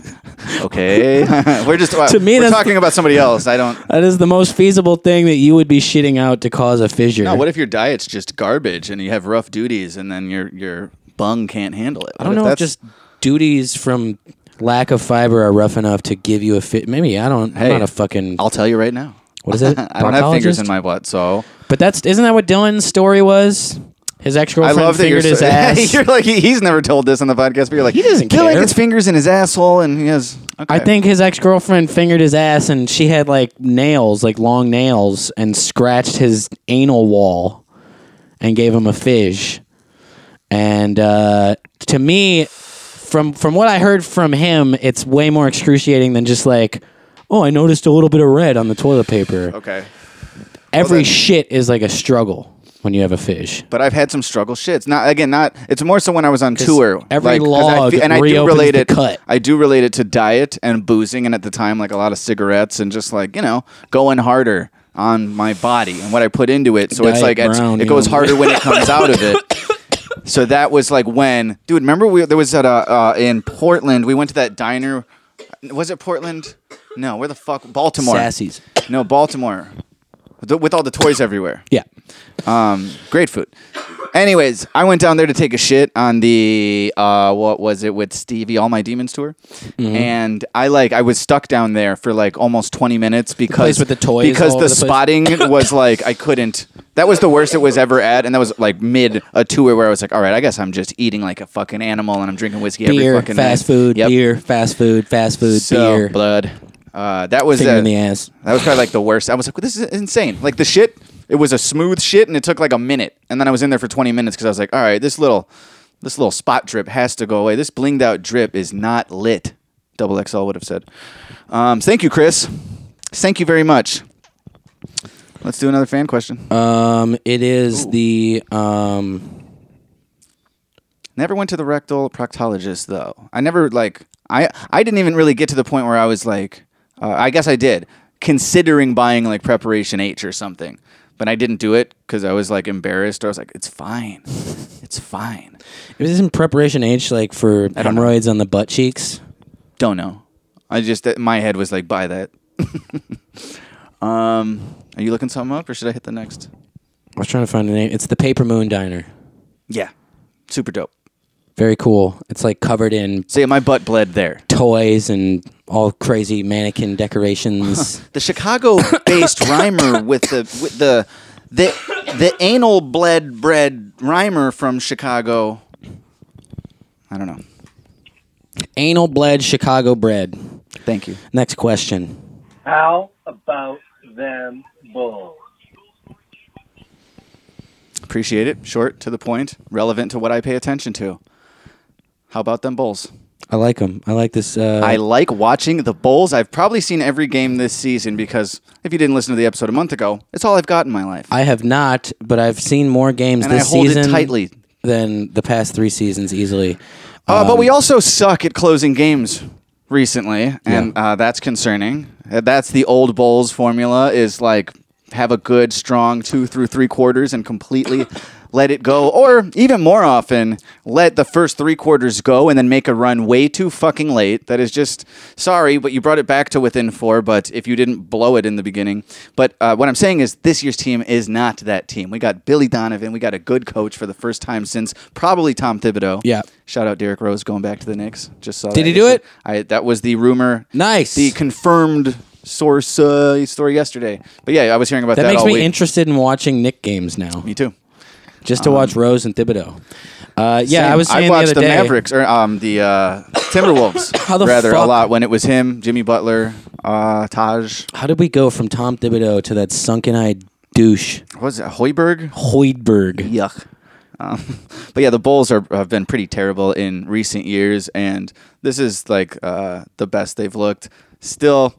[SPEAKER 4] Okay, we're just uh,
[SPEAKER 3] To me,
[SPEAKER 4] we're
[SPEAKER 3] that's-
[SPEAKER 4] talking about somebody else. I don't.
[SPEAKER 3] that is the most feasible thing that you would be shitting out to cause a fissure.
[SPEAKER 4] No, what if your diet's just garbage and you have rough duties, and then your your bung can't handle it?
[SPEAKER 3] I
[SPEAKER 4] What
[SPEAKER 3] don't know if
[SPEAKER 4] that's-
[SPEAKER 3] just duties from lack of fiber are rough enough to give you a fit. Maybe I don't.
[SPEAKER 4] Hey,
[SPEAKER 3] I'm not a fucking.
[SPEAKER 4] I'll tell you right now.
[SPEAKER 3] What is it?
[SPEAKER 4] I don't have fingers in
[SPEAKER 3] Proctologist?
[SPEAKER 4] my butt, so
[SPEAKER 3] But that's isn't that what Dylan's story was? His ex
[SPEAKER 4] I
[SPEAKER 3] girlfriend
[SPEAKER 4] love that you're
[SPEAKER 3] fingered his
[SPEAKER 4] so-
[SPEAKER 3] ass.
[SPEAKER 4] you're like he- he's never told this on the podcast, but you're like
[SPEAKER 3] He doesn't
[SPEAKER 4] Dylan
[SPEAKER 3] care.
[SPEAKER 4] gets fingers in his asshole, and he has.
[SPEAKER 3] I
[SPEAKER 4] okay.
[SPEAKER 3] think his ex girlfriend fingered his ass, and she had like nails, like long nails, and scratched his anal wall, and gave him a fish. And uh, to me, from from what I heard from him, it's way more excruciating than just like, oh, I noticed a little bit of red on the toilet paper.
[SPEAKER 4] Okay,
[SPEAKER 3] Every
[SPEAKER 4] that-
[SPEAKER 3] shit is like a struggle when you have a fish.
[SPEAKER 4] but I've had some struggle shits. Not again. Not. It's more so when I was on
[SPEAKER 3] 'Cause
[SPEAKER 4] tour.
[SPEAKER 3] every
[SPEAKER 4] 'cause
[SPEAKER 3] log
[SPEAKER 4] fe-
[SPEAKER 3] reopens
[SPEAKER 4] relate
[SPEAKER 3] the
[SPEAKER 4] it.
[SPEAKER 3] cut.
[SPEAKER 4] I do relate it to diet and boozing, and at the time, like a lot of cigarettes and just like you know going harder on my body and what I put into it. So it's
[SPEAKER 3] Diet
[SPEAKER 4] like it's,
[SPEAKER 3] Brown,
[SPEAKER 4] it
[SPEAKER 3] you
[SPEAKER 4] goes
[SPEAKER 3] know.
[SPEAKER 4] harder when it comes out of it. So that was like when, dude. Remember, we there was at uh, uh in Portland. We went to that diner. Was it Portland? No, where the fuck? Baltimore.
[SPEAKER 3] Sassy's.
[SPEAKER 4] No, Baltimore. With- With all the toys everywhere.
[SPEAKER 3] Yeah.
[SPEAKER 4] Um, great food. Anyways, I went down there to take a shit on the uh, what was it with Stevie All My Demons tour,
[SPEAKER 3] Mm-hmm.
[SPEAKER 4] and I like I was stuck down there for like almost twenty minutes because
[SPEAKER 3] place with the toys
[SPEAKER 4] because
[SPEAKER 3] all
[SPEAKER 4] the,
[SPEAKER 3] over the place.
[SPEAKER 4] spotting was like I couldn't. That was the worst it was ever at, and that was like mid a tour where I was like, all right, I guess I'm just eating like a fucking animal and I'm drinking whiskey every
[SPEAKER 3] Beer,
[SPEAKER 4] fucking
[SPEAKER 3] fast
[SPEAKER 4] night.
[SPEAKER 3] food,
[SPEAKER 4] Yep.
[SPEAKER 3] beer, fast food, fast food,
[SPEAKER 4] So,
[SPEAKER 3] beer,
[SPEAKER 4] blood. Uh, that was
[SPEAKER 3] finger
[SPEAKER 4] uh,
[SPEAKER 3] in the ass.
[SPEAKER 4] that was probably like the worst. I was like, well, this is insane. Like the shit, it was a smooth shit, and it took like a minute. And then I was in there for 20 minutes because I was like, all right, this little, this little spot drip has to go away. This blinged out drip is not lit. Double XL would have said. Um, thank you, Chris. Thank you very much. Let's do another fan question.
[SPEAKER 3] Um, it is the um.
[SPEAKER 4] Never went to the rectal proctologist though. I never like I I didn't even really get to the point where I was like uh, I guess I did considering buying like preparation H or something, but I didn't do it because I was like embarrassed. I was like, it's fine, it's fine.
[SPEAKER 3] It was in preparation H, like for
[SPEAKER 4] don't know.
[SPEAKER 3] hemorrhoids on the butt cheeks.
[SPEAKER 4] Don't know. I just that- my head was like, buy that. um, are you looking something up or should I hit the next?
[SPEAKER 3] I was trying to find a name. It's the Paper Moon Diner.
[SPEAKER 4] Yeah, super dope.
[SPEAKER 3] Very cool. It's like covered in
[SPEAKER 4] See, my butt bled there.
[SPEAKER 3] toys and all crazy mannequin decorations.
[SPEAKER 4] the Chicago-based rhymer with the with the the the anal bled bread rhymer from Chicago. I don't know.
[SPEAKER 3] Anal bled Chicago bread.
[SPEAKER 4] Thank you.
[SPEAKER 3] Next question.
[SPEAKER 12] How about them bulls?
[SPEAKER 4] Appreciate it. Short to the point. Relevant to what I pay attention to. How about them Bulls?
[SPEAKER 3] I like them. I like this. Uh,
[SPEAKER 4] I like watching the Bulls. I've probably seen every game this season because if you didn't listen to the episode a month ago, it's all I've got in my life.
[SPEAKER 3] I have not, but I've seen more games
[SPEAKER 4] And I
[SPEAKER 3] this
[SPEAKER 4] hold it
[SPEAKER 3] season
[SPEAKER 4] tightly.
[SPEAKER 3] than the past three seasons easily.
[SPEAKER 4] Uh, but we also suck at closing games recently, and uh, that's concerning. Uh, That's the old Bulls formula: is like have a good, strong two through three quarters and completely let it go, or even more often, let the first three quarters go and then make a run way too fucking late. That is just sorry, but you brought it back to within four. But if you didn't blow it in the beginning, but uh, what I'm saying is this year's team is not that team. We got Billy Donovan. We got a good coach for the first time since probably Tom Thibodeau.
[SPEAKER 3] Yeah.
[SPEAKER 4] Shout out Derrick Rose going back to the Knicks. Just saw.
[SPEAKER 3] Did
[SPEAKER 4] that
[SPEAKER 3] he do
[SPEAKER 4] yesterday. I, that was the rumor.
[SPEAKER 3] Nice.
[SPEAKER 4] The confirmed source uh, story yesterday. But yeah, I was hearing about that.
[SPEAKER 3] that makes
[SPEAKER 4] all
[SPEAKER 3] me
[SPEAKER 4] week.
[SPEAKER 3] interested in watching Nick games now. Me
[SPEAKER 4] too.
[SPEAKER 3] Just to watch Rose and Thibodeau. Uh, yeah,
[SPEAKER 4] Same.
[SPEAKER 3] I was saying
[SPEAKER 4] watched
[SPEAKER 3] the other day.
[SPEAKER 4] Mavericks or um, the uh, Timberwolves
[SPEAKER 3] How the
[SPEAKER 4] rather a
[SPEAKER 3] fuck-
[SPEAKER 4] lot when it was him, Jimmy Butler, uh, Taj.
[SPEAKER 3] How did we go from Tom Thibodeau to that sunken-eyed douche?
[SPEAKER 4] What was it Hoiberg?
[SPEAKER 3] Hoidberg.
[SPEAKER 4] Yuck. Um, but yeah, the Bulls are, have been pretty terrible in recent years, and this is like uh, the best they've looked. Still,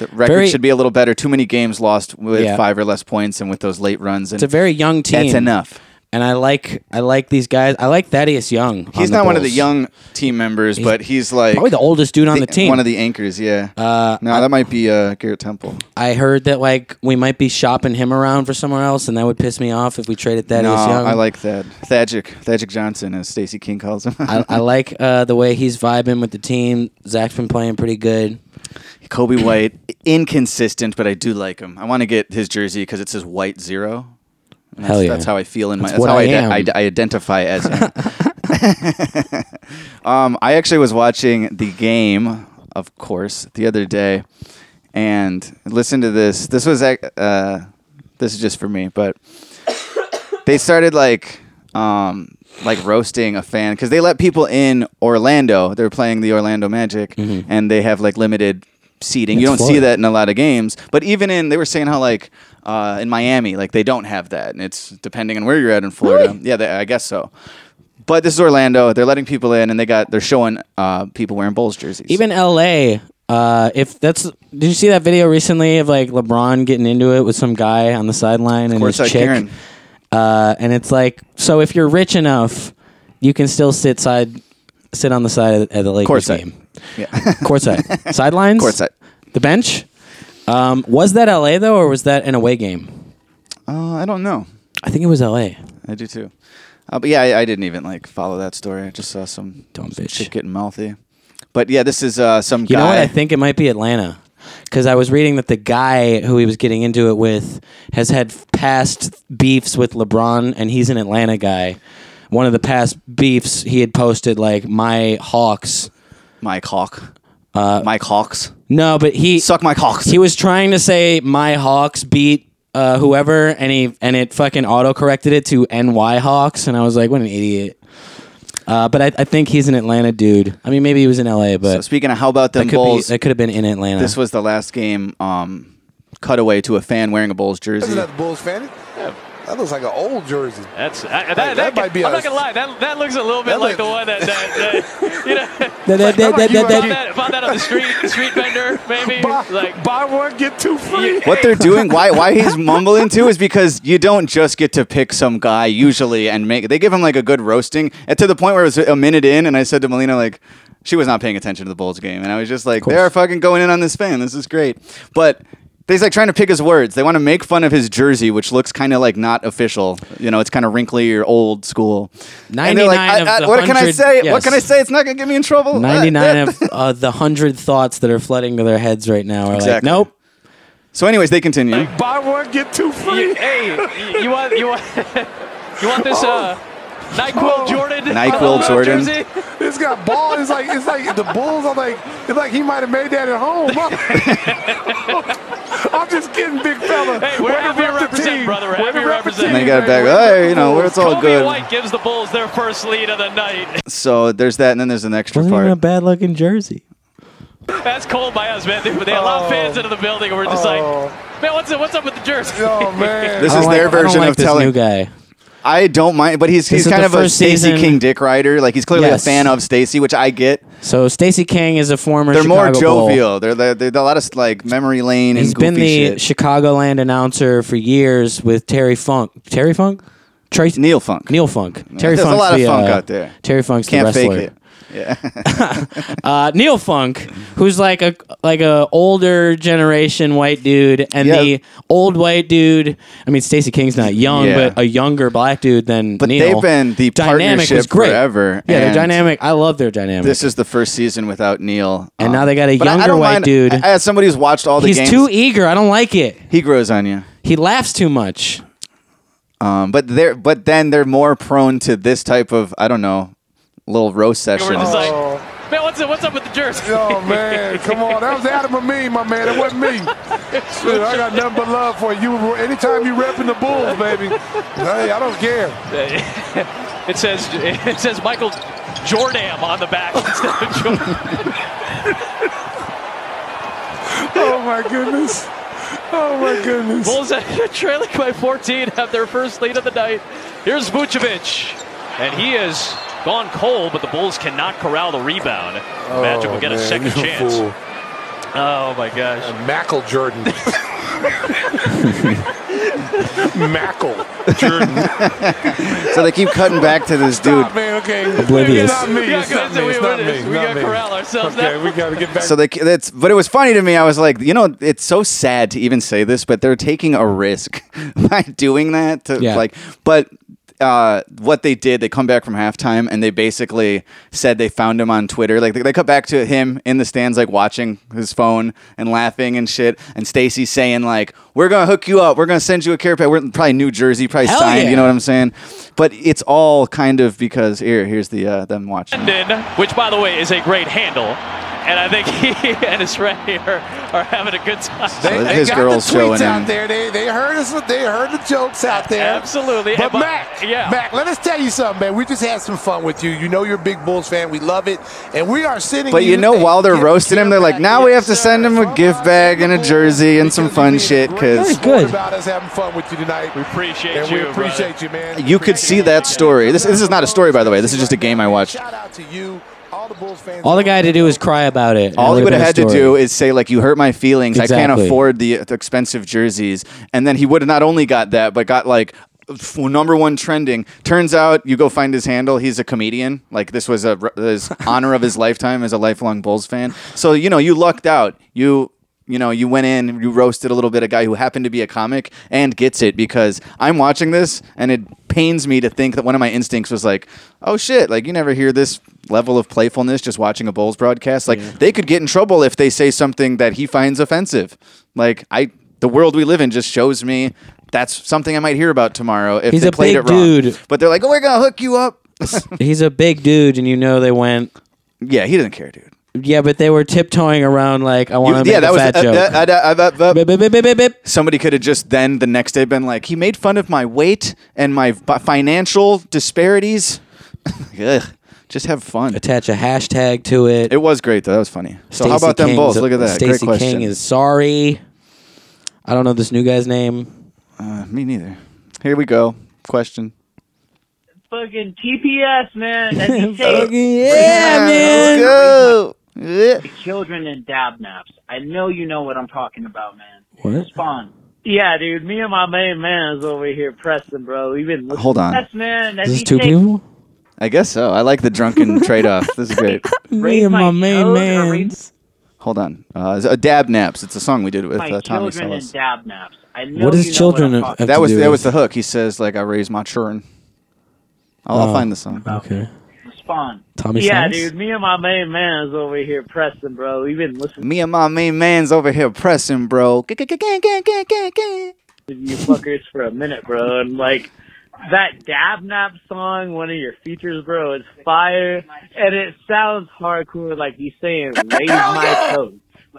[SPEAKER 4] the record
[SPEAKER 3] Very-
[SPEAKER 4] should be a little better. Too many games lost with
[SPEAKER 3] Yeah.
[SPEAKER 4] five or less points, and with those late runs. And
[SPEAKER 3] It's a very young team.
[SPEAKER 4] That's enough.
[SPEAKER 3] And I like I like these guys. I like Thaddeus Young. on
[SPEAKER 4] He's
[SPEAKER 3] the
[SPEAKER 4] not one of the
[SPEAKER 3] Bulls.
[SPEAKER 4] young team members,
[SPEAKER 3] He's
[SPEAKER 4] but he's like
[SPEAKER 3] probably the oldest dude on the team.
[SPEAKER 4] One of the anchors, yeah. Uh, no, that might be uh, Garrett Temple.
[SPEAKER 3] I heard that like we might be shopping him around for somewhere else, and that would piss me off if we traded Thaddeus
[SPEAKER 4] no,
[SPEAKER 3] Young.
[SPEAKER 4] I like that. Thagic, Thagic Johnson, as Stacey King calls him.
[SPEAKER 3] I, I like uh, the way he's vibing with the team. Zach's been playing pretty good.
[SPEAKER 4] Kobe White, inconsistent, but I do like him. I want to get his jersey because it says White Zero. And that's,
[SPEAKER 3] Hell yeah.
[SPEAKER 4] that's how I feel in my.
[SPEAKER 3] That's
[SPEAKER 4] That's
[SPEAKER 3] what
[SPEAKER 4] how I,
[SPEAKER 3] I
[SPEAKER 4] ide-
[SPEAKER 3] am.
[SPEAKER 4] I, I identify as him. um, I actually was watching the game, of course, the other day, and listen to this. This was ac- uh, this is just for me, but they started like um like roasting a fan because they let people in Orlando. They're playing the Orlando Magic, and they have like limited seating. you
[SPEAKER 13] It's
[SPEAKER 4] don't see
[SPEAKER 13] Florida.
[SPEAKER 4] that in a lot of games, but even in they were saying how like uh, in Miami, like they don't have that, and it's depending on where you're at in Florida. Yeah, they, I guess so. But this is Orlando. They're letting people in, and they got they're showing uh, people wearing Bulls jerseys.
[SPEAKER 3] Even L.A. Uh, if that's did you see that video recently of like LeBron getting into it with some guy on the sideline and
[SPEAKER 4] course
[SPEAKER 3] his
[SPEAKER 4] I
[SPEAKER 3] chick?
[SPEAKER 4] can.
[SPEAKER 3] Uh, and it's like so if you're rich enough, you can still sit side sit on the side of, at the Lakers
[SPEAKER 4] Courtside.
[SPEAKER 3] game.
[SPEAKER 4] Yeah.
[SPEAKER 3] Courtside sidelines.
[SPEAKER 4] Courtside.
[SPEAKER 3] The bench. Um, was that L.A. though, or was that an away game?
[SPEAKER 4] Uh, I don't know.
[SPEAKER 3] I think it was L.A.
[SPEAKER 4] I do too. Uh, but yeah, I, I didn't even like follow that story. I just saw some
[SPEAKER 3] dumb bitch
[SPEAKER 4] getting mouthy. But yeah, this is uh, some
[SPEAKER 3] You
[SPEAKER 4] guy.
[SPEAKER 3] know what? I think it might be Atlanta. Because I was reading that the guy who he was getting into it with has had past beefs with LeBron, and he's an Atlanta guy. One of the past beefs, he had posted like my Hawks,
[SPEAKER 4] Mike Hawk, uh, Mike Hawks.
[SPEAKER 3] No, but he
[SPEAKER 4] suck my Hawks.
[SPEAKER 3] He was trying to say my Hawks beat uh, whoever, and he and it fucking auto corrected it to NY Hawks, and I was like, what an idiot. Uh, but I, I think he's an Atlanta dude. I mean, maybe he was in LA, but
[SPEAKER 4] So speaking of how about them
[SPEAKER 3] that could be-
[SPEAKER 4] Bulls,
[SPEAKER 3] that could have been in Atlanta.
[SPEAKER 4] this was the last game um, cutaway to a fan wearing a Bulls
[SPEAKER 14] Isn't
[SPEAKER 4] jersey.
[SPEAKER 14] that the Bulls fan? That looks like an old jersey.
[SPEAKER 15] That's that,
[SPEAKER 14] that might be
[SPEAKER 15] I'm
[SPEAKER 14] a-
[SPEAKER 15] not gonna lie. That, that looks a little bit
[SPEAKER 14] That
[SPEAKER 15] like the one that, that, that you know.
[SPEAKER 3] Da- da- da- da-
[SPEAKER 16] uh,
[SPEAKER 3] da-
[SPEAKER 15] found,
[SPEAKER 3] da-
[SPEAKER 15] that, found that on the street street vendor maybe. like buy one get two free.
[SPEAKER 4] What they're doing, why why he's mumbling too, is because you don't just get to pick some guy usually and make. They give him like a good roasting, and to the point where it was a minute in, and I said to Melina like, she was not paying attention to the Bulls game, and I was just like, they are fucking going in on this fan. This is great, but. They's like trying to pick his words. They want to make fun of his jersey, which looks kind of like not official. You know, it's kind of wrinkly or old school. And they're like,
[SPEAKER 3] 99
[SPEAKER 4] I-
[SPEAKER 3] of
[SPEAKER 4] I-
[SPEAKER 3] the
[SPEAKER 4] what can I
[SPEAKER 3] 100
[SPEAKER 4] say? What
[SPEAKER 3] yes.
[SPEAKER 4] can I say? It's not gonna get me in trouble. Uh,
[SPEAKER 3] 99 of uh, the 100 thoughts that are flooding to their heads right now are like,
[SPEAKER 4] Exactly.
[SPEAKER 3] nope.
[SPEAKER 4] So, anyways, they continue.
[SPEAKER 15] buy one get two free. hey, you, you want you want you want this uh, Nyquil Jordan?
[SPEAKER 4] NyQuil
[SPEAKER 15] uh,
[SPEAKER 4] Jordan.
[SPEAKER 15] jersey?
[SPEAKER 14] It's got ball. It's like it's like the Bulls. I'm like it's like he might have made that at home. I'm just kidding, big fella.
[SPEAKER 15] Hey, wherever you represent, brother, wherever you represent.
[SPEAKER 4] And they got it back. Hey, you know, it's all
[SPEAKER 15] Kobe
[SPEAKER 4] good.
[SPEAKER 15] White gives the Bulls their first lead of the night.
[SPEAKER 4] So there's that, and then there's an extra
[SPEAKER 3] Wasn't even
[SPEAKER 4] part.
[SPEAKER 3] a bad looking jersey.
[SPEAKER 15] That's cold by us, man. They, they allow fans into the building, and we're just like, man, what's what's up with the jersey? Oh man,
[SPEAKER 4] This
[SPEAKER 3] I
[SPEAKER 4] is
[SPEAKER 3] don't
[SPEAKER 4] their
[SPEAKER 3] like- I don't
[SPEAKER 4] version
[SPEAKER 3] like
[SPEAKER 4] of
[SPEAKER 3] this
[SPEAKER 4] telling
[SPEAKER 3] new guy.
[SPEAKER 4] I don't mind, but he's
[SPEAKER 3] This
[SPEAKER 4] he's
[SPEAKER 3] is
[SPEAKER 4] kind
[SPEAKER 3] the
[SPEAKER 4] of a
[SPEAKER 3] first
[SPEAKER 4] Stacy
[SPEAKER 3] season-
[SPEAKER 4] King dick rider. Like he's clearly
[SPEAKER 3] Yes.
[SPEAKER 4] a fan of Stacy, which I get.
[SPEAKER 3] So Stacey King is a former.
[SPEAKER 4] They're more
[SPEAKER 3] Chicago Bull.
[SPEAKER 4] jovial. They're, they're they're a lot of like memory lane
[SPEAKER 3] He's
[SPEAKER 4] and goofy
[SPEAKER 3] been the
[SPEAKER 4] shit.
[SPEAKER 3] Chicagoland announcer for years with Terry Funk. Terry Funk? Trace
[SPEAKER 4] Neil Funk.
[SPEAKER 3] Neil Funk. Terry
[SPEAKER 4] There's a
[SPEAKER 3] Funk's
[SPEAKER 4] lot of
[SPEAKER 3] the,
[SPEAKER 4] funk
[SPEAKER 3] uh,
[SPEAKER 4] out there.
[SPEAKER 3] Terry Funk's
[SPEAKER 4] Can't
[SPEAKER 3] the
[SPEAKER 4] fake
[SPEAKER 3] wrestler.
[SPEAKER 4] it. Yeah.
[SPEAKER 13] uh, Neil Funk, who's like a like a older generation white dude, and
[SPEAKER 4] Yeah.
[SPEAKER 13] the old white dude. I mean, Stacey King's not young,
[SPEAKER 4] Yeah.
[SPEAKER 13] but a younger black dude than
[SPEAKER 4] But
[SPEAKER 13] Neil.
[SPEAKER 4] they've been the
[SPEAKER 13] dynamic was
[SPEAKER 4] partnership
[SPEAKER 13] great.
[SPEAKER 4] forever,
[SPEAKER 13] Yeah, their
[SPEAKER 4] and
[SPEAKER 13] dynamic. I love their dynamic.
[SPEAKER 4] This is the first season without Neil,
[SPEAKER 13] And
[SPEAKER 4] Um,
[SPEAKER 13] now they got a
[SPEAKER 4] but I- I
[SPEAKER 13] younger
[SPEAKER 4] don't
[SPEAKER 13] white
[SPEAKER 4] mind-
[SPEAKER 13] dude.
[SPEAKER 4] I- As somebody who's watched all the
[SPEAKER 13] He's
[SPEAKER 4] games,
[SPEAKER 13] too eager. I don't like it.
[SPEAKER 4] He grows on you.
[SPEAKER 13] He laughs too much.
[SPEAKER 4] Um, but they're but then they're more prone to this type of I don't know little roast
[SPEAKER 15] We're
[SPEAKER 4] session.
[SPEAKER 15] just like, man, what's, what's up with the jerks?
[SPEAKER 14] Oh man, come on! That was Adam and me, my man. It wasn't me. Shit, I got nothing but love for you. Anytime you repping the Bulls, baby, hey, I don't care.
[SPEAKER 15] it says it says Michael Jordan on the back instead of Jordan.
[SPEAKER 14] Oh my goodness! Oh my goodness!
[SPEAKER 15] Bulls are trailing by 14, have their first lead of the night. Here's Vucevic, and he is gone cold, but the Bulls cannot corral the rebound. Magic will get a
[SPEAKER 14] Oh, man,
[SPEAKER 15] second
[SPEAKER 14] you
[SPEAKER 15] chance.
[SPEAKER 14] fool.
[SPEAKER 15] Oh my gosh!
[SPEAKER 14] Mackle Jordan. Mackle Jordan.
[SPEAKER 4] so they keep cutting back to this dude.
[SPEAKER 14] man, okay.
[SPEAKER 4] Oblivious.
[SPEAKER 14] It's not me. It's not me. It's not me. We got corral
[SPEAKER 15] ourselves
[SPEAKER 14] okay, we got to get back.
[SPEAKER 4] So they, that's, but it was funny to me. I was like, you know, it's so sad to even say this, but they're taking a risk by doing that. To
[SPEAKER 13] Yeah.
[SPEAKER 4] like, but uh, what they did, they come back from halftime and they basically said they found him on Twitter. Like they, they cut back to him in the stands, like watching his phone and laughing and shit. And Stacy saying like, "We're gonna hook you up. We're gonna send you a care package. We're probably New Jersey, probably
[SPEAKER 15] Hell
[SPEAKER 4] signed.
[SPEAKER 15] yeah.
[SPEAKER 4] You know what I'm saying?" But it's all kind of because here, here's the uh, them watching.
[SPEAKER 15] Linden, which by the way is a great handle. And I think he and his friend here are having a good time.
[SPEAKER 4] So They- his they got the girl's tweets showing
[SPEAKER 14] out
[SPEAKER 4] him.
[SPEAKER 14] there. They they heard us. They heard the jokes out there.
[SPEAKER 15] Absolutely.
[SPEAKER 14] But,
[SPEAKER 15] And by-
[SPEAKER 14] Mac,
[SPEAKER 15] yeah.
[SPEAKER 14] Mac, let us tell you something, man. We just had some fun with you. You know you're a big Bulls fan. We love it, and we are sitting.
[SPEAKER 4] But you know,
[SPEAKER 14] a
[SPEAKER 4] while they're
[SPEAKER 14] gift
[SPEAKER 4] roasting him, they're like, now we have to send him a gift bag and a jersey and some fun shit because
[SPEAKER 14] sport about us having fun with you tonight. We
[SPEAKER 15] appreciate
[SPEAKER 14] and
[SPEAKER 15] you,
[SPEAKER 14] We appreciate you, man.
[SPEAKER 4] you could see that story. This, this is not a story, by the way. This is just a game I watched.
[SPEAKER 13] All the guy had to do was cry about it.
[SPEAKER 4] All he
[SPEAKER 13] It
[SPEAKER 4] would
[SPEAKER 13] would've
[SPEAKER 4] have had
[SPEAKER 13] been a
[SPEAKER 4] to
[SPEAKER 13] story.
[SPEAKER 4] do is say, like, you hurt my feelings. I can't
[SPEAKER 13] Exactly.
[SPEAKER 4] afford the the expensive jerseys. And then he would have not only got that, but got like f- number one trending. Turns out you go find his handle. He's a comedian. Like, this was a r- his honor of his lifetime as a lifelong Bulls fan. So, you know, you lucked out. You. You know, you went in, you roasted a little bit a guy who happened to be a comic and gets it because I'm watching this and it pains me to think that one of my instincts was like, oh shit, like you never hear this level of playfulness just watching a Bulls broadcast. Like they could get in trouble if they say something that he finds offensive. Like I, the world we live in just shows me that's something I might hear about tomorrow if
[SPEAKER 13] He's
[SPEAKER 4] they
[SPEAKER 13] a big
[SPEAKER 4] played it wrong.
[SPEAKER 13] dude.
[SPEAKER 4] But they're like, oh, we're gonna hook you up.
[SPEAKER 13] He's a big dude, and you know they went.
[SPEAKER 4] Yeah, he doesn't care, dude.
[SPEAKER 13] Yeah, but they were tiptoeing around like I want to make
[SPEAKER 4] yeah,
[SPEAKER 13] a
[SPEAKER 4] that was
[SPEAKER 13] fat
[SPEAKER 4] uh,
[SPEAKER 13] joke.
[SPEAKER 4] uh, uh, uh, uh, uh, somebody could have just then the next day been like, he made fun of my weight and my b- financial disparities. Ugh. Just have fun.
[SPEAKER 13] Attach a hashtag to it.
[SPEAKER 4] It was great though. That was funny. So how
[SPEAKER 13] Stacey
[SPEAKER 4] about them
[SPEAKER 13] King's-
[SPEAKER 4] Bulls? Look at that.
[SPEAKER 13] Stacey
[SPEAKER 4] great question.
[SPEAKER 13] King is sorry. I don't know this new guy's name.
[SPEAKER 4] Uh, me neither. Here we go. Question.
[SPEAKER 17] Fucking TPS, man. As you say,
[SPEAKER 13] Fucking yeah, man.
[SPEAKER 17] Let's
[SPEAKER 4] go.
[SPEAKER 17] Children and dab naps. I know you know what I'm talking about, man.
[SPEAKER 13] What?
[SPEAKER 17] Spawn. Yeah, dude. Me and my main man is over here pressing, bro. We've been looking-
[SPEAKER 4] Hold on.
[SPEAKER 17] Yes, man. As
[SPEAKER 4] Is
[SPEAKER 13] this
[SPEAKER 17] you
[SPEAKER 13] two
[SPEAKER 17] say,
[SPEAKER 13] people?
[SPEAKER 4] I guess so. I like the drunken trade off. This is great.
[SPEAKER 13] Me and my main man.
[SPEAKER 4] Hold on. Uh, it's, uh, Dab Naps. It's a song we did with
[SPEAKER 17] My
[SPEAKER 4] uh, Tommy
[SPEAKER 17] children and
[SPEAKER 4] Sellis.
[SPEAKER 17] dab naps. I know
[SPEAKER 13] What
[SPEAKER 17] you
[SPEAKER 13] is
[SPEAKER 17] know
[SPEAKER 13] children
[SPEAKER 17] What I'm
[SPEAKER 13] of-
[SPEAKER 17] talking
[SPEAKER 13] have
[SPEAKER 4] That
[SPEAKER 13] to
[SPEAKER 4] was
[SPEAKER 13] do
[SPEAKER 4] that
[SPEAKER 13] with-
[SPEAKER 4] was the hook. He says like I raise my children. I'll, I'll
[SPEAKER 13] Oh,
[SPEAKER 4] find the song.
[SPEAKER 13] Okay.
[SPEAKER 17] Spawn.
[SPEAKER 4] Tommy
[SPEAKER 17] Yeah,
[SPEAKER 4] Sellis?
[SPEAKER 17] dude. Me and my main man is over here pressing, bro. We've been listening
[SPEAKER 4] Me and my main man's over here pressing, bro.
[SPEAKER 17] to you fuckers for a minute, bro. And like that dab nap song, one of your features, bro, is fire, and it sounds hardcore. Like you saying, raise my toes.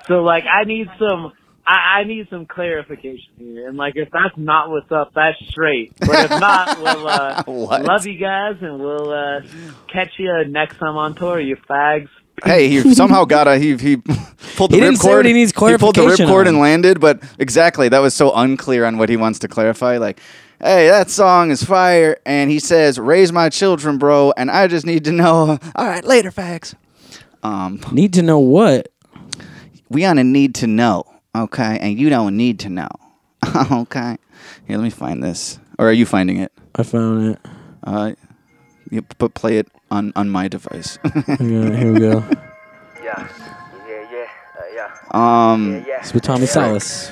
[SPEAKER 17] So like, I need some. I, I need some clarification here, and like if that's not what's up, that's straight. But if not, we'll uh,
[SPEAKER 4] What?
[SPEAKER 17] love you guys, and we'll uh, catch you next time on tour, you fags.
[SPEAKER 4] Hey, he somehow got a he he pulled the
[SPEAKER 17] He didn't say
[SPEAKER 4] ripcord.
[SPEAKER 17] what he needs
[SPEAKER 4] pulled the
[SPEAKER 17] clarification
[SPEAKER 4] ripcord
[SPEAKER 17] on.
[SPEAKER 4] and landed, but exactly that was so unclear on what he wants to clarify. Like, hey, that song is fire, and he says, "Raise my children, bro," and I just need to know. All right, later, facts. Um,
[SPEAKER 13] need to know what?
[SPEAKER 4] We on a need to know, okay, and you don't need to know, okay. Here, let me find this. Or are you finding it?
[SPEAKER 13] I found it.
[SPEAKER 4] Uh, you p- play it. on on my device.
[SPEAKER 3] here we go.
[SPEAKER 18] Yeah, yeah, yeah, uh, yeah.
[SPEAKER 4] Um,
[SPEAKER 3] It's with Tommy Silas.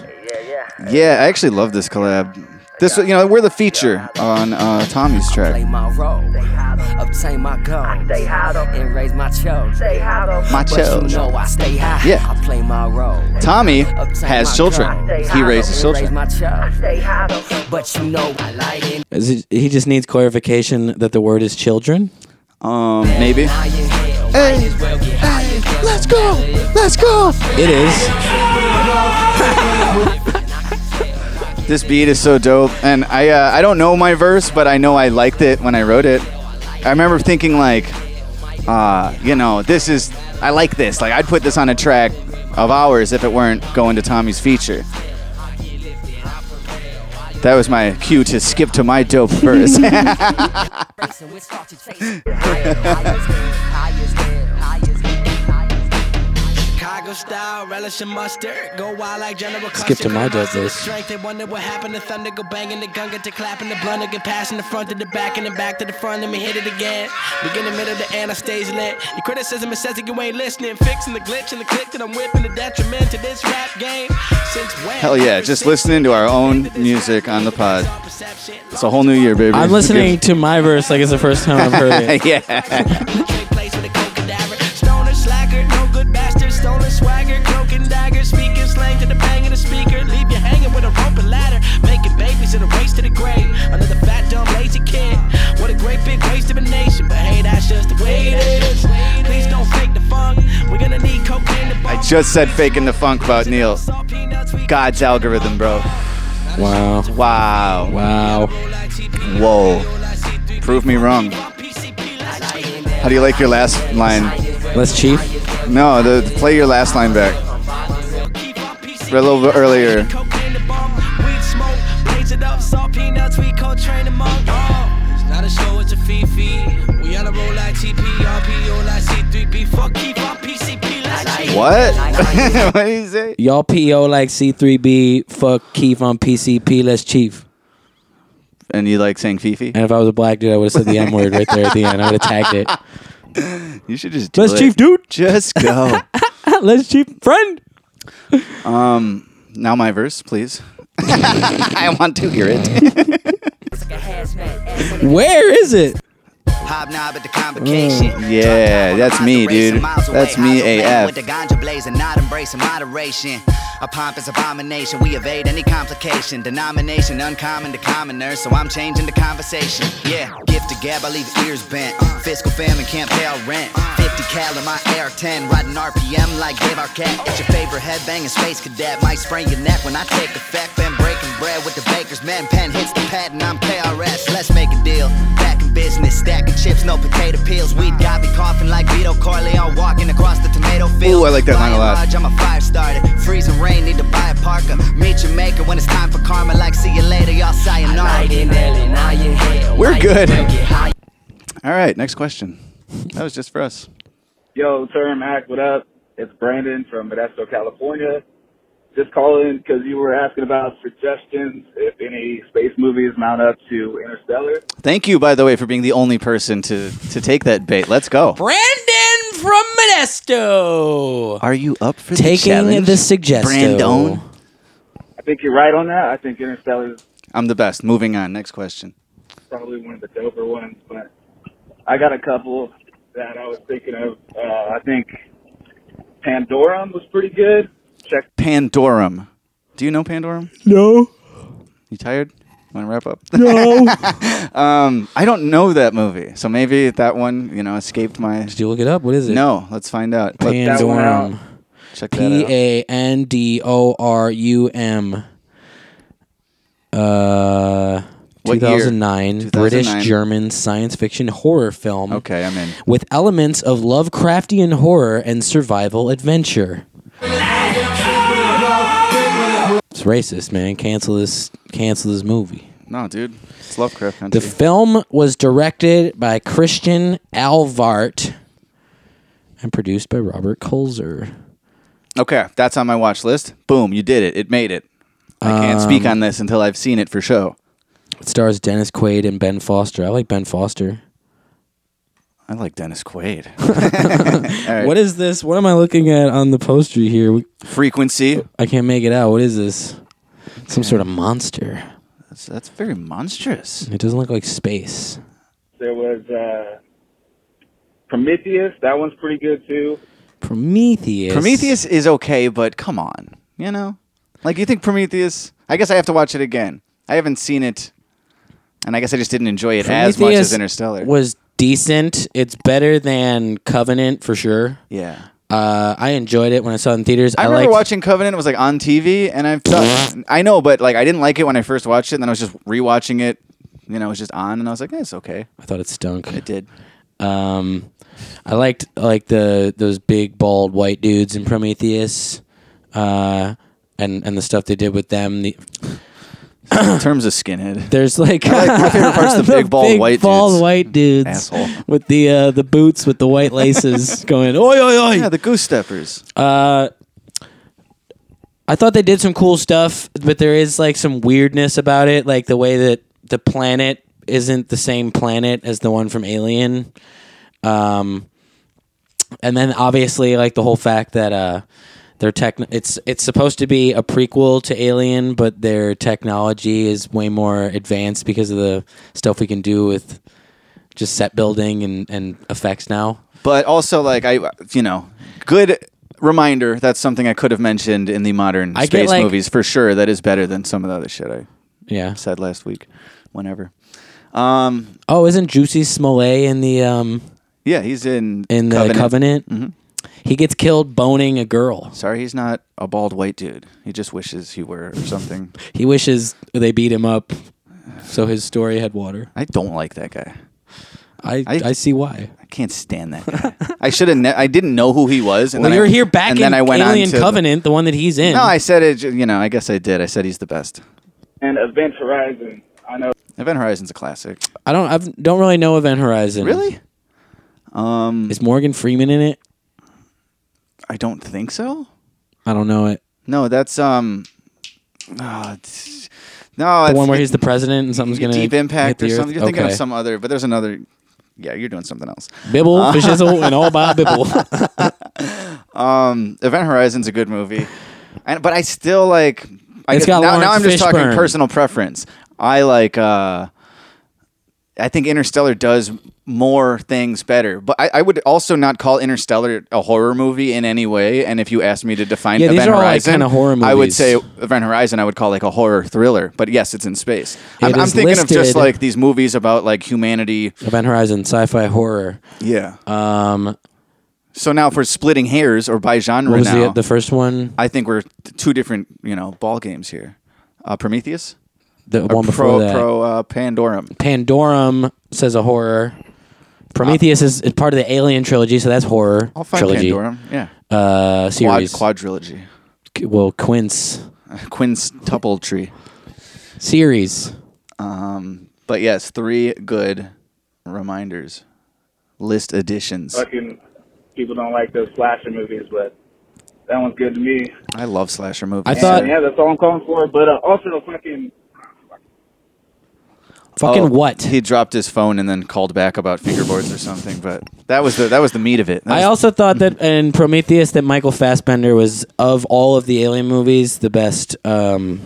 [SPEAKER 4] Yeah, I actually love this collab. This, you know, we're the feature on uh, Tommy's
[SPEAKER 18] Play
[SPEAKER 4] track.
[SPEAKER 18] my role, obtain my goals, and raise my children.
[SPEAKER 4] My
[SPEAKER 18] But
[SPEAKER 4] children.
[SPEAKER 18] you know I stay high.
[SPEAKER 4] Yeah.
[SPEAKER 18] I play my role.
[SPEAKER 4] Tommy
[SPEAKER 18] Obtain
[SPEAKER 4] has
[SPEAKER 18] my
[SPEAKER 4] children.
[SPEAKER 18] goals,
[SPEAKER 4] He raises
[SPEAKER 18] and Raise
[SPEAKER 4] children.
[SPEAKER 18] my children. But you know I like it.
[SPEAKER 3] Is it, he just needs clarification that the word is children.
[SPEAKER 4] Um, maybe.
[SPEAKER 18] Hey, hey, let's go,
[SPEAKER 4] let's go.
[SPEAKER 3] It is.
[SPEAKER 4] This beat is so dope, and I uh, I don't know my verse, but I know I liked it when I wrote it. I remember thinking like, uh, you know, this is I like this. Like I'd put this on a track of ours if it weren't going to Tommy's feature. That was my cue to skip to my dope verse.
[SPEAKER 18] Chicago style, relish and mustard. Go wild like General
[SPEAKER 3] Skip to my dope verse.
[SPEAKER 18] Strength, they wonder what happened. The thunder go banging, the gun get to clapping, the blunder get passing the front to the back and the back to the front. Let me hit it again. Begin the middle, the end, I stage lit. Your criticism it says that you ain't listening. Fixing the glitch and the click that I'm whipping, the detriment to this rap game. Since when?
[SPEAKER 4] Hell yeah, just listening to our own music on the pod. It's a whole new year, baby.
[SPEAKER 13] I'm listening to my verse like it's the first time I've heard it.
[SPEAKER 4] yeah.
[SPEAKER 18] Stoner slacker, no good bastard, stolen swagger, cloak and dagger, speaking slang to the bang of the speaker. Leave you hanging with a rope and ladder, making babies in a race to the grave. Another fat, dumb, lazy kid. What a great big waste of a nation, but hey, that's just the way it is. Please don't fake the funk. We're gonna need cocaine to
[SPEAKER 4] I just said faking the funk about Neil. God's algorithm, bro.
[SPEAKER 3] Wow.
[SPEAKER 4] Wow.
[SPEAKER 3] Wow.
[SPEAKER 4] Whoa. Prove me wrong. How do you like your last line?
[SPEAKER 3] Less chief?
[SPEAKER 4] No, the, play your last line back. Read a little bit earlier.
[SPEAKER 18] weed smoke, blaze it up, salt peanuts, we call train them up. Oh, it's not a show, it's a fee fee. We on a roll like TP, RPO like C3P. Fuck, keep on PCP like
[SPEAKER 4] What? what do you say?
[SPEAKER 3] Y'all PO like C3B. Fuck Keith on PCP. Less chief.
[SPEAKER 4] And you like saying Fifi?
[SPEAKER 3] And if I was a black dude, I would have said the M word right there at the end. I would have tagged it.
[SPEAKER 4] You should just do
[SPEAKER 3] Less
[SPEAKER 4] it.
[SPEAKER 3] chief, dude.
[SPEAKER 4] Just go.
[SPEAKER 3] Less chief, friend.
[SPEAKER 4] Um, now my verse, please. I want to hear it.
[SPEAKER 3] Where is it?
[SPEAKER 18] Hobnob at the convocation.
[SPEAKER 4] yeah, that's me, dude. That's me AF.
[SPEAKER 18] With the ganja blazing, not embracing moderation. A pompous abomination. We evade any complication. Denomination uncommon to commoner, so I'm changing the conversation. Yeah, gift to gab, I leave ears bent. Fiscal famine can't pay our rent. 50 cal in my air 10, riding RPM like Dave Arquette. It's your favorite headbanging space cadet. Might sprain your neck when I take effect. Been breaking bread with the baker's man. Pen hits the pad and I'm KRS. Let's make a deal. Back in business, stacking chips, no potato peels. Weed got me coughing like Vito Corleone walking across the tomato field.
[SPEAKER 4] Ooh, I like that line a
[SPEAKER 18] By
[SPEAKER 4] lot.
[SPEAKER 18] and large, I'm a fire starter. Freezing rain, need to buy a parka. Meet your maker when it's time for karma. Like, see you later, y'all sayonara.
[SPEAKER 4] We're good. All right, next question. That was just for us.
[SPEAKER 12] Yo, Termac, what up? It's Brandon from Modesto, California. Just calling because you were asking about suggestions if any space movies mount up to Interstellar.
[SPEAKER 4] Thank you, by the way, for being the only person to to take that bait. Let's go.
[SPEAKER 3] Brandon from Modesto.
[SPEAKER 4] Are you up for
[SPEAKER 3] Taking
[SPEAKER 4] challenge,
[SPEAKER 3] the suggesto.
[SPEAKER 4] Brandon?
[SPEAKER 12] I think you're right on that. I think Interstellar is
[SPEAKER 4] I'm the best. Moving on. Next question.
[SPEAKER 12] probably one of the doper ones, but I got a couple that I was thinking of. Uh, I think Pandorum was pretty good. Check
[SPEAKER 4] Pandorum. Do you know Pandorum?
[SPEAKER 3] No.
[SPEAKER 4] You tired? Want to wrap up?
[SPEAKER 3] No.
[SPEAKER 4] um, I don't know that movie, so maybe that one you know escaped my. Did
[SPEAKER 3] you look it up? What is it?
[SPEAKER 4] No, let's find out. Look that one out.
[SPEAKER 3] Pandorum.
[SPEAKER 4] Check that
[SPEAKER 3] P
[SPEAKER 4] out.
[SPEAKER 3] A N D O R U M. Uh.
[SPEAKER 4] What year?
[SPEAKER 3] 2009 British
[SPEAKER 4] 2009.
[SPEAKER 3] German science fiction horror film.
[SPEAKER 4] Okay, I'm in.
[SPEAKER 3] With elements of Lovecraftian horror and survival adventure. It's racist, man. Cancel this. Cancel this movie.
[SPEAKER 4] No, dude, it's Lovecraft country.
[SPEAKER 3] The film was directed by Christian Alvart and produced by Robert Colzer.
[SPEAKER 4] okay, that's on my watch list. Boom, you did it. It made it. I can't speak
[SPEAKER 3] Um,
[SPEAKER 4] on this until I've seen it for show.
[SPEAKER 3] It stars Dennis Quaid and Ben Foster. I like Ben Foster.
[SPEAKER 4] I like Dennis Quaid.
[SPEAKER 3] What is this? What am I looking at on the poster here? We-
[SPEAKER 4] Frequency.
[SPEAKER 3] I can't make it out. What is this? Some sort of monster.
[SPEAKER 4] That's, that's very monstrous.
[SPEAKER 3] It doesn't look like space.
[SPEAKER 12] There was uh, Prometheus. That one's pretty good too.
[SPEAKER 3] Prometheus.
[SPEAKER 4] Prometheus is okay, but come on, you know, like you think Prometheus. I guess I have to watch it again. I haven't seen it, and I guess I just didn't enjoy it as much as
[SPEAKER 3] Prometheus
[SPEAKER 4] Interstellar.
[SPEAKER 3] was decent. It's better than Covenant for sure.
[SPEAKER 4] Yeah.
[SPEAKER 3] Uh, I enjoyed it when I saw it in theaters.
[SPEAKER 4] I,
[SPEAKER 3] I,
[SPEAKER 4] remember
[SPEAKER 3] liked
[SPEAKER 4] watching Covenant. It was like on TV, and I've done, I know, but like I didn't like it when I first watched it. And then I was just rewatching it. You know, it was just on, and I was like, eh, it's okay.
[SPEAKER 3] I thought it stunk. It
[SPEAKER 4] did.
[SPEAKER 3] Um, I liked like the those big bald white dudes in Prometheus, uh, and and the stuff they did with them. The,
[SPEAKER 4] in terms of skinhead,
[SPEAKER 3] there's like,
[SPEAKER 4] I like- my favorite part's the big bald white
[SPEAKER 3] bald
[SPEAKER 4] dudes.
[SPEAKER 3] white dudes
[SPEAKER 4] Asshole.
[SPEAKER 3] with the uh, the boots with the white laces going oi oi oi.
[SPEAKER 4] Yeah, the goose steppers.
[SPEAKER 3] Uh, I thought they did some cool stuff, but there is like some weirdness about it, like the way that the planet isn't the same planet as the one from Alien. Um, and then obviously like the whole fact that uh, their tech it's it's supposed to be a prequel to Alien, but their technology is way more advanced because of the stuff we can do with just set building and, and effects now.
[SPEAKER 4] But also, like I, you know, good reminder. That's something I could have mentioned in the modern
[SPEAKER 3] I get,
[SPEAKER 4] space
[SPEAKER 3] like-
[SPEAKER 4] movies for sure. That is better than some of the other shit I
[SPEAKER 3] yeah
[SPEAKER 4] said last week. Whenever. Um.
[SPEAKER 3] Oh, isn't Juicy Smollett in the um?
[SPEAKER 4] Yeah, he's in
[SPEAKER 3] in the
[SPEAKER 4] Covenant. Mm-hmm.
[SPEAKER 3] Covenant. He gets killed boning a girl.
[SPEAKER 4] Sorry, he's not a bald white dude. He just wishes he were or something.
[SPEAKER 3] He wishes they beat him up, so his story had water.
[SPEAKER 4] I don't like that guy.
[SPEAKER 3] I I, see why.
[SPEAKER 4] I can't stand that guy. I should have. Ne- I didn't know who he was. And
[SPEAKER 3] well,
[SPEAKER 4] then
[SPEAKER 3] you're
[SPEAKER 4] I,
[SPEAKER 3] here back
[SPEAKER 4] and
[SPEAKER 3] in
[SPEAKER 4] then I went
[SPEAKER 3] Alien
[SPEAKER 4] on to
[SPEAKER 3] Covenant, the one that he's in.
[SPEAKER 4] No, I said it. ju- You know, I guess I did. I said he's the best.
[SPEAKER 12] And Event Horizon. I know.
[SPEAKER 4] Event Horizon's a classic.
[SPEAKER 3] I don't I don't really know Event Horizon.
[SPEAKER 4] Really? Um,
[SPEAKER 3] is Morgan Freeman in it?
[SPEAKER 4] I don't think so.
[SPEAKER 3] I don't know it.
[SPEAKER 4] No, that's um. ah, it's- no,
[SPEAKER 3] The
[SPEAKER 4] it's-
[SPEAKER 3] one where
[SPEAKER 4] it-
[SPEAKER 3] he's the president and something's gonna
[SPEAKER 4] Deep
[SPEAKER 3] hit
[SPEAKER 4] Impact
[SPEAKER 3] the
[SPEAKER 4] or
[SPEAKER 3] Earth.
[SPEAKER 4] something. You're thinking
[SPEAKER 3] Okay.
[SPEAKER 4] of some other, but there's another. Yeah, you're doing something else.
[SPEAKER 3] Bibble,
[SPEAKER 4] Uh,
[SPEAKER 3] Fishizzle, and all by Bibble.
[SPEAKER 4] um, Event Horizon's a good movie, and but I still like. I
[SPEAKER 3] It's
[SPEAKER 4] guess-
[SPEAKER 3] got
[SPEAKER 4] now, now I'm
[SPEAKER 3] Lawrence
[SPEAKER 4] just talking
[SPEAKER 3] Fishburne.
[SPEAKER 4] personal preference. I like. uh I think Interstellar does more things better, but I, I would also not call Interstellar a horror movie in any way. And if you asked me to define
[SPEAKER 3] Yeah, these
[SPEAKER 4] Event
[SPEAKER 3] are all, like,
[SPEAKER 4] Horizon,
[SPEAKER 3] kinda horror
[SPEAKER 4] I would
[SPEAKER 3] movies.
[SPEAKER 4] say Event Horizon. I would call like a horror thriller. But yes, it's in space. I'm,
[SPEAKER 3] It
[SPEAKER 4] I'm
[SPEAKER 3] is
[SPEAKER 4] thinking of just
[SPEAKER 3] listed-
[SPEAKER 4] like these movies about like humanity.
[SPEAKER 3] Event Horizon, sci-fi horror.
[SPEAKER 4] Yeah.
[SPEAKER 3] Um.
[SPEAKER 4] So now, if we're splitting hairs or by genre
[SPEAKER 3] What was
[SPEAKER 4] now,
[SPEAKER 3] the the first one?
[SPEAKER 4] I think we're t- two different, you know, ball games here. Uh, Prometheus,
[SPEAKER 3] The
[SPEAKER 4] Or
[SPEAKER 3] one before
[SPEAKER 4] pro,
[SPEAKER 3] that.
[SPEAKER 4] pro uh, Pandorum.
[SPEAKER 3] Pandorum says a horror. Prometheus is, is part of the Alien trilogy, so that's horror
[SPEAKER 4] I'll find
[SPEAKER 3] trilogy.
[SPEAKER 4] Pandorum. Yeah,
[SPEAKER 3] Uh, series.
[SPEAKER 4] quadrilogy,
[SPEAKER 3] Qu- well, Quince
[SPEAKER 4] quintuple tree
[SPEAKER 3] series.
[SPEAKER 4] Um, but yes, three good reminders, list additions.
[SPEAKER 12] Fucking people don't like those slasher movies, but that one's good to me.
[SPEAKER 4] I love slasher movies.
[SPEAKER 12] And, yeah, that's all I'm calling for. But uh, also, fucking
[SPEAKER 3] Fucking
[SPEAKER 4] what? Oh, He dropped his phone and then called back about fingerboards or something. But that was the that was the meat of it. That
[SPEAKER 3] I
[SPEAKER 4] was-
[SPEAKER 3] also thought that in Prometheus that Michael Fassbender was of all of the Alien movies the best um,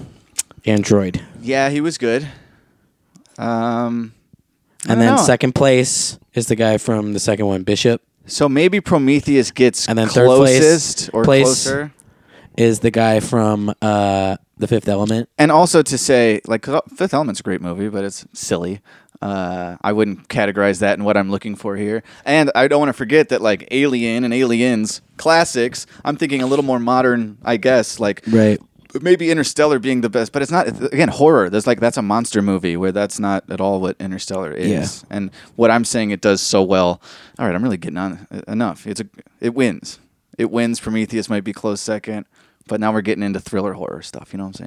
[SPEAKER 3] android,
[SPEAKER 4] yeah, he was good. Um, I don't
[SPEAKER 3] and then
[SPEAKER 4] know.
[SPEAKER 3] second place is the guy from the second one, Bishop,
[SPEAKER 4] So maybe Prometheus gets
[SPEAKER 3] and then
[SPEAKER 4] closest
[SPEAKER 3] third place,
[SPEAKER 4] or
[SPEAKER 3] place
[SPEAKER 4] closer.
[SPEAKER 3] is the guy from uh, the Fifth Element.
[SPEAKER 4] And also to say, like, 'cause uh, Fifth Element's a great movie, but it's silly. Uh, I wouldn't categorize that in what I'm looking for here. And I don't want to forget that, like, Alien and Aliens classics, I'm thinking a little more modern, I guess, like,
[SPEAKER 3] Right.
[SPEAKER 4] maybe Interstellar being the best, but it's not, again, horror. There's like, that's a monster movie where that's not at all what Interstellar is.
[SPEAKER 3] Yeah.
[SPEAKER 4] And what I'm saying it does so well. All right, I'm really getting on uh, enough. It's a, It wins. It wins. Prometheus might be close second, but now we're getting into thriller horror stuff. You know what I'm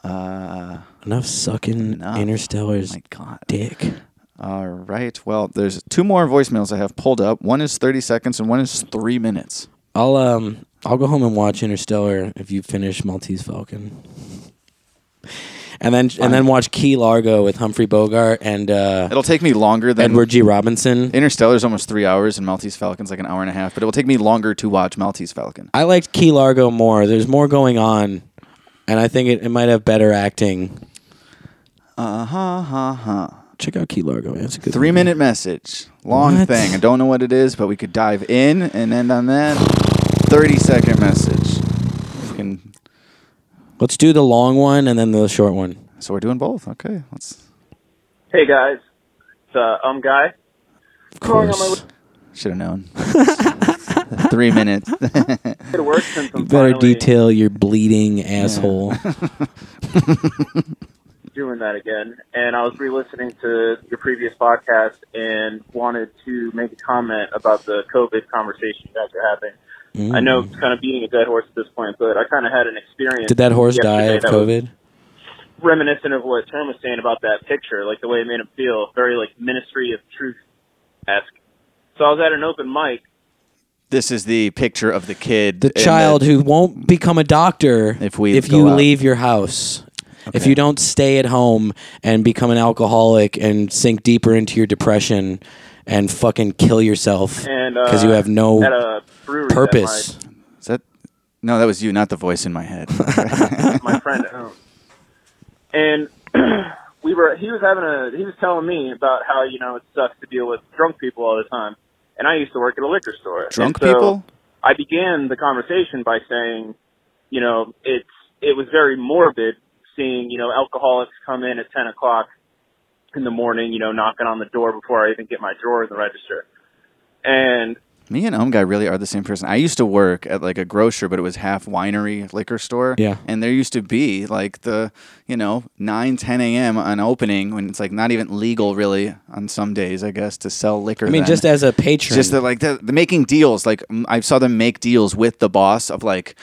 [SPEAKER 4] saying? Uh,
[SPEAKER 3] Enough sucking
[SPEAKER 4] Oh
[SPEAKER 3] Interstellar's dick.
[SPEAKER 4] all right. Well, there's two more voicemails I have pulled up. One is 30 seconds and one is three minutes.
[SPEAKER 3] I'll um I'll go home and watch Interstellar if you finish Maltese Falcon. and then and then watch Key Largo with Humphrey Bogart and uh,
[SPEAKER 4] It'll take me longer than
[SPEAKER 3] Edward G. Robinson.
[SPEAKER 4] Interstellar's almost three hours, and Maltese Falcon's like an hour and a half. But it will take me longer to watch Maltese Falcon.
[SPEAKER 3] I liked Key Largo more. There's more going on, and I think it, it might have better acting.
[SPEAKER 4] Uh huh, huh, huh.
[SPEAKER 3] Check out Key Largo, man. It's a good
[SPEAKER 4] uh-huh. Three
[SPEAKER 3] movie.
[SPEAKER 4] minute message, long
[SPEAKER 3] What?
[SPEAKER 4] thing. I don't know what it is, but we could dive in and end on that. Thirty second message. Fucking-
[SPEAKER 3] Let's do the long one and then the short one.
[SPEAKER 4] So we're doing both. Okay, let's.
[SPEAKER 16] Hey guys, it's uh, um guy.
[SPEAKER 3] Of
[SPEAKER 16] Going on my
[SPEAKER 3] course.
[SPEAKER 4] Should have known. Three minutes.
[SPEAKER 16] It works since I'm
[SPEAKER 3] You better
[SPEAKER 16] finally
[SPEAKER 3] detail your bleeding asshole.
[SPEAKER 16] doing that again. And I was re-listening to your previous podcast and wanted to make a comment about the COVID conversation you guys are having. I know it's kind of beating a dead horse at this point, but I kind of had an experience.
[SPEAKER 3] Mm. Did that horse die
[SPEAKER 16] yesterday
[SPEAKER 3] of
[SPEAKER 16] that was
[SPEAKER 3] COVID?
[SPEAKER 16] Reminiscent of what Term was saying about that picture, like the way it made him feel, very like Ministry of Truth esque. So I was at an open mic
[SPEAKER 4] This is the picture of the kid.
[SPEAKER 3] The
[SPEAKER 4] in
[SPEAKER 3] child who won't become a doctor
[SPEAKER 4] if we
[SPEAKER 3] if
[SPEAKER 4] go
[SPEAKER 3] you
[SPEAKER 4] out.
[SPEAKER 3] leave your house. If you don't stay at home and become an alcoholic and sink deeper into your depression and fucking kill yourself
[SPEAKER 16] and uh,
[SPEAKER 3] because you have
[SPEAKER 16] at
[SPEAKER 3] no
[SPEAKER 16] a brewery that
[SPEAKER 3] purpose.
[SPEAKER 4] Is that no? That was you, not the voice in my head.
[SPEAKER 16] my friend at home. And we were he was having a he was telling me about how, you know, it sucks to deal with drunk people all the time. And I used to work at a liquor store.
[SPEAKER 4] Drunk
[SPEAKER 16] And so
[SPEAKER 4] people?
[SPEAKER 16] I began the conversation by saying, you know, it's it was very morbid seeing, you know, alcoholics come in at ten o'clock in the morning, you know, knocking on the door before I even get my drawer in the register. And
[SPEAKER 4] Me and Um Guy really are the same person. I used to work at like a grocer, but it was half winery liquor store.
[SPEAKER 3] Yeah.
[SPEAKER 4] And there used to be like the, you know, 9, 10 a.m. on opening when it's like not even legal really on some days, I guess, to sell liquor.
[SPEAKER 3] I mean,
[SPEAKER 4] then.
[SPEAKER 3] just as a patron.
[SPEAKER 4] Just the, like the, the making deals. Like m- I saw them make deals with the boss of like,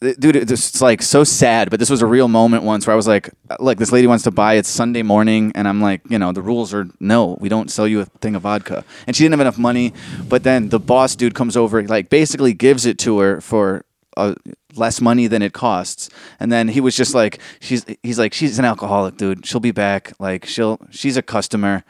[SPEAKER 4] th- dude, it- this- it's like so sad. But this was a real moment once where I was like, like this lady wants to buy. It's Sunday morning, and I'm like, you know, the rules are no, we don't sell you a thing of vodka. And she didn't have enough money. But then the boss dude comes over, like basically gives it to her for. Uh, less money than it costs and then he was just like she's he's like she's an alcoholic dude she'll be back like she'll she's a customer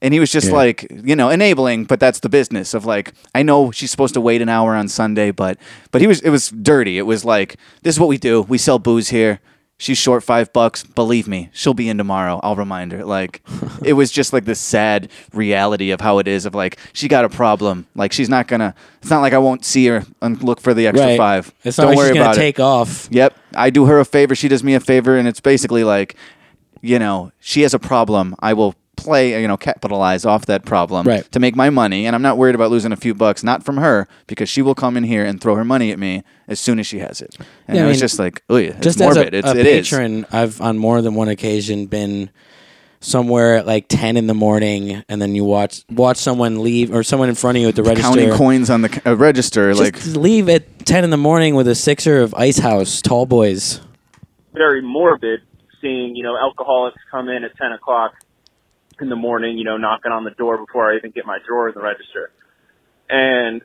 [SPEAKER 4] and he was just like, you know, enabling, but that's the business of like, I know she's supposed to wait an hour on Sunday, but but he was it was dirty. It was like, this is what we do. We sell booze here. She's short five bucks. Believe me, she'll be in tomorrow. I'll remind her. Like, it was just like this sad reality of how it is. Of like, she got a problem. Like, she's not gonna. It's not like I won't see her and look for the extra
[SPEAKER 3] Right.
[SPEAKER 4] five.
[SPEAKER 3] It's not
[SPEAKER 4] Don't
[SPEAKER 3] like she's
[SPEAKER 4] worry
[SPEAKER 3] gonna
[SPEAKER 4] about
[SPEAKER 3] take
[SPEAKER 4] it.
[SPEAKER 3] off.
[SPEAKER 4] Yep, I do her a favor. She does me a favor, and it's basically like, you know, she has a problem. I will play, you know, capitalize off that problem
[SPEAKER 3] Right.
[SPEAKER 4] to make my money, and I'm not worried about losing a few bucks, not from her, because she will come in here and throw her money at me as soon as she has it. And
[SPEAKER 3] Yeah, I
[SPEAKER 4] it was
[SPEAKER 3] mean,
[SPEAKER 4] just like, oh yeah, it's
[SPEAKER 3] just
[SPEAKER 4] morbid.
[SPEAKER 3] as a,
[SPEAKER 4] it's,
[SPEAKER 3] a
[SPEAKER 4] it is.
[SPEAKER 3] patron, I've on more than one occasion been somewhere at like ten in the morning, and then you watch watch someone leave or someone in front of you at the register
[SPEAKER 4] Counting coins on the c- uh, register,
[SPEAKER 3] Just
[SPEAKER 4] like
[SPEAKER 3] leave at ten in the morning with a sixer of Ice House Tall Boys.
[SPEAKER 16] very morbid seeing, you know, alcoholics come in at 10 o'clock in the morning, you know, knocking on the door before I even get my drawer in the register. And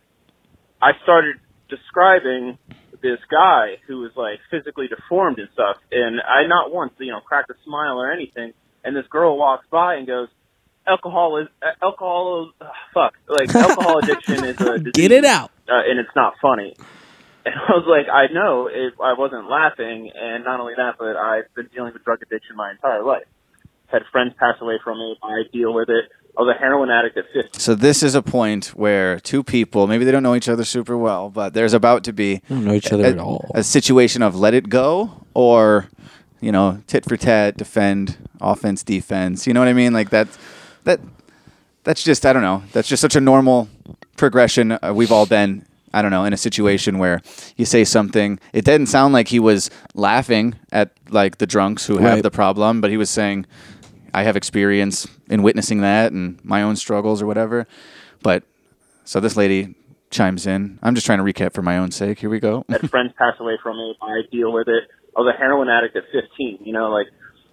[SPEAKER 16] I started describing this guy who was like physically deformed and stuff. And I not once, you know, cracked a smile or anything. And this girl walks by and goes, alcohol is, uh, alcohol, is, ugh, fuck, like alcohol addiction is a disease.
[SPEAKER 3] Get it out.
[SPEAKER 16] Uh, and it's not funny. And I was like, I know it, I wasn't laughing, and not only that, but I've been dealing with drug addiction my entire life. Had friends pass away from it. I deal with it. I was a heroin addict at 15.
[SPEAKER 4] So this is a point where two people, maybe they don't know each other super well, but there's about to be
[SPEAKER 3] don't know each other
[SPEAKER 4] a,
[SPEAKER 3] at all.
[SPEAKER 4] A situation of let it go or you know tit for tat, defend, offense, defense. You know what I mean? Like that's that that's just I don't know. That's just such a normal progression. Uh, we've all been I don't know in a situation where you say something. It didn't sound like he was laughing at like the drunks who have
[SPEAKER 3] Right.
[SPEAKER 4] the problem, but he was saying, "I have experience in witnessing that and my own struggles or whatever." But so this lady chimes in. I'm just trying to recap for my own sake. Here we go.
[SPEAKER 16] had friends pass away from it. I deal with it. I was a heroin addict at 15, you know, like,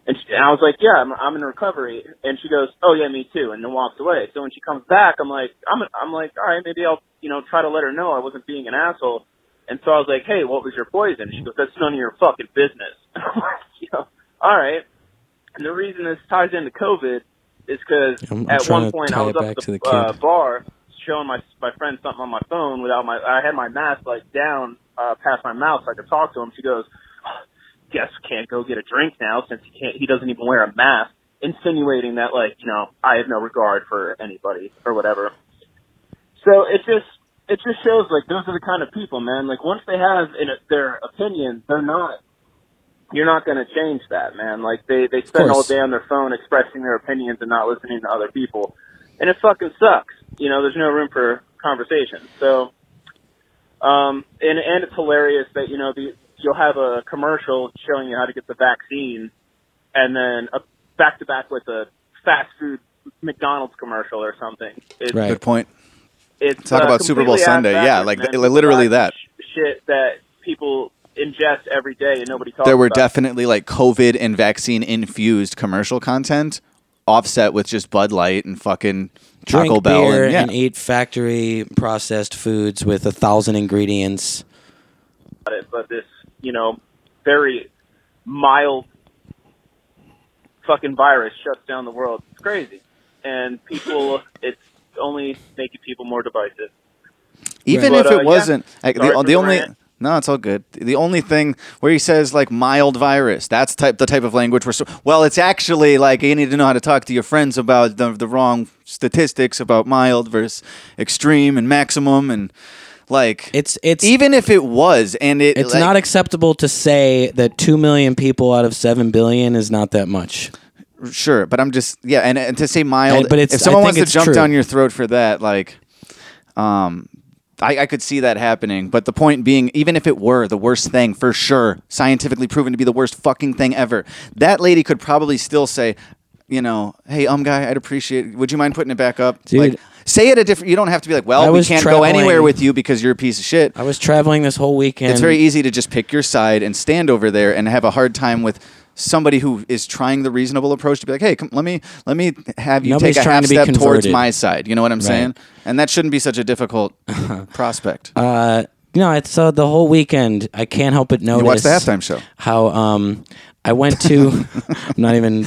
[SPEAKER 16] and, she, and I was like, yeah, I'm, I'm in recovery. And she goes, oh yeah, me too. And then walks away. So when she comes back, I'm like, I'm, I'm like, all right, maybe I'll, you know, try to let her know I wasn't being an asshole. And so I was like, hey, what was your poison? She goes, that's none of your fucking business. And I'm like, you know, all right. And the reason this ties into COVID is because
[SPEAKER 3] I'm- I'm
[SPEAKER 16] at
[SPEAKER 3] trying to
[SPEAKER 16] one point
[SPEAKER 3] tie
[SPEAKER 16] I was
[SPEAKER 3] it
[SPEAKER 16] up
[SPEAKER 3] back
[SPEAKER 16] at
[SPEAKER 3] to
[SPEAKER 16] the,
[SPEAKER 3] the
[SPEAKER 16] uh,
[SPEAKER 3] kid.
[SPEAKER 16] bar showing my my friend something on my phone without my I had my mask like down uh, past my mouth so I could talk to him. She goes, "Oh, "Guess we can't go get a drink now since he can't. He doesn't even wear a mask." Insinuating that like you know I have no regard for anybody or whatever. So it just it just shows like those are the kind of people, man. Like once they have in a, their opinion, they're not. You're not going to change that, man. Like they they spend all
[SPEAKER 3] course.
[SPEAKER 16] day on their phone expressing their opinions and not listening to other people, and it fucking sucks. You know, there's no room for conversation. So, um, and and it's hilarious that you know the you'll have a commercial showing you how to get the vaccine, and then a back to back with a fast food McDonald's commercial or something. It's,
[SPEAKER 4] Good point.
[SPEAKER 16] it's
[SPEAKER 4] Talk
[SPEAKER 16] uh,
[SPEAKER 4] about Super Bowl
[SPEAKER 16] completely
[SPEAKER 4] Sunday. Yeah,
[SPEAKER 16] ass-backwards,
[SPEAKER 4] like
[SPEAKER 16] man.
[SPEAKER 4] li- literally that.
[SPEAKER 16] shit that people ingest every day and nobody talks.
[SPEAKER 4] There were
[SPEAKER 16] about.
[SPEAKER 4] definitely like COVID and vaccine infused commercial content offset with just Bud Light and fucking
[SPEAKER 3] Drink
[SPEAKER 4] Taco Bell.
[SPEAKER 3] beer
[SPEAKER 4] and, yeah.
[SPEAKER 3] eat factory processed foods with a thousand ingredients.
[SPEAKER 16] about it, but this, you know, very mild fucking virus shuts down the world. It's crazy. And people, it's only making people more divisive.
[SPEAKER 4] Even
[SPEAKER 16] But,
[SPEAKER 4] if
[SPEAKER 16] uh,
[SPEAKER 4] it
[SPEAKER 16] yeah.
[SPEAKER 4] wasn't, like,
[SPEAKER 16] Sorry
[SPEAKER 4] the,
[SPEAKER 16] for
[SPEAKER 4] the only
[SPEAKER 16] rant.
[SPEAKER 4] no, it's all good. The only thing where he says like mild virus, that's type the type of language we're. So, well, it's actually like you need to know how to talk to your friends about the the wrong statistics about mild versus extreme and maximum and like
[SPEAKER 3] it's it's
[SPEAKER 4] even if it was and it
[SPEAKER 3] It's
[SPEAKER 4] like-
[SPEAKER 3] not acceptable to say that two million people out of seven billion is not that much.
[SPEAKER 4] sure, but I'm just yeah, and, and to say mild,
[SPEAKER 3] but it's-
[SPEAKER 4] if someone
[SPEAKER 3] I
[SPEAKER 4] wants
[SPEAKER 3] think
[SPEAKER 4] to
[SPEAKER 3] it's
[SPEAKER 4] jump
[SPEAKER 3] true.
[SPEAKER 4] down your throat for that, like, um, I, I could see that happening. But the point being, even if it were the worst thing for sure, scientifically proven to be the worst fucking thing ever, that lady could probably still say, you know, hey, um, guy, I'd appreciate. Would you mind putting it back up,
[SPEAKER 3] Dude.
[SPEAKER 4] Like, say it a different. You don't have to be like,
[SPEAKER 3] I
[SPEAKER 4] well, we
[SPEAKER 3] was
[SPEAKER 4] can't go
[SPEAKER 3] traveling-
[SPEAKER 4] anywhere with you because you're a piece of shit.
[SPEAKER 3] I was traveling this whole weekend.
[SPEAKER 4] It's very easy to just pick your side and stand over there and have a hard time with somebody who is trying the reasonable approach to be like, hey, come, let me let me have you
[SPEAKER 3] Nobody's
[SPEAKER 4] take a
[SPEAKER 3] trying
[SPEAKER 4] half
[SPEAKER 3] to be
[SPEAKER 4] step towards
[SPEAKER 3] converted.
[SPEAKER 4] my side. You know what I'm
[SPEAKER 3] Right.
[SPEAKER 4] saying? And that shouldn't be such a difficult prospect.
[SPEAKER 3] Uh, no, it's uh, the whole weekend. I can't help but notice.
[SPEAKER 4] watched the halftime show.
[SPEAKER 3] How um, I went to. I'm not even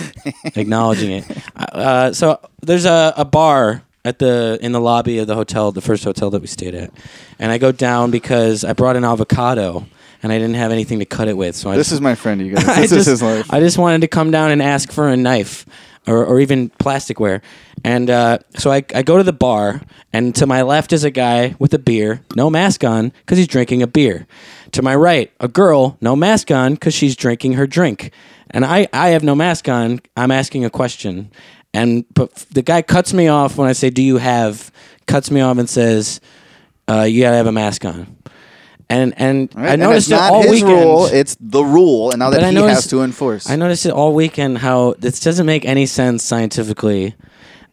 [SPEAKER 3] acknowledging it. Uh, so there's a, a bar at the in the lobby of the hotel, the first hotel that we stayed at, and I go down because I brought an avocado and I didn't have anything to cut it with. So I
[SPEAKER 4] This
[SPEAKER 3] just-
[SPEAKER 4] is my friend, you guys.
[SPEAKER 3] I
[SPEAKER 4] This is
[SPEAKER 3] just-
[SPEAKER 4] his life.
[SPEAKER 3] I just wanted to come down and ask for a knife or, or even plasticware. And uh, so I, I go to the bar, and to my left is a guy with a beer, no mask on, because he's drinking a beer. To my right, a girl, no mask on, because she's drinking her drink. And I, I have no mask on. I'm asking a question. And but f- the guy cuts me off when I say, Do you have? Cuts me off and says, uh, You got to have a mask on. And, and
[SPEAKER 4] Right?
[SPEAKER 3] I
[SPEAKER 4] And
[SPEAKER 3] noticed
[SPEAKER 4] it's not
[SPEAKER 3] it all
[SPEAKER 4] his
[SPEAKER 3] weekend.
[SPEAKER 4] rule; it's the rule, and now that
[SPEAKER 3] But I
[SPEAKER 4] he has
[SPEAKER 3] noticed-
[SPEAKER 4] to enforce.
[SPEAKER 3] I noticed it all weekend how this doesn't make any sense scientifically.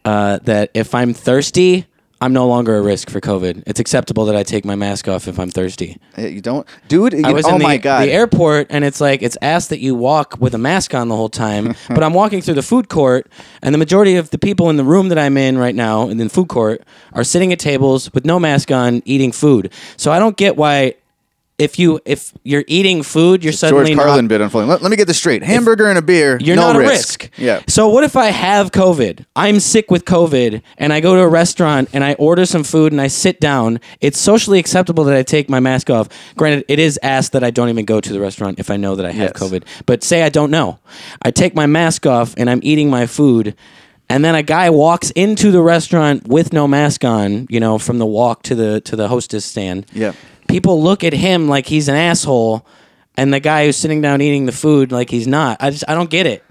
[SPEAKER 3] Uh, that if I'm thirsty, I'm no longer a risk for COVID. It's acceptable that I take my mask off if I'm thirsty.
[SPEAKER 4] you don't, dude.
[SPEAKER 3] I
[SPEAKER 4] you-
[SPEAKER 3] was
[SPEAKER 4] oh
[SPEAKER 3] in the,
[SPEAKER 4] my God.
[SPEAKER 3] the airport, and it's like it's asked that you walk with a mask on the whole time. but I'm walking through the food court, and the majority of the people in the room that I'm in right now, in the food court, are sitting at tables with no mask on, eating food. So I don't get why. If you if you're eating food, you're suddenly
[SPEAKER 4] George
[SPEAKER 3] not-
[SPEAKER 4] Carlin bit unfolding. Let, let me get this straight: hamburger and a beer.
[SPEAKER 3] you're
[SPEAKER 4] no
[SPEAKER 3] not a
[SPEAKER 4] risk.
[SPEAKER 3] risk.
[SPEAKER 4] Yeah.
[SPEAKER 3] So what if I have COVID? I'm sick with COVID, and I go to a restaurant and I order some food and I sit down. It's socially acceptable that I take my mask off. Granted, it is asked that I don't even go to the restaurant if I know that I have
[SPEAKER 4] Yes.
[SPEAKER 3] COVID. But say I don't know, I take my mask off and I'm eating my food. And then a guy walks into the restaurant with no mask on, you know, from the walk to the to the hostess stand
[SPEAKER 4] Yeah.
[SPEAKER 3] people look at him like he's an asshole and the guy who's sitting down eating the food like he's not i just i don't get it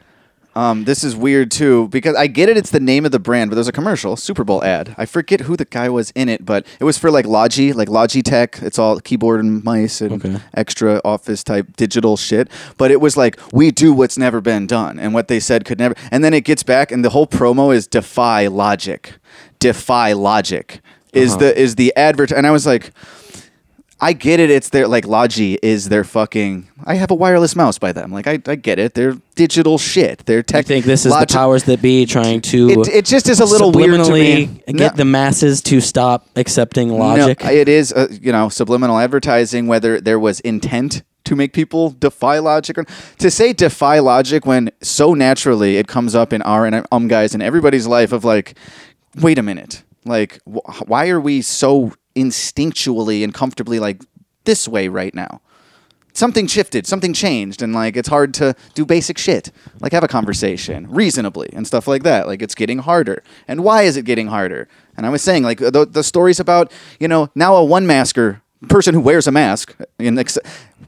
[SPEAKER 4] Um, this is weird too because I get it. It's the name of the brand, but there's a commercial, Super Bowl ad. I forget who the guy was in it, but it was for like Logi, like Logitech. It's all keyboard and mice and extra office type digital shit. But it was like we do what's never been done, and what they said could never. And then it gets back, and the whole promo is defy logic, defy logic is
[SPEAKER 19] Uh-huh.
[SPEAKER 4] the is the advert. And I was like, I get it. It's their like Logi is their fucking. I have a wireless mouse by them. Like I, I get it. They're digital shit. They're tech.
[SPEAKER 3] i think this is
[SPEAKER 4] Logi-
[SPEAKER 3] the powers that be trying to
[SPEAKER 4] It- it just is a little weird to
[SPEAKER 3] subliminally
[SPEAKER 4] me.
[SPEAKER 3] get the masses to stop accepting logic
[SPEAKER 4] No, it is uh, you know subliminal advertising. Whether there was intent to make people defy logic? Or, to say defy logic when so naturally it comes up in our and um guys and everybody's life of like, wait a minute, like wh- why are we so instinctually and comfortably like this way right now? Something shifted, something changed, and like it's hard to do basic shit, like have a conversation reasonably and stuff like that. Like it's getting harder, and why is it getting harder? And I was saying like the, the stories about you know now a one masker person who wears a mask in ex-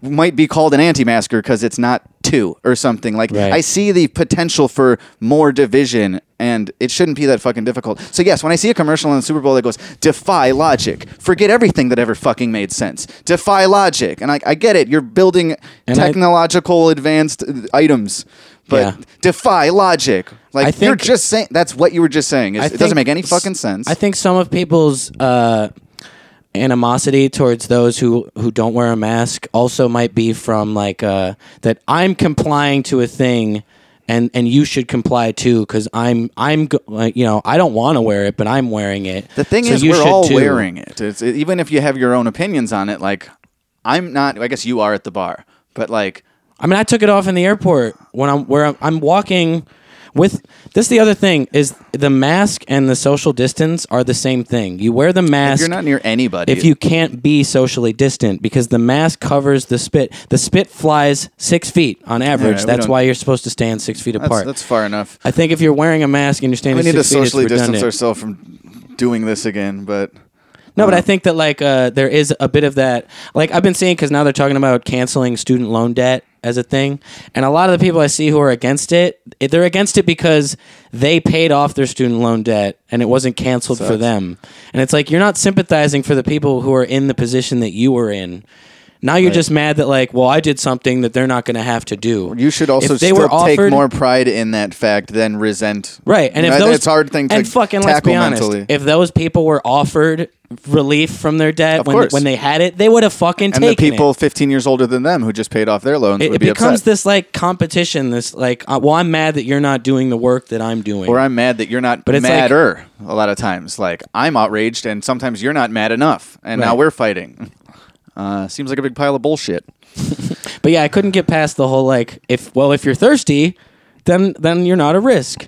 [SPEAKER 4] might be called an anti-masker because it's not two or something like i see the potential for more division and it shouldn't be that fucking difficult so yes when i see a commercial in the super bowl that goes defy logic forget everything that ever fucking made sense defy logic and i, I get it you're building
[SPEAKER 3] And I-
[SPEAKER 4] technological advanced uh, items but
[SPEAKER 3] Yeah.
[SPEAKER 4] defy logic like
[SPEAKER 3] I
[SPEAKER 4] you're
[SPEAKER 3] think-
[SPEAKER 4] just saying that's what you were just saying It's-
[SPEAKER 3] I
[SPEAKER 4] it doesn't
[SPEAKER 3] think
[SPEAKER 4] make any
[SPEAKER 3] s-
[SPEAKER 4] fucking sense
[SPEAKER 3] I think some of people's uh, animosity towards those who, who don't wear a mask also might be from like uh, that I'm complying to a thing. And, and you should comply too, because I'm I'm go- like, you know I don't want to wear it, but I'm wearing it.
[SPEAKER 4] The thing
[SPEAKER 3] So
[SPEAKER 4] is,
[SPEAKER 3] you
[SPEAKER 4] we're
[SPEAKER 3] should
[SPEAKER 4] all
[SPEAKER 3] too.
[SPEAKER 4] wearing it. It's, even if you have your own opinions on it, like I'm not. I guess you are at the bar, but like
[SPEAKER 3] I mean, I took it off in the airport when I'm where I'm, I'm walking with. This is the other thing is the mask and the social distance are the same thing. You wear the mask.
[SPEAKER 4] if you're not near anybody,
[SPEAKER 3] If you can't be socially distant, because the mask covers the spit, the spit flies six feet on average.
[SPEAKER 4] we
[SPEAKER 3] That's
[SPEAKER 4] don't-
[SPEAKER 3] why you're supposed to stand six feet
[SPEAKER 4] that's,
[SPEAKER 3] apart.
[SPEAKER 4] that's far enough.
[SPEAKER 3] I think if you're wearing a mask and you're
[SPEAKER 4] We
[SPEAKER 3] standing,
[SPEAKER 4] need to
[SPEAKER 3] six feet, it's
[SPEAKER 4] socially distance
[SPEAKER 3] redundant.
[SPEAKER 4] ourselves from doing this again, but
[SPEAKER 3] No,
[SPEAKER 4] Uh-huh.
[SPEAKER 3] but I think that like uh, there is a bit of that. Like I've been seeing because now they're talking about canceling student loan debt as a thing, and a lot of the people I see who are against it, they're against it because they paid off their student loan debt and it wasn't canceled for
[SPEAKER 13] Sucks.
[SPEAKER 3] them. And it's like you're not sympathizing for the people who are in the position that you were in. Now you're
[SPEAKER 4] Right.
[SPEAKER 3] just mad that like, well, I did something that they're not going to have to do.
[SPEAKER 4] you should also
[SPEAKER 3] If they
[SPEAKER 4] still
[SPEAKER 3] were
[SPEAKER 4] take
[SPEAKER 3] offered-
[SPEAKER 4] more pride in that fact than resent.
[SPEAKER 3] Right, and if
[SPEAKER 4] I-
[SPEAKER 3] those
[SPEAKER 4] it's a hard thing to
[SPEAKER 3] and fucking
[SPEAKER 4] tackle
[SPEAKER 3] let's be honest,
[SPEAKER 4] mentally.
[SPEAKER 3] if those people were offered relief from their debt
[SPEAKER 4] Of
[SPEAKER 3] when,
[SPEAKER 4] course.
[SPEAKER 3] when they had it, they would have fucking
[SPEAKER 4] and the
[SPEAKER 3] taken
[SPEAKER 4] people
[SPEAKER 3] it.
[SPEAKER 4] 15 years older than them who just paid off their loans
[SPEAKER 3] It,
[SPEAKER 4] would
[SPEAKER 3] it
[SPEAKER 4] be
[SPEAKER 3] becomes
[SPEAKER 4] upset.
[SPEAKER 3] this like competition. This like, uh, well, I'm mad that you're not doing the work that I'm doing.
[SPEAKER 4] Or I'm mad that you're not
[SPEAKER 3] But it's like-
[SPEAKER 4] madder a lot of times. Like I'm outraged and sometimes you're not mad enough and now
[SPEAKER 3] Right.
[SPEAKER 4] we're fighting. Uh, seems like a big pile of bullshit.
[SPEAKER 3] But yeah, I couldn't get past the whole like, if well, if you're thirsty, then then you're not a risk.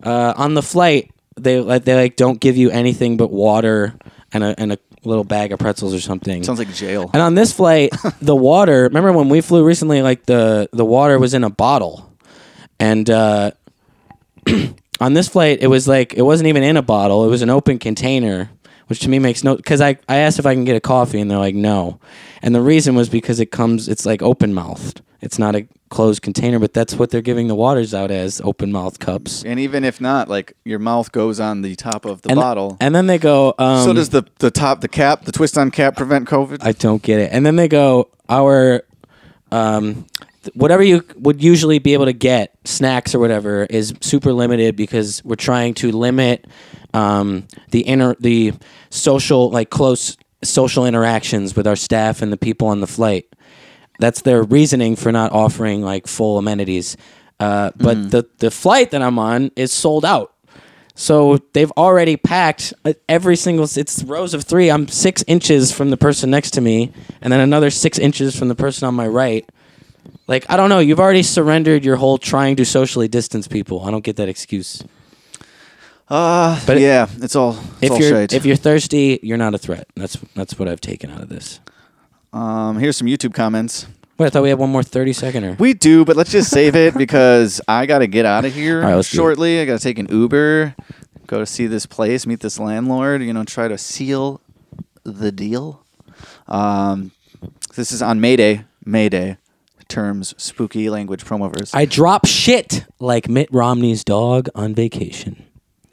[SPEAKER 3] Uh, on the flight, they like they like don't give you anything but water and a and a little bag of pretzels or something.
[SPEAKER 4] Sounds like jail.
[SPEAKER 3] And on this flight, the water. Remember when we flew recently? Like the the water was in a bottle, and uh, on this flight, it was like it wasn't even in a bottle. It was an open container, which to me makes no. Because I I asked if I can get a coffee, and they're like no, and the reason was because it comes. It's like open mouthed. It's not a closed container, but that's what they're giving the waters out as open mouth cups.
[SPEAKER 4] And even if not, like your mouth goes on the top of the
[SPEAKER 3] and,
[SPEAKER 4] bottle.
[SPEAKER 3] And then they go. Um,
[SPEAKER 4] so does the the top, the cap, the twist on cap prevent COVID?
[SPEAKER 3] I don't get it. And then they go, our um, th- whatever you would usually be able to get, snacks or whatever, is super limited because we're trying to limit um, the inner the social like close social interactions with our staff and the people on the flight. That's their reasoning for not offering like full amenities. Uh, but the the flight that I'm on is sold out. So they've already packed uh, every single. It's rows of three. I'm six inches from the person next to me, and then another six inches from the person on my right. Like I don't know. You've already surrendered your whole trying to socially distance people. I don't get that excuse.
[SPEAKER 4] Uh, but yeah, it's all it's
[SPEAKER 3] if
[SPEAKER 4] all
[SPEAKER 3] you're
[SPEAKER 4] shite.
[SPEAKER 3] if you're thirsty, you're not a threat. That's that's what I've taken out of this.
[SPEAKER 4] um, here's some YouTube comments.
[SPEAKER 3] Wait, I thought we had one more thirty seconder.
[SPEAKER 4] We do, but let's just save it because I got to get out of here
[SPEAKER 3] All right, let's do it.
[SPEAKER 4] shortly. I got to take an Uber, go to see this place, meet this landlord, you know, try to seal the deal. Um, this is on Mayday. Mayday. Terms, spooky language promo verse.
[SPEAKER 3] I drop shit like Mitt Romney's dog on vacation.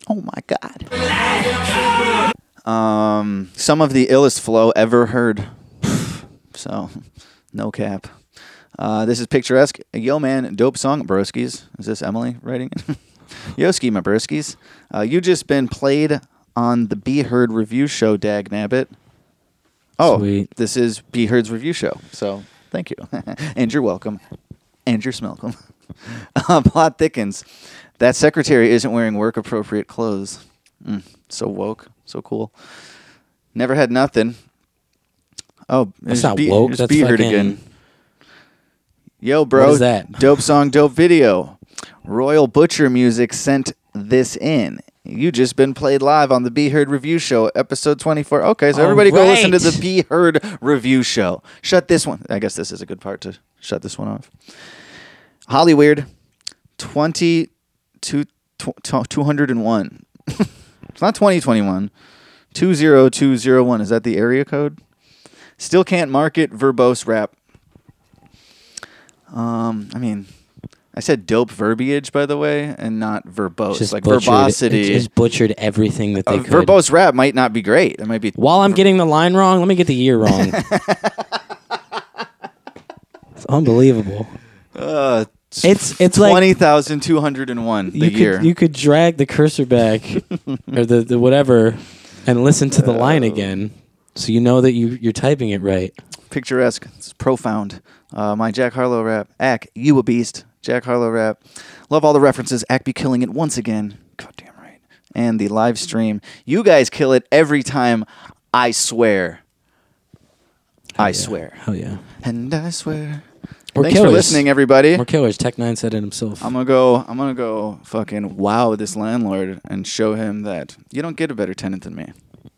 [SPEAKER 4] Oh my god. Um, some of the illest flow ever heard. so, no cap. Uh, this is picturesque. Yo, man, dope song, broskies. Is this Emily writing? it? Yoski, my broskies. Uh, you just been played on the Be Heard review show, Dag Nabbit. Oh, this is Be Heard's review show. So, thank you. and you're welcome. And you're smelcome. uh, plot thickens. That secretary isn't wearing work appropriate clothes. Mm, so woke. So cool. Never had nothing. Oh,
[SPEAKER 3] That's
[SPEAKER 4] it's
[SPEAKER 3] not
[SPEAKER 4] be,
[SPEAKER 3] woke.
[SPEAKER 4] It's
[SPEAKER 3] That's
[SPEAKER 4] be heard
[SPEAKER 3] fucking-
[SPEAKER 4] again. Yo, bro.
[SPEAKER 3] What is that?
[SPEAKER 4] Dope song, dope video. Royal Butcher Music sent this in. You just been played live on the Be Heard Review Show, episode 24. Okay, so
[SPEAKER 3] All
[SPEAKER 4] everybody go listen to
[SPEAKER 3] right.
[SPEAKER 4] the Be Heard Review Show. Shut this one. I guess this is a good part to shut this one off. Hollyweird, 20, two, tw- tw- 201. it's not 2021. 20201. Is that the area code? Still can't market verbose rap. Um, I mean, I said dope verbiage, by the way, and not verbose.
[SPEAKER 3] Just
[SPEAKER 4] like
[SPEAKER 3] butchered-
[SPEAKER 4] verbosity. Uh,
[SPEAKER 3] it Just butchered everything that they
[SPEAKER 4] A
[SPEAKER 3] could.
[SPEAKER 4] verbose rap might not be great. It might be.
[SPEAKER 3] While I'm getting the line wrong, let me get the year wrong. it's unbelievable.
[SPEAKER 4] Uh,
[SPEAKER 3] It's- it's like-
[SPEAKER 4] twenty thousand two hundred and one the
[SPEAKER 3] you
[SPEAKER 4] year.
[SPEAKER 3] could you could drag the cursor back or the, the whatever and listen to the
[SPEAKER 4] Oh.
[SPEAKER 3] line again, so you know that you you're typing it right.
[SPEAKER 4] picturesque. It's profound. Uh, my Jack Harlow rap. Ack, you a beast. Jack Harlow rap. Love all the references. Ack be killing it once again. God damn right. And the live stream. You guys kill it every time. I swear. I swear.
[SPEAKER 3] Hell yeah.
[SPEAKER 4] And I swear.
[SPEAKER 3] We're
[SPEAKER 4] Thanks
[SPEAKER 3] killers.
[SPEAKER 4] for listening, everybody.
[SPEAKER 3] We're killers. Tech Nine said it himself.
[SPEAKER 4] I'm gonna go. I'm gonna go. Fucking wow this landlord and show him that you don't get a better tenant than me.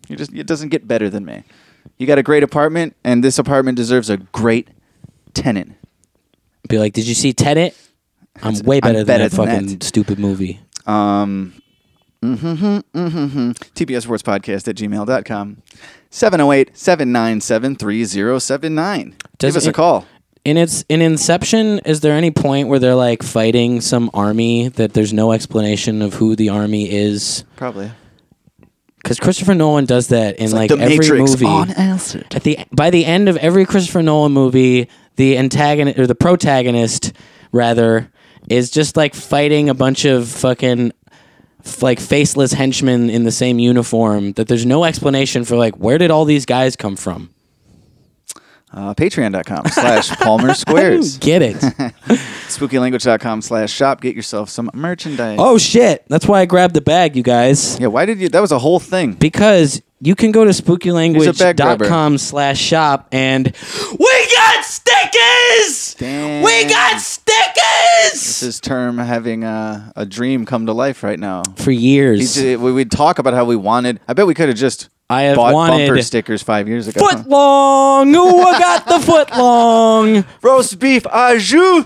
[SPEAKER 4] You just it doesn't get better than me. You got a great apartment, and this apartment deserves a great tenant.
[SPEAKER 3] Be like, did you see Tenet? I'm way better than
[SPEAKER 4] better
[SPEAKER 3] that
[SPEAKER 4] than
[SPEAKER 3] fucking stupid movie.
[SPEAKER 4] Um, mhm, mhm. TPS Sports Podcast at gmail.com. 708 797 3079. Give
[SPEAKER 3] Doesn't
[SPEAKER 4] us a
[SPEAKER 3] it-
[SPEAKER 4] call.
[SPEAKER 3] In its in Inception, is there any point where they're like fighting some army that there's no explanation of who the army is?
[SPEAKER 4] Probably.
[SPEAKER 3] Because Christopher Nolan does that in
[SPEAKER 4] It's
[SPEAKER 3] like,
[SPEAKER 4] like The
[SPEAKER 3] every
[SPEAKER 4] Matrix
[SPEAKER 3] movie.
[SPEAKER 4] unanswered.
[SPEAKER 3] At the by the end of every Christopher Nolan movie, the antagonist or the protagonist rather is just like fighting a bunch of fucking f- like faceless henchmen in the same uniform that there's no explanation for like where did all these guys come from?
[SPEAKER 4] Uh, Patreon.com slash Palmer Squares.
[SPEAKER 3] Get it.
[SPEAKER 4] SpookyLanguage.com slash shop. Get yourself some merchandise.
[SPEAKER 3] Oh shit! That's why I grabbed the bag, you guys.
[SPEAKER 4] Yeah, why did you? That was a whole thing.
[SPEAKER 3] Because you can go to
[SPEAKER 4] bag grabber.
[SPEAKER 3] spookylanguage.com slash shop and we got stickers. We got stickers.
[SPEAKER 4] This is term having a, a dream come to life right now.
[SPEAKER 3] For years.
[SPEAKER 4] He ju- we would talk about how we wanted. I bet we could have just
[SPEAKER 3] I have
[SPEAKER 4] bought
[SPEAKER 3] wanted
[SPEAKER 4] bumper stickers Uh-huh. five years ago.
[SPEAKER 3] foot long. Ooh, I got the foot long.
[SPEAKER 4] Roast beef au jus.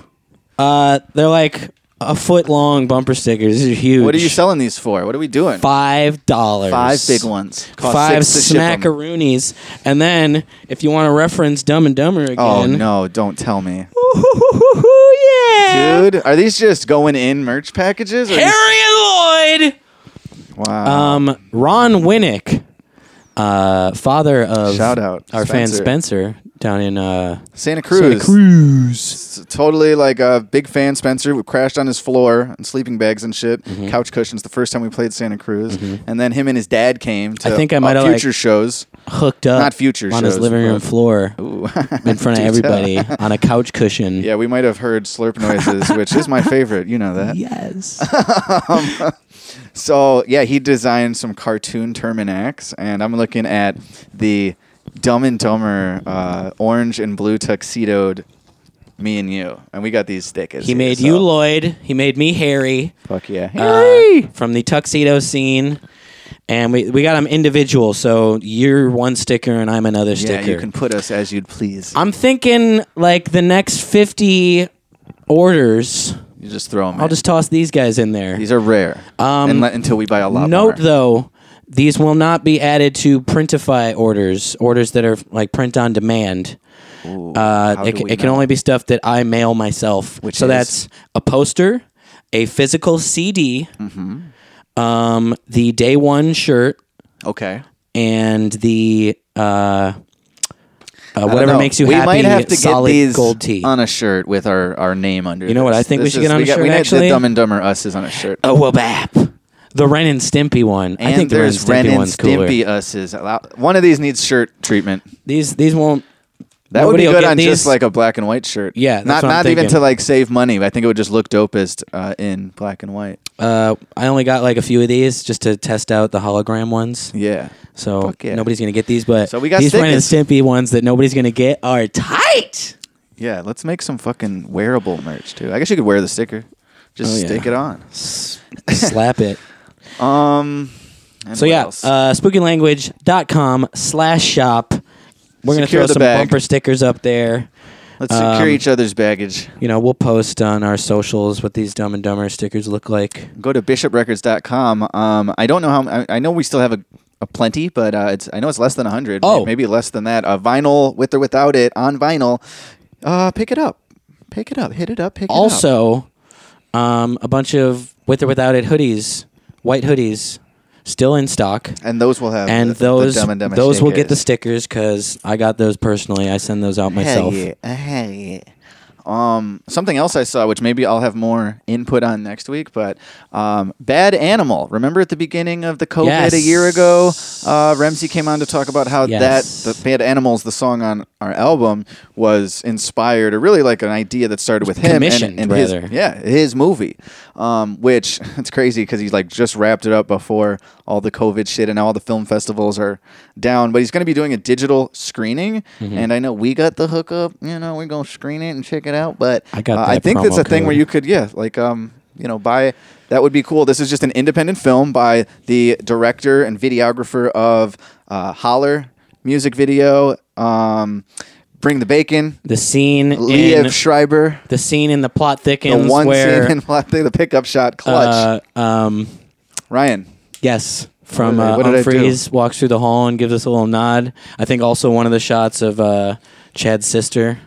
[SPEAKER 3] Uh, they're like a foot long bumper stickers. These are huge.
[SPEAKER 4] What are you selling these for? What are we doing?
[SPEAKER 3] Five dollars.
[SPEAKER 4] Five big ones. Cost
[SPEAKER 3] Five
[SPEAKER 4] six to ship 'em.
[SPEAKER 3] smackaroonies. And then if you want to reference Dumb and Dumber again.
[SPEAKER 4] Oh no! Don't tell me,
[SPEAKER 3] yeah.
[SPEAKER 4] dude. Are these just going in merch packages? Or
[SPEAKER 3] Harry Lloyd.
[SPEAKER 4] wow.
[SPEAKER 3] Um, Ron Winnick, uh, father of
[SPEAKER 4] Shout out,
[SPEAKER 3] our fan Spencer down in uh,
[SPEAKER 4] Santa Cruz.
[SPEAKER 3] Cruz.
[SPEAKER 4] S- Totally like a big fan. Spencer who crashed on his floor and sleeping bags and shit,
[SPEAKER 3] Mm-hmm.
[SPEAKER 4] couch cushions. The first time we played Santa Cruz, and then him and his dad came to
[SPEAKER 3] I think I
[SPEAKER 4] uh,
[SPEAKER 3] might have, like,
[SPEAKER 4] future shows.
[SPEAKER 3] hooked up
[SPEAKER 4] Not future
[SPEAKER 3] on his
[SPEAKER 4] shows,
[SPEAKER 3] living room
[SPEAKER 4] but-
[SPEAKER 3] floor in front of
[SPEAKER 4] Do tell.
[SPEAKER 3] everybody on a couch cushion.
[SPEAKER 4] Yeah, we might have heard slurp noises, which is my favorite. You know that.
[SPEAKER 3] Yes.
[SPEAKER 4] So yeah, he designed some cartoon Terminax, and I'm looking at the Dumb and Dumber uh, orange and blue tuxedoed me and you, and we got these stickers.
[SPEAKER 3] He
[SPEAKER 4] here,
[SPEAKER 3] made
[SPEAKER 4] so-
[SPEAKER 3] you Lloyd. He made me Harry.
[SPEAKER 4] Fuck yeah,
[SPEAKER 3] uh, from the tuxedo scene. And we, we got them individual, so you're one sticker and I'm another
[SPEAKER 4] yeah.
[SPEAKER 3] sticker.
[SPEAKER 4] You can put us as you'd please.
[SPEAKER 3] I'm thinking like the next 50 orders.
[SPEAKER 4] You just throw them.
[SPEAKER 3] I'll just toss these guys in there.
[SPEAKER 4] These are rare.
[SPEAKER 3] Um,
[SPEAKER 4] Unle- until we buy a lot
[SPEAKER 3] Note
[SPEAKER 4] more.
[SPEAKER 3] though, these will not be added to printify orders, orders that are like print on demand. uh,
[SPEAKER 4] how
[SPEAKER 3] it,
[SPEAKER 4] do
[SPEAKER 3] ca-
[SPEAKER 4] we
[SPEAKER 3] it can
[SPEAKER 4] know?
[SPEAKER 3] only be stuff that I mail myself.
[SPEAKER 4] Which
[SPEAKER 3] so
[SPEAKER 4] is?
[SPEAKER 3] that's a poster, a physical CD,
[SPEAKER 4] Mm-hmm.
[SPEAKER 3] um, the day one shirt,
[SPEAKER 4] Okay.
[SPEAKER 3] and the uh, uh,
[SPEAKER 4] I don't
[SPEAKER 3] whatever
[SPEAKER 4] know.
[SPEAKER 3] makes you
[SPEAKER 4] we
[SPEAKER 3] happy.
[SPEAKER 4] might have to get
[SPEAKER 3] solid
[SPEAKER 4] these
[SPEAKER 3] gold tee.
[SPEAKER 4] on a shirt with our, our name under.
[SPEAKER 3] You know what
[SPEAKER 4] this.
[SPEAKER 3] I think we
[SPEAKER 4] This
[SPEAKER 3] should
[SPEAKER 4] is-
[SPEAKER 3] get on
[SPEAKER 4] we
[SPEAKER 3] a
[SPEAKER 4] got-
[SPEAKER 3] shirt,
[SPEAKER 4] We need
[SPEAKER 3] actually?
[SPEAKER 4] the Dumb and Dumber Us is on a shirt.
[SPEAKER 3] Oh well, bap. The Ren and Stimpy one.
[SPEAKER 4] And
[SPEAKER 3] I think the Ren and
[SPEAKER 4] there's
[SPEAKER 3] Stimpy
[SPEAKER 4] Ren and
[SPEAKER 3] one's cooler.
[SPEAKER 4] Stimpy Us's. One of these needs shirt treatment.
[SPEAKER 3] These these won't.
[SPEAKER 4] That
[SPEAKER 3] Nobody
[SPEAKER 4] would
[SPEAKER 3] will
[SPEAKER 4] be good
[SPEAKER 3] get
[SPEAKER 4] on
[SPEAKER 3] these.
[SPEAKER 4] just like a black and white shirt.
[SPEAKER 3] Yeah, that's
[SPEAKER 4] not
[SPEAKER 3] what I'm
[SPEAKER 4] not even
[SPEAKER 3] thinking.
[SPEAKER 4] to like save money. But I think it would just look dopest uh, in black and white.
[SPEAKER 3] Uh, I only got like a few of these just to test out the hologram ones.
[SPEAKER 4] Yeah.
[SPEAKER 3] So
[SPEAKER 4] Fuck yeah.
[SPEAKER 3] nobody's gonna get these, but
[SPEAKER 4] So we got
[SPEAKER 3] these Ren and
[SPEAKER 4] stickers.
[SPEAKER 3] Stimpy ones that nobody's gonna get are tight.
[SPEAKER 4] Yeah, let's make some fucking wearable merch too. I guess you could wear the sticker. Just
[SPEAKER 3] Oh, yeah.
[SPEAKER 4] stick it on.
[SPEAKER 3] Slap it.
[SPEAKER 4] Um. and
[SPEAKER 3] so
[SPEAKER 4] what
[SPEAKER 3] yeah,
[SPEAKER 4] else?
[SPEAKER 3] uh, spookylanguage.com slash shop. We're gonna
[SPEAKER 4] Secure
[SPEAKER 3] throw
[SPEAKER 4] the
[SPEAKER 3] some
[SPEAKER 4] bag.
[SPEAKER 3] bumper stickers up there.
[SPEAKER 4] Let's
[SPEAKER 3] uh, um,
[SPEAKER 4] secure each other's baggage.
[SPEAKER 3] You know, we'll post on our socials what these Dumb and Dumber stickers look like.
[SPEAKER 4] go to bishoprecords.com. Um, I don't know how. I, I know we still have a, a plenty, but uh, it's I know it's less than hundred. Oh, maybe less than that. A vinyl with or without it on vinyl. Uh, pick it up. Pick it up. Hit it up. Pick it up.
[SPEAKER 3] also, um, a bunch of with or without it hoodies, white hoodies, still in stock.
[SPEAKER 4] And those will have
[SPEAKER 3] and
[SPEAKER 4] the- the
[SPEAKER 3] those
[SPEAKER 4] Dumb and Dumber
[SPEAKER 3] those will get the
[SPEAKER 4] stickers.
[SPEAKER 3] stickers because I got those personally. I send those out myself.
[SPEAKER 4] Hell yeah. Uh, Hell yeah. Um, something else I saw, which maybe I'll have more input on next week, but um, Bad Animal. Remember at the beginning of the COVID a year ago, uh, Ramsey came on to talk about how
[SPEAKER 3] Yes.
[SPEAKER 4] that the Bad Animals, the song on our album, was inspired, or really like an idea that started with him
[SPEAKER 3] Commissioned,
[SPEAKER 4] and, and his,
[SPEAKER 3] rather.
[SPEAKER 4] yeah, his movie. Um, which it's crazy because he's like just wrapped it up before all the COVID shit and all the film festivals are down. But he's going to be doing a digital screening,
[SPEAKER 3] Mhm.
[SPEAKER 4] and I know we got the hookup. You know, we're going to screen it and check it out. But
[SPEAKER 3] I got
[SPEAKER 4] uh, I
[SPEAKER 3] that
[SPEAKER 4] think that's
[SPEAKER 3] promo
[SPEAKER 4] a thing where
[SPEAKER 3] code.
[SPEAKER 4] you could, yeah, like um, you know, buy. That would be cool. This is just an independent film by the director and videographer of uh, Holler music video. Um, Bring the bacon.
[SPEAKER 3] The scene.
[SPEAKER 4] Liev
[SPEAKER 3] in-
[SPEAKER 4] Schreiber.
[SPEAKER 3] The scene in the plot
[SPEAKER 4] The
[SPEAKER 3] thickens.
[SPEAKER 4] one
[SPEAKER 3] where,
[SPEAKER 4] scene in Black Thing, the pickup shot clutch.
[SPEAKER 3] Uh, um,
[SPEAKER 4] Ryan.
[SPEAKER 3] Yes, from
[SPEAKER 4] did I-
[SPEAKER 3] uh,
[SPEAKER 4] what did I do?
[SPEAKER 3] Humphreys walks through the hall and gives us a little nod. I think also one of the shots of uh, Chad's sister.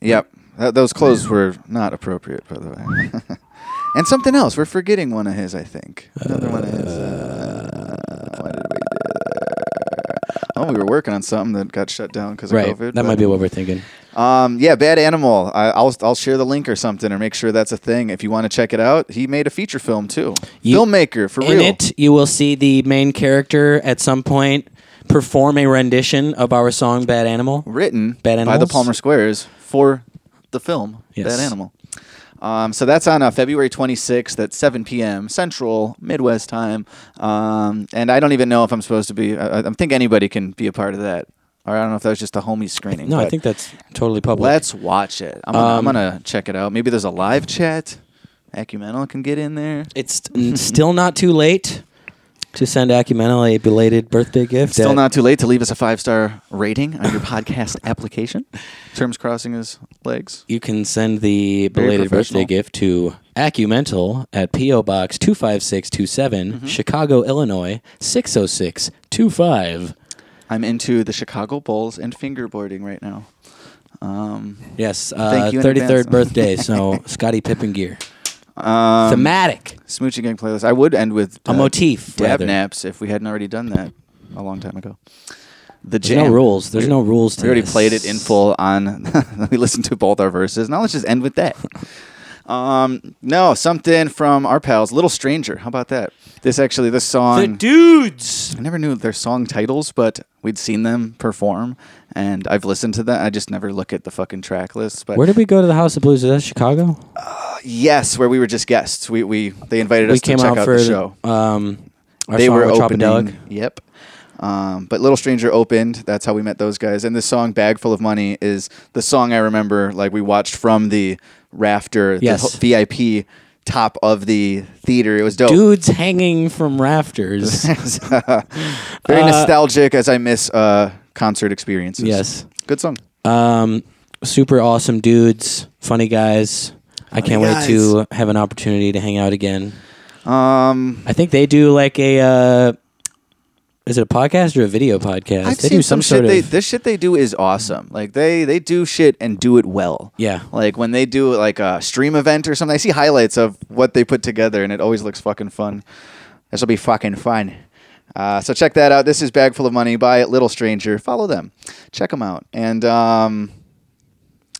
[SPEAKER 4] Yep. Th- those clothes were not appropriate, by the way. and something else. We're forgetting one of his, I think. Another one of his. Uh, why did we do- Oh, we were working on something that got shut down because of
[SPEAKER 3] Right, that
[SPEAKER 4] COVID. but-
[SPEAKER 3] might be what we're thinking.
[SPEAKER 4] Um, yeah, Bad Animal. I, I'll I'll share the link or something, or make sure that's a thing if you want to check it out. He made a feature film too.
[SPEAKER 3] You-
[SPEAKER 4] Filmmaker for
[SPEAKER 3] In
[SPEAKER 4] real.
[SPEAKER 3] it, you will see the main character at some point perform a rendition of our song "Bad Animal,"
[SPEAKER 4] written
[SPEAKER 3] "Bad
[SPEAKER 4] by
[SPEAKER 3] Animals"
[SPEAKER 4] the Palmer Squares for the film
[SPEAKER 3] Yes.
[SPEAKER 4] Bad Animal. Um, so that's on uh, February 26th at 7 p.m. Central Midwest time. Um, and I don't even know if I'm supposed to be. I, I think anybody can be a part of that. Or I don't know if that was just a homie screening.
[SPEAKER 3] No, I
[SPEAKER 4] but
[SPEAKER 3] think that's totally public.
[SPEAKER 4] Let's watch it. I'm gonna, I'm
[SPEAKER 3] Um,
[SPEAKER 4] gonna check it out. Maybe there's a live chat. Acumenal can get in there.
[SPEAKER 3] It's N- Still not too late to send Acumenal a belated birthday gift.
[SPEAKER 4] Still
[SPEAKER 3] at-
[SPEAKER 4] not too late to leave us a five star rating on your podcast application. Terms crossing his legs.
[SPEAKER 3] You can send the
[SPEAKER 4] Very
[SPEAKER 3] belated
[SPEAKER 4] professional.
[SPEAKER 3] birthday gift to Acumental at P.O. Box 25627,
[SPEAKER 4] Mm-hmm.
[SPEAKER 3] Chicago, Illinois 60625.
[SPEAKER 4] I'm into the Chicago Bulls and fingerboarding right now. Um,
[SPEAKER 3] Yes, uh,
[SPEAKER 4] thank you in
[SPEAKER 3] 33rd
[SPEAKER 4] advance.
[SPEAKER 3] birthday, so Scotty Pippen gear.
[SPEAKER 4] um,
[SPEAKER 3] Thematic.
[SPEAKER 4] Smoochie Gang playlist. I would end with uh,
[SPEAKER 3] A motif,
[SPEAKER 4] dab
[SPEAKER 3] rather.
[SPEAKER 4] naps if we hadn't already done that a long time ago. The
[SPEAKER 3] There's no
[SPEAKER 4] jam.
[SPEAKER 3] rules. There's
[SPEAKER 4] We-
[SPEAKER 3] no rules to
[SPEAKER 4] We already
[SPEAKER 3] this.
[SPEAKER 4] played it in full on. we listened to both our verses. Now let's just end with that. Um, no, something from our pals, Little Stranger. How about that? This actually, this song.
[SPEAKER 3] The dudes.
[SPEAKER 4] I never knew their song titles, but we'd seen them perform, and I've listened to them. I just never look at the fucking track lists. But
[SPEAKER 3] Where did we go to the House of Blues? Is that Chicago?
[SPEAKER 4] yes, where we were just guests. We we they invited
[SPEAKER 3] we
[SPEAKER 4] us
[SPEAKER 3] came
[SPEAKER 4] to check
[SPEAKER 3] out
[SPEAKER 4] out,
[SPEAKER 3] for
[SPEAKER 4] the show.
[SPEAKER 3] Um, our
[SPEAKER 4] they
[SPEAKER 3] song
[SPEAKER 4] were
[SPEAKER 3] with
[SPEAKER 4] opening.
[SPEAKER 3] Tropodelic.
[SPEAKER 4] Yep. Um, but Little Stranger opened. That's how we met those guys. And this song, "Bag Full of Money," is the song I remember. Like we watched from the rafter, the
[SPEAKER 3] Yes.
[SPEAKER 4] ho- VIP top of the theater. It was dope.
[SPEAKER 3] Dudes hanging from rafters.
[SPEAKER 4] Very
[SPEAKER 3] Uh,
[SPEAKER 4] nostalgic, as I miss uh, concert experiences.
[SPEAKER 3] Yes.
[SPEAKER 4] Good song.
[SPEAKER 3] Um, super awesome dudes, funny guys. I
[SPEAKER 4] Funny
[SPEAKER 3] can't
[SPEAKER 4] guys.
[SPEAKER 3] wait to have an opportunity to hang out again.
[SPEAKER 4] Um,
[SPEAKER 3] I think they do like a uh, is it a podcast or a video podcast?
[SPEAKER 4] I've
[SPEAKER 3] they
[SPEAKER 4] seen
[SPEAKER 3] do some,
[SPEAKER 4] shit.
[SPEAKER 3] sort
[SPEAKER 4] they,
[SPEAKER 3] of
[SPEAKER 4] this shit they do is awesome. Like they they do shit and do it well.
[SPEAKER 3] yeah.
[SPEAKER 4] Like when they do like a stream event or something, I see highlights of what they put together, and it always looks fucking fun. This will be fucking fun. Uh, so check that out. This is Bag Full of Money by Little Stranger. Follow them, check them out, and um,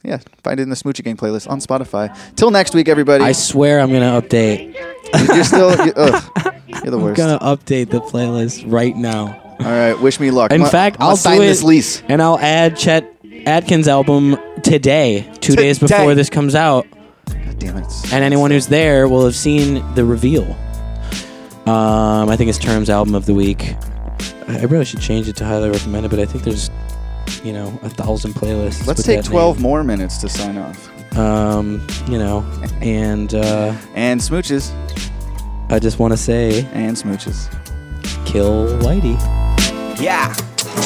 [SPEAKER 4] yeah, find it in the Smoochie Gang playlist on Spotify. Till next week, everybody.
[SPEAKER 3] I swear I'm gonna update.
[SPEAKER 4] You're still you ugh, you're the
[SPEAKER 3] I'm
[SPEAKER 4] worst.
[SPEAKER 3] gonna update the playlist right now.
[SPEAKER 4] All right, wish me luck.
[SPEAKER 3] In
[SPEAKER 4] Ma-
[SPEAKER 3] fact,
[SPEAKER 4] I'ma
[SPEAKER 3] I'll
[SPEAKER 4] sign
[SPEAKER 3] do it,
[SPEAKER 4] this lease.
[SPEAKER 3] and I'll add Chet Atkins' album today, two days
[SPEAKER 4] Today.
[SPEAKER 3] before this comes out.
[SPEAKER 4] God damn it.
[SPEAKER 3] and anyone who's there will have seen the reveal. Um, I think it's Terms album of the week. I I really should change it to highly recommended, but I think there's you know, a thousand playlists.
[SPEAKER 4] Let's
[SPEAKER 3] with
[SPEAKER 4] take
[SPEAKER 3] that
[SPEAKER 4] 12 more minutes to sign off.
[SPEAKER 3] name. Um, you know, and uh,
[SPEAKER 4] and smooches.
[SPEAKER 3] I just want to say
[SPEAKER 4] and smooches.
[SPEAKER 3] Kill Whitey.
[SPEAKER 19] Yeah.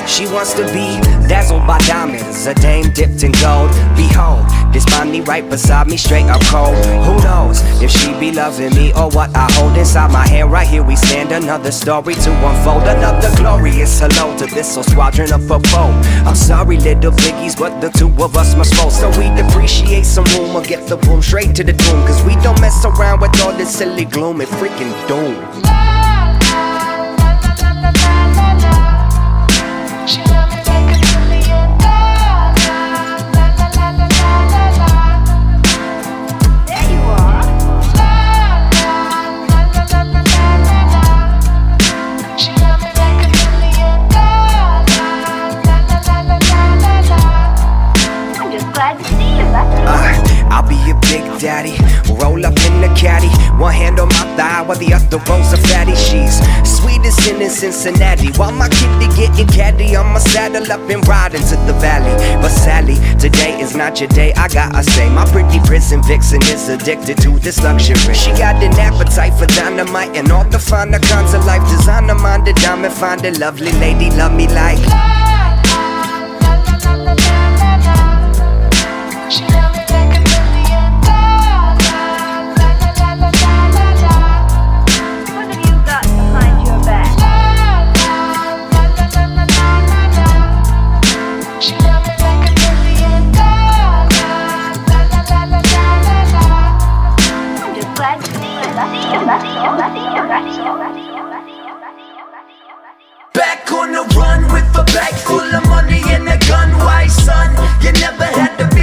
[SPEAKER 19] She wants to be dazzled by diamonds, a dame dipped in gold. Behold, this me right beside me, straight up cold. Who knows if she be loving me or what I hold inside my hand? Right here we stand, another story to unfold, another glorious hello to this whole squadron of a foe. I'm sorry, little biggies, but the two of us must fold. So we depreciate some room or get the boom straight to the doom, cause we don't mess around with all this silly gloom and freaking doom.
[SPEAKER 11] I'm just glad to see you.
[SPEAKER 19] Uh, I'll be your big daddy. Roll up in the caddy. One hand on my thigh while the other rolls a fatty. She's sweetest in in Cincinnati. While my kitty getting caddy, I'ma saddle up and ride into the valley. But Sally, today is not your day. I gotta say, my pretty prison vixen is addicted to this luxury. She got an appetite for dynamite and all the finer kinds of life. Designer minded diamond, find a lovely lady, love me like.
[SPEAKER 20] Back on the run with a bag full of money and a gun. Why, son? You never had to